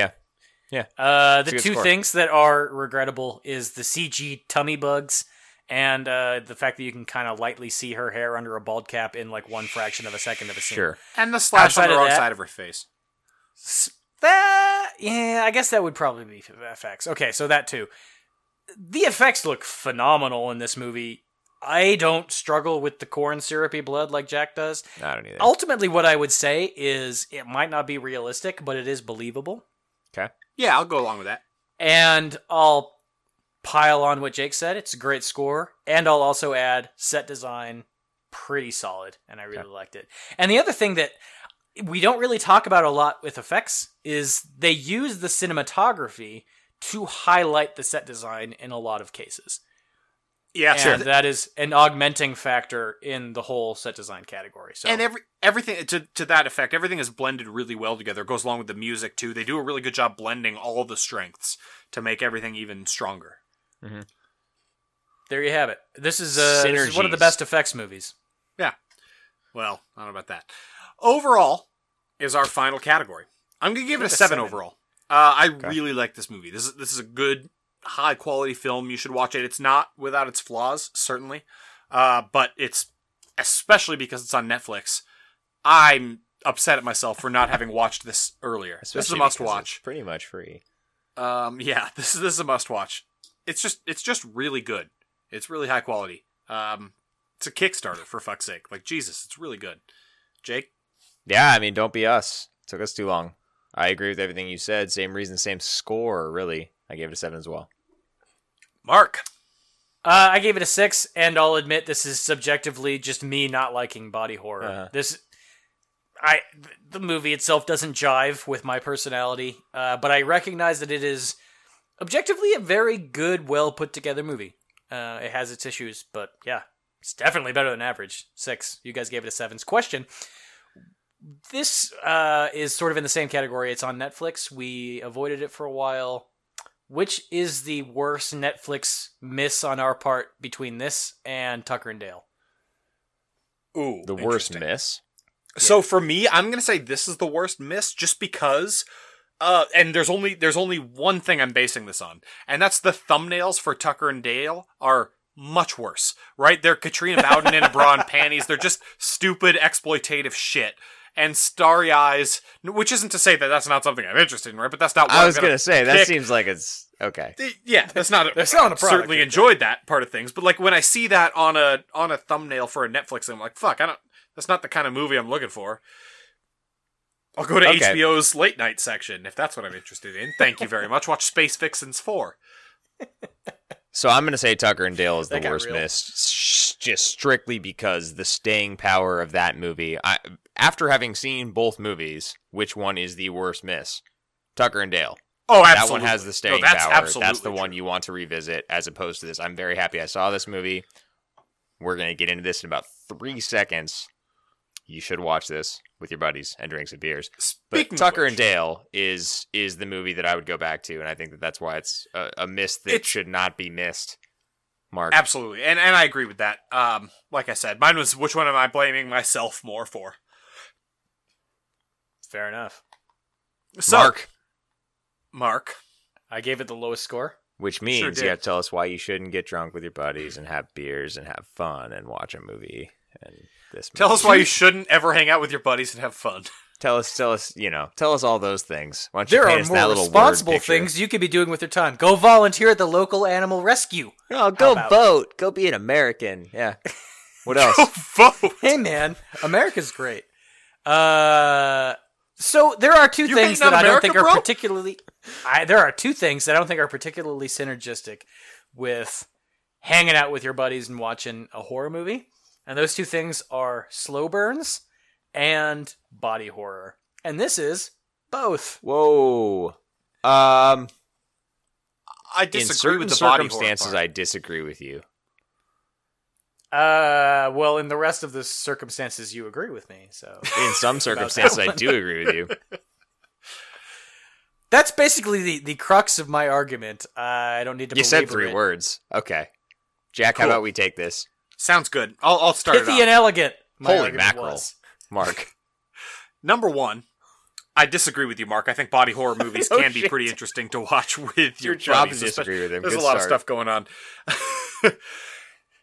Speaker 3: Yeah.
Speaker 4: Uh,
Speaker 3: a
Speaker 4: the
Speaker 3: good
Speaker 4: two
Speaker 3: score.
Speaker 4: things that are regrettable is the CG tummy bugs and uh, the fact that you can kind of lightly see her hair under a bald cap in like one fraction of a second of a scene.
Speaker 3: Sure.
Speaker 2: And the slash
Speaker 4: Outside
Speaker 2: on the
Speaker 4: of
Speaker 2: wrong
Speaker 4: that-
Speaker 2: side of her face.
Speaker 4: S- That yeah, I guess that would probably be effects. Okay, so that too. The effects look phenomenal in this movie. I don't struggle with the corn syrupy blood like Jack does.
Speaker 3: I don't either.
Speaker 4: Ultimately, what I would say is it might not be realistic, but it is believable.
Speaker 3: okay.
Speaker 2: Yeah, I'll go along with that.
Speaker 4: And I'll pile on what Jake said. It's a great score. And I'll also add set design, pretty solid. And I really liked it. And the other thing that we don't really talk about a lot with effects is they use the cinematography to highlight the set design in a lot of cases.
Speaker 2: Yeah,
Speaker 4: and that is an augmenting factor in the whole set design category. So
Speaker 2: And every everything to to that effect, everything is blended really well together. It goes along with the music too. They do a really good job blending all the strengths to make everything even stronger.
Speaker 4: there you have it. This is, uh, this is one of the
Speaker 3: Synergies.
Speaker 4: best effects movies.
Speaker 2: Yeah. Well, I don't know about that. Overall is our final category. I'm gonna give it a seven, overall. Uh, I really like this movie. This is this is a good, high quality film. You should watch it. It's not without its flaws, certainly, uh, but it's especially because it's on Netflix. I'm upset at myself for not having watched this earlier. this is a
Speaker 3: Especially
Speaker 2: must
Speaker 3: because
Speaker 2: watch.
Speaker 3: It's pretty much free.
Speaker 2: Um, yeah, (laughs) this is this is a must watch. It's just it's just really good. It's really high quality. Um, it's a Kickstarter for fuck's sake. Like Jesus, it's really good. Jake,
Speaker 3: Yeah, I mean, don't be us. took us too long. I agree with everything you said. Same reason, same score, really. I gave it a seven as well.
Speaker 2: Mark,
Speaker 4: Uh, I gave it a six, and I'll admit this is subjectively just me not liking body horror.
Speaker 3: Uh-huh.
Speaker 4: This, I, th- the movie itself doesn't jive with my personality, uh, but I recognize that it is objectively a very good, well put together movie. Uh, it has its issues, but yeah, it's definitely better than average. Six. You guys gave it a sevens. Question. This uh, is sort of in the same category. It's on Netflix. We avoided it for a while. Which is the worst Netflix miss on our part between this and Tucker and Dale?
Speaker 2: ooh,
Speaker 3: The worst
Speaker 2: interesting.
Speaker 3: miss.
Speaker 2: So for me, I'm gonna say this is the worst miss, just because. Uh, and there's only there's only one thing I'm basing this on, and that's the thumbnails for Tucker and Dale are much worse, right? They're Katrina Bowden in a bra and panties. They're just stupid exploitative shit. And Starry Eyes, which isn't to say that that's not something I'm interested in, right? But that's not. What
Speaker 3: I
Speaker 2: I'm
Speaker 3: was gonna say that
Speaker 2: pick.
Speaker 3: seems like it's okay.
Speaker 2: Uh,
Speaker 3: (laughs)
Speaker 2: yeah, that's not.
Speaker 4: They're selling a product,
Speaker 2: Certainly
Speaker 4: yeah.
Speaker 2: enjoyed that part of things, but like when I see that on a on a thumbnail for a Netflix, I'm like, fuck, I don't. That's not the kind of movie I'm looking for. I'll go to
Speaker 3: Okay.
Speaker 2: HBO's late night section if that's what I'm interested in. Thank you very much. Watch Space Vixens four.
Speaker 3: So I'm gonna say Tucker and Dale is the
Speaker 4: That got
Speaker 3: worst
Speaker 4: real.
Speaker 3: miss, s- just strictly because the staying power of that movie. I, after having seen both movies, which one is the worst miss? Tucker and Dale.
Speaker 2: Oh,
Speaker 3: (laughs) that
Speaker 2: absolutely.
Speaker 3: one has the staying
Speaker 2: no, that's
Speaker 3: power.
Speaker 2: Absolutely
Speaker 3: that's the
Speaker 2: true.
Speaker 3: one you want to revisit as opposed to this. I'm very happy I saw this movie. We're going to get into this in about three seconds. You should watch this with your buddies and drink some beers. But
Speaker 2: Speaking of
Speaker 3: Tucker
Speaker 2: which-
Speaker 3: and Dale is is the movie that I would go back to, and I think that that's why it's a, a miss that
Speaker 2: It's-
Speaker 3: should not be missed. Mark,
Speaker 2: Absolutely, and and I agree with that. Um, like I said, mine was which one am I blaming myself more for?
Speaker 4: Fair enough.
Speaker 2: So,
Speaker 3: Mark,
Speaker 2: Mark,
Speaker 4: I gave it the lowest score.
Speaker 3: which means
Speaker 2: did.
Speaker 3: you have to tell us why you shouldn't get drunk with your buddies and have beers and have fun and watch a movie. And this
Speaker 2: tell
Speaker 3: movie.
Speaker 2: us why
Speaker 3: (laughs)
Speaker 2: you shouldn't ever hang out with your buddies and have fun. (laughs)
Speaker 3: Tell us, tell us, you know, tell us all those things. Why don't you
Speaker 4: There
Speaker 3: paint
Speaker 4: are
Speaker 3: us that
Speaker 4: more
Speaker 3: little
Speaker 4: responsible
Speaker 3: word picture?
Speaker 4: things you could be doing with your time. Go volunteer at the local animal rescue.
Speaker 3: No, Oh, go
Speaker 4: about-
Speaker 3: vote. Go be an American.
Speaker 4: (laughs)
Speaker 3: Yeah. What else?
Speaker 2: Vote.
Speaker 4: Hey, man, America's great. Uh, so there are two
Speaker 2: You
Speaker 4: things
Speaker 2: hating on
Speaker 4: that I don't
Speaker 2: America,
Speaker 4: think are
Speaker 2: bro?
Speaker 4: particularly. I, there are two things that I don't think are particularly synergistic with hanging out with your buddies and watching a horror movie, and those two things are slow burns and body horror, and this is both.
Speaker 3: Whoa. Um,
Speaker 2: I
Speaker 3: in
Speaker 2: disagree
Speaker 3: certain
Speaker 2: with the body horror
Speaker 3: circumstances,
Speaker 2: part.
Speaker 3: I disagree with you.
Speaker 4: Uh, well, in the rest of the circumstances, you agree with me. So
Speaker 3: In some circumstances, I do agree with you.
Speaker 4: (laughs) that's basically the, the crux of my argument. I don't need to.
Speaker 3: You said
Speaker 4: belabor
Speaker 3: three
Speaker 4: it.
Speaker 3: words. Okay. Jack, how
Speaker 2: Cool.
Speaker 3: about we take this?
Speaker 2: Sounds good. I'll, I'll start it
Speaker 4: Pithy
Speaker 2: off.
Speaker 4: and elegant. My
Speaker 3: Holy
Speaker 4: argument
Speaker 3: mackerel.
Speaker 4: was. (laughs)
Speaker 3: Mark.
Speaker 2: Number one, I disagree with you, Mark. I think body
Speaker 3: (laughs)
Speaker 2: horror movies
Speaker 3: Oh,
Speaker 2: can be
Speaker 3: shit.
Speaker 2: pretty interesting to watch (laughs) with your
Speaker 3: job
Speaker 2: buddies,
Speaker 3: to disagree
Speaker 2: especially-
Speaker 3: with him.
Speaker 2: There's
Speaker 3: Good
Speaker 2: a lot of
Speaker 3: start.
Speaker 2: stuff going on. (laughs)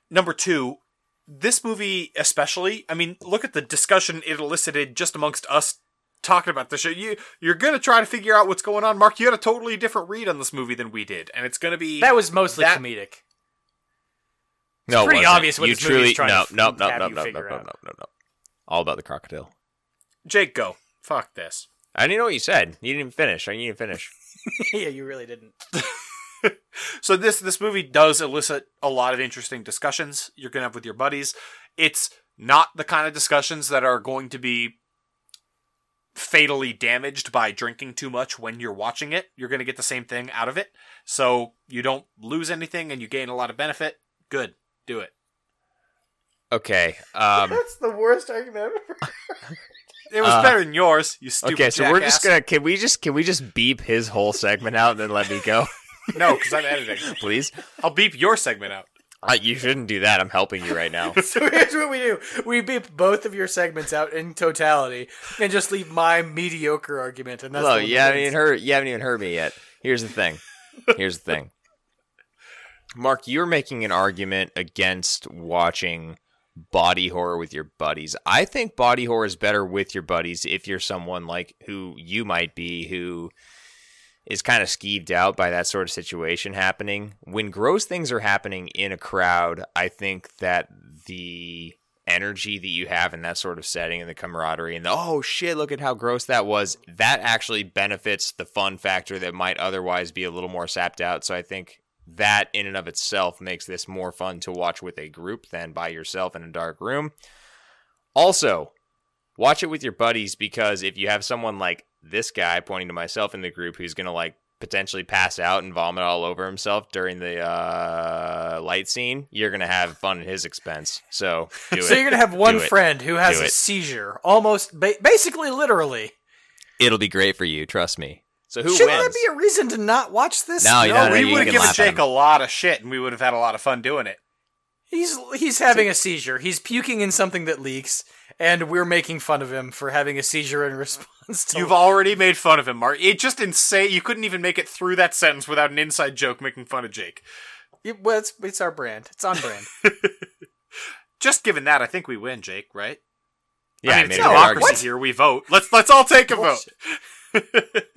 Speaker 2: Number two, this movie especially. I mean, look at the discussion it elicited just amongst us talking about this. shit. You you're gonna try to figure out what's going on, Mark. You had a totally different read on this movie than we did, and it's gonna be
Speaker 4: That was mostly
Speaker 2: That-
Speaker 4: comedic.
Speaker 3: No,
Speaker 4: pretty
Speaker 3: wasn't.
Speaker 4: obvious what
Speaker 3: you
Speaker 4: this movie
Speaker 3: truly
Speaker 4: is trying
Speaker 3: no,
Speaker 4: to
Speaker 3: no,
Speaker 4: f-
Speaker 3: no,
Speaker 4: have
Speaker 3: no, no, no,
Speaker 4: you
Speaker 3: no,
Speaker 4: figure
Speaker 3: no,
Speaker 4: out.
Speaker 3: no, no. All about the crocodile.
Speaker 2: Jake. Go fuck this.
Speaker 3: I didn't know what you said. You didn't even finish. I didn't even finish.
Speaker 4: (laughs) yeah, you really didn't.
Speaker 2: So this this movie does elicit a lot of interesting discussions you're gonna have with your buddies. It's not the kind of discussions that are going to be fatally damaged by drinking too much when you're watching it. You're gonna get the same thing out of it. So you don't lose anything and you gain a lot of benefit. Good. Do it.
Speaker 3: Okay. Um,
Speaker 4: That's the worst argument I've ever.
Speaker 2: It was
Speaker 3: Uh,
Speaker 2: better than yours, you stupid
Speaker 3: okay. So we're just
Speaker 2: jackass.
Speaker 3: gonna. Can we just? Can we just beep his whole segment out and then let me go,
Speaker 2: No, because (laughs) I'm editing.
Speaker 3: please?
Speaker 2: I'll beep your segment out.
Speaker 3: Uh, you shouldn't do that. I'm helping you
Speaker 2: (laughs)
Speaker 3: right now.
Speaker 4: (laughs) So here's what we do: we beep both of your segments out in totality, and just leave my mediocre argument. And that's the
Speaker 3: Hello.
Speaker 4: one that
Speaker 3: You haven't
Speaker 4: wins.
Speaker 3: even heard. You haven't even heard me yet. Here's the thing. Here's the thing. Mark, you're making an argument against watching body horror with your buddies. I think body horror is better with your buddies if you're someone like who you might be who is kind of skeeved out by that sort of situation happening. When gross things are happening in a crowd, I think that the energy that you have in that sort of setting and the camaraderie and the oh shit, look at how gross that was, that actually benefits the fun factor that might otherwise be a little more sapped out. So I think that in and of itself makes this more fun to watch with a group than by yourself in a dark room. Also, watch it with your buddies because if you have someone like this guy pointing to myself in the group who's going to like potentially pass out and vomit all over himself during the uh, light scene, you're going to have fun at his expense. So do it.
Speaker 4: So you're gonna have one
Speaker 3: Do it.
Speaker 4: friend who has
Speaker 3: Do
Speaker 4: a
Speaker 3: it.
Speaker 4: seizure, almost ba- basically literally.
Speaker 3: It'll be great for you, trust me. So who
Speaker 4: Shouldn't
Speaker 3: wins?
Speaker 4: that be a reason to not watch this?
Speaker 3: No, (laughs) you
Speaker 2: No,
Speaker 3: no,
Speaker 2: we
Speaker 3: you
Speaker 2: would
Speaker 3: can
Speaker 2: have given
Speaker 3: laugh at
Speaker 2: Jake
Speaker 3: him.
Speaker 2: a lot of shit and we would have had a lot of fun doing it.
Speaker 4: He's he's having a seizure. He's puking in something that leaks, and we're making fun of him for having a seizure in (laughs) response to.
Speaker 3: Oh.
Speaker 2: You've already made fun of him, Mark. It just insane. You couldn't even make it through that sentence without an inside joke making fun of Jake.
Speaker 4: It- well, it's it's our brand. It's on brand.
Speaker 2: Just given that, I think we win, Jake. Right?
Speaker 3: yeah,
Speaker 2: I
Speaker 3: I
Speaker 2: mean, it's
Speaker 3: made a good
Speaker 2: democracy
Speaker 3: argument.
Speaker 2: here. We vote. Let's let's all take a vote.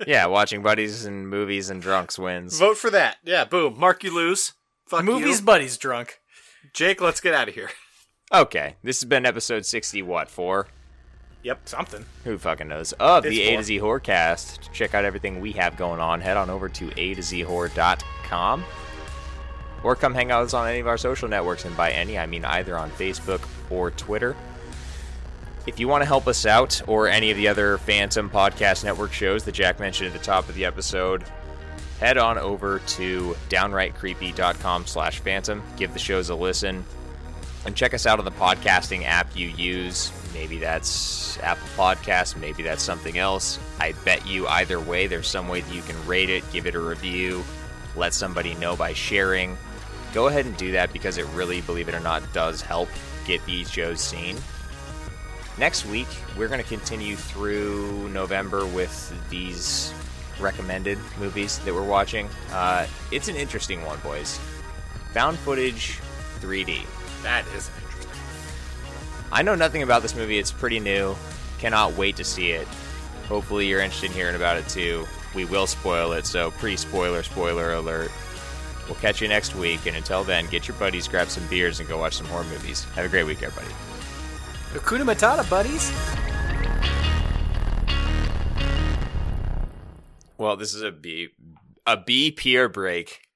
Speaker 3: yeah, watching buddies and movies and drunks wins.
Speaker 2: Vote for that. Yeah. Boom. Mark, you lose. Fuck
Speaker 4: Movies,
Speaker 2: you.
Speaker 4: buddies, drunk.
Speaker 2: Jake, let's get out of here.
Speaker 3: Okay, this has been episode sixty. What four?
Speaker 2: Yep. Something.
Speaker 3: Who fucking knows? Of the
Speaker 2: It's
Speaker 3: A
Speaker 2: four.
Speaker 3: to Z Whorecast. To check out everything we have going on, head on over to A to Z Whore.com. Or come hang out with us on any of our social networks, and by any, I mean either on Facebook or Twitter. If you want to help us out, or any of the other Phantom Podcast Network shows that Jack mentioned at the top of the episode, head on over to downrightcreepy.com slash phantom give the shows a listen and check us out on the podcasting app you use maybe that's apple podcast maybe that's something else i bet you either way there's some way that you can rate it give it a review let somebody know by sharing go ahead and do that because it really believe it or not does help get these shows seen next week we're going to continue through november with these recommended movies that we're watching uh, it's an interesting one boys found footage 3d
Speaker 2: That is interesting.
Speaker 3: i know nothing about this movie it's pretty new cannot wait to see it hopefully you're interested in hearing about it too we will spoil it so pre-spoiler spoiler alert we'll catch you next week and until then get your buddies grab some beers and go watch some horror movies have a great week everybody
Speaker 4: Hakuna Matata, buddies.
Speaker 3: Well, this is a B a B peer break.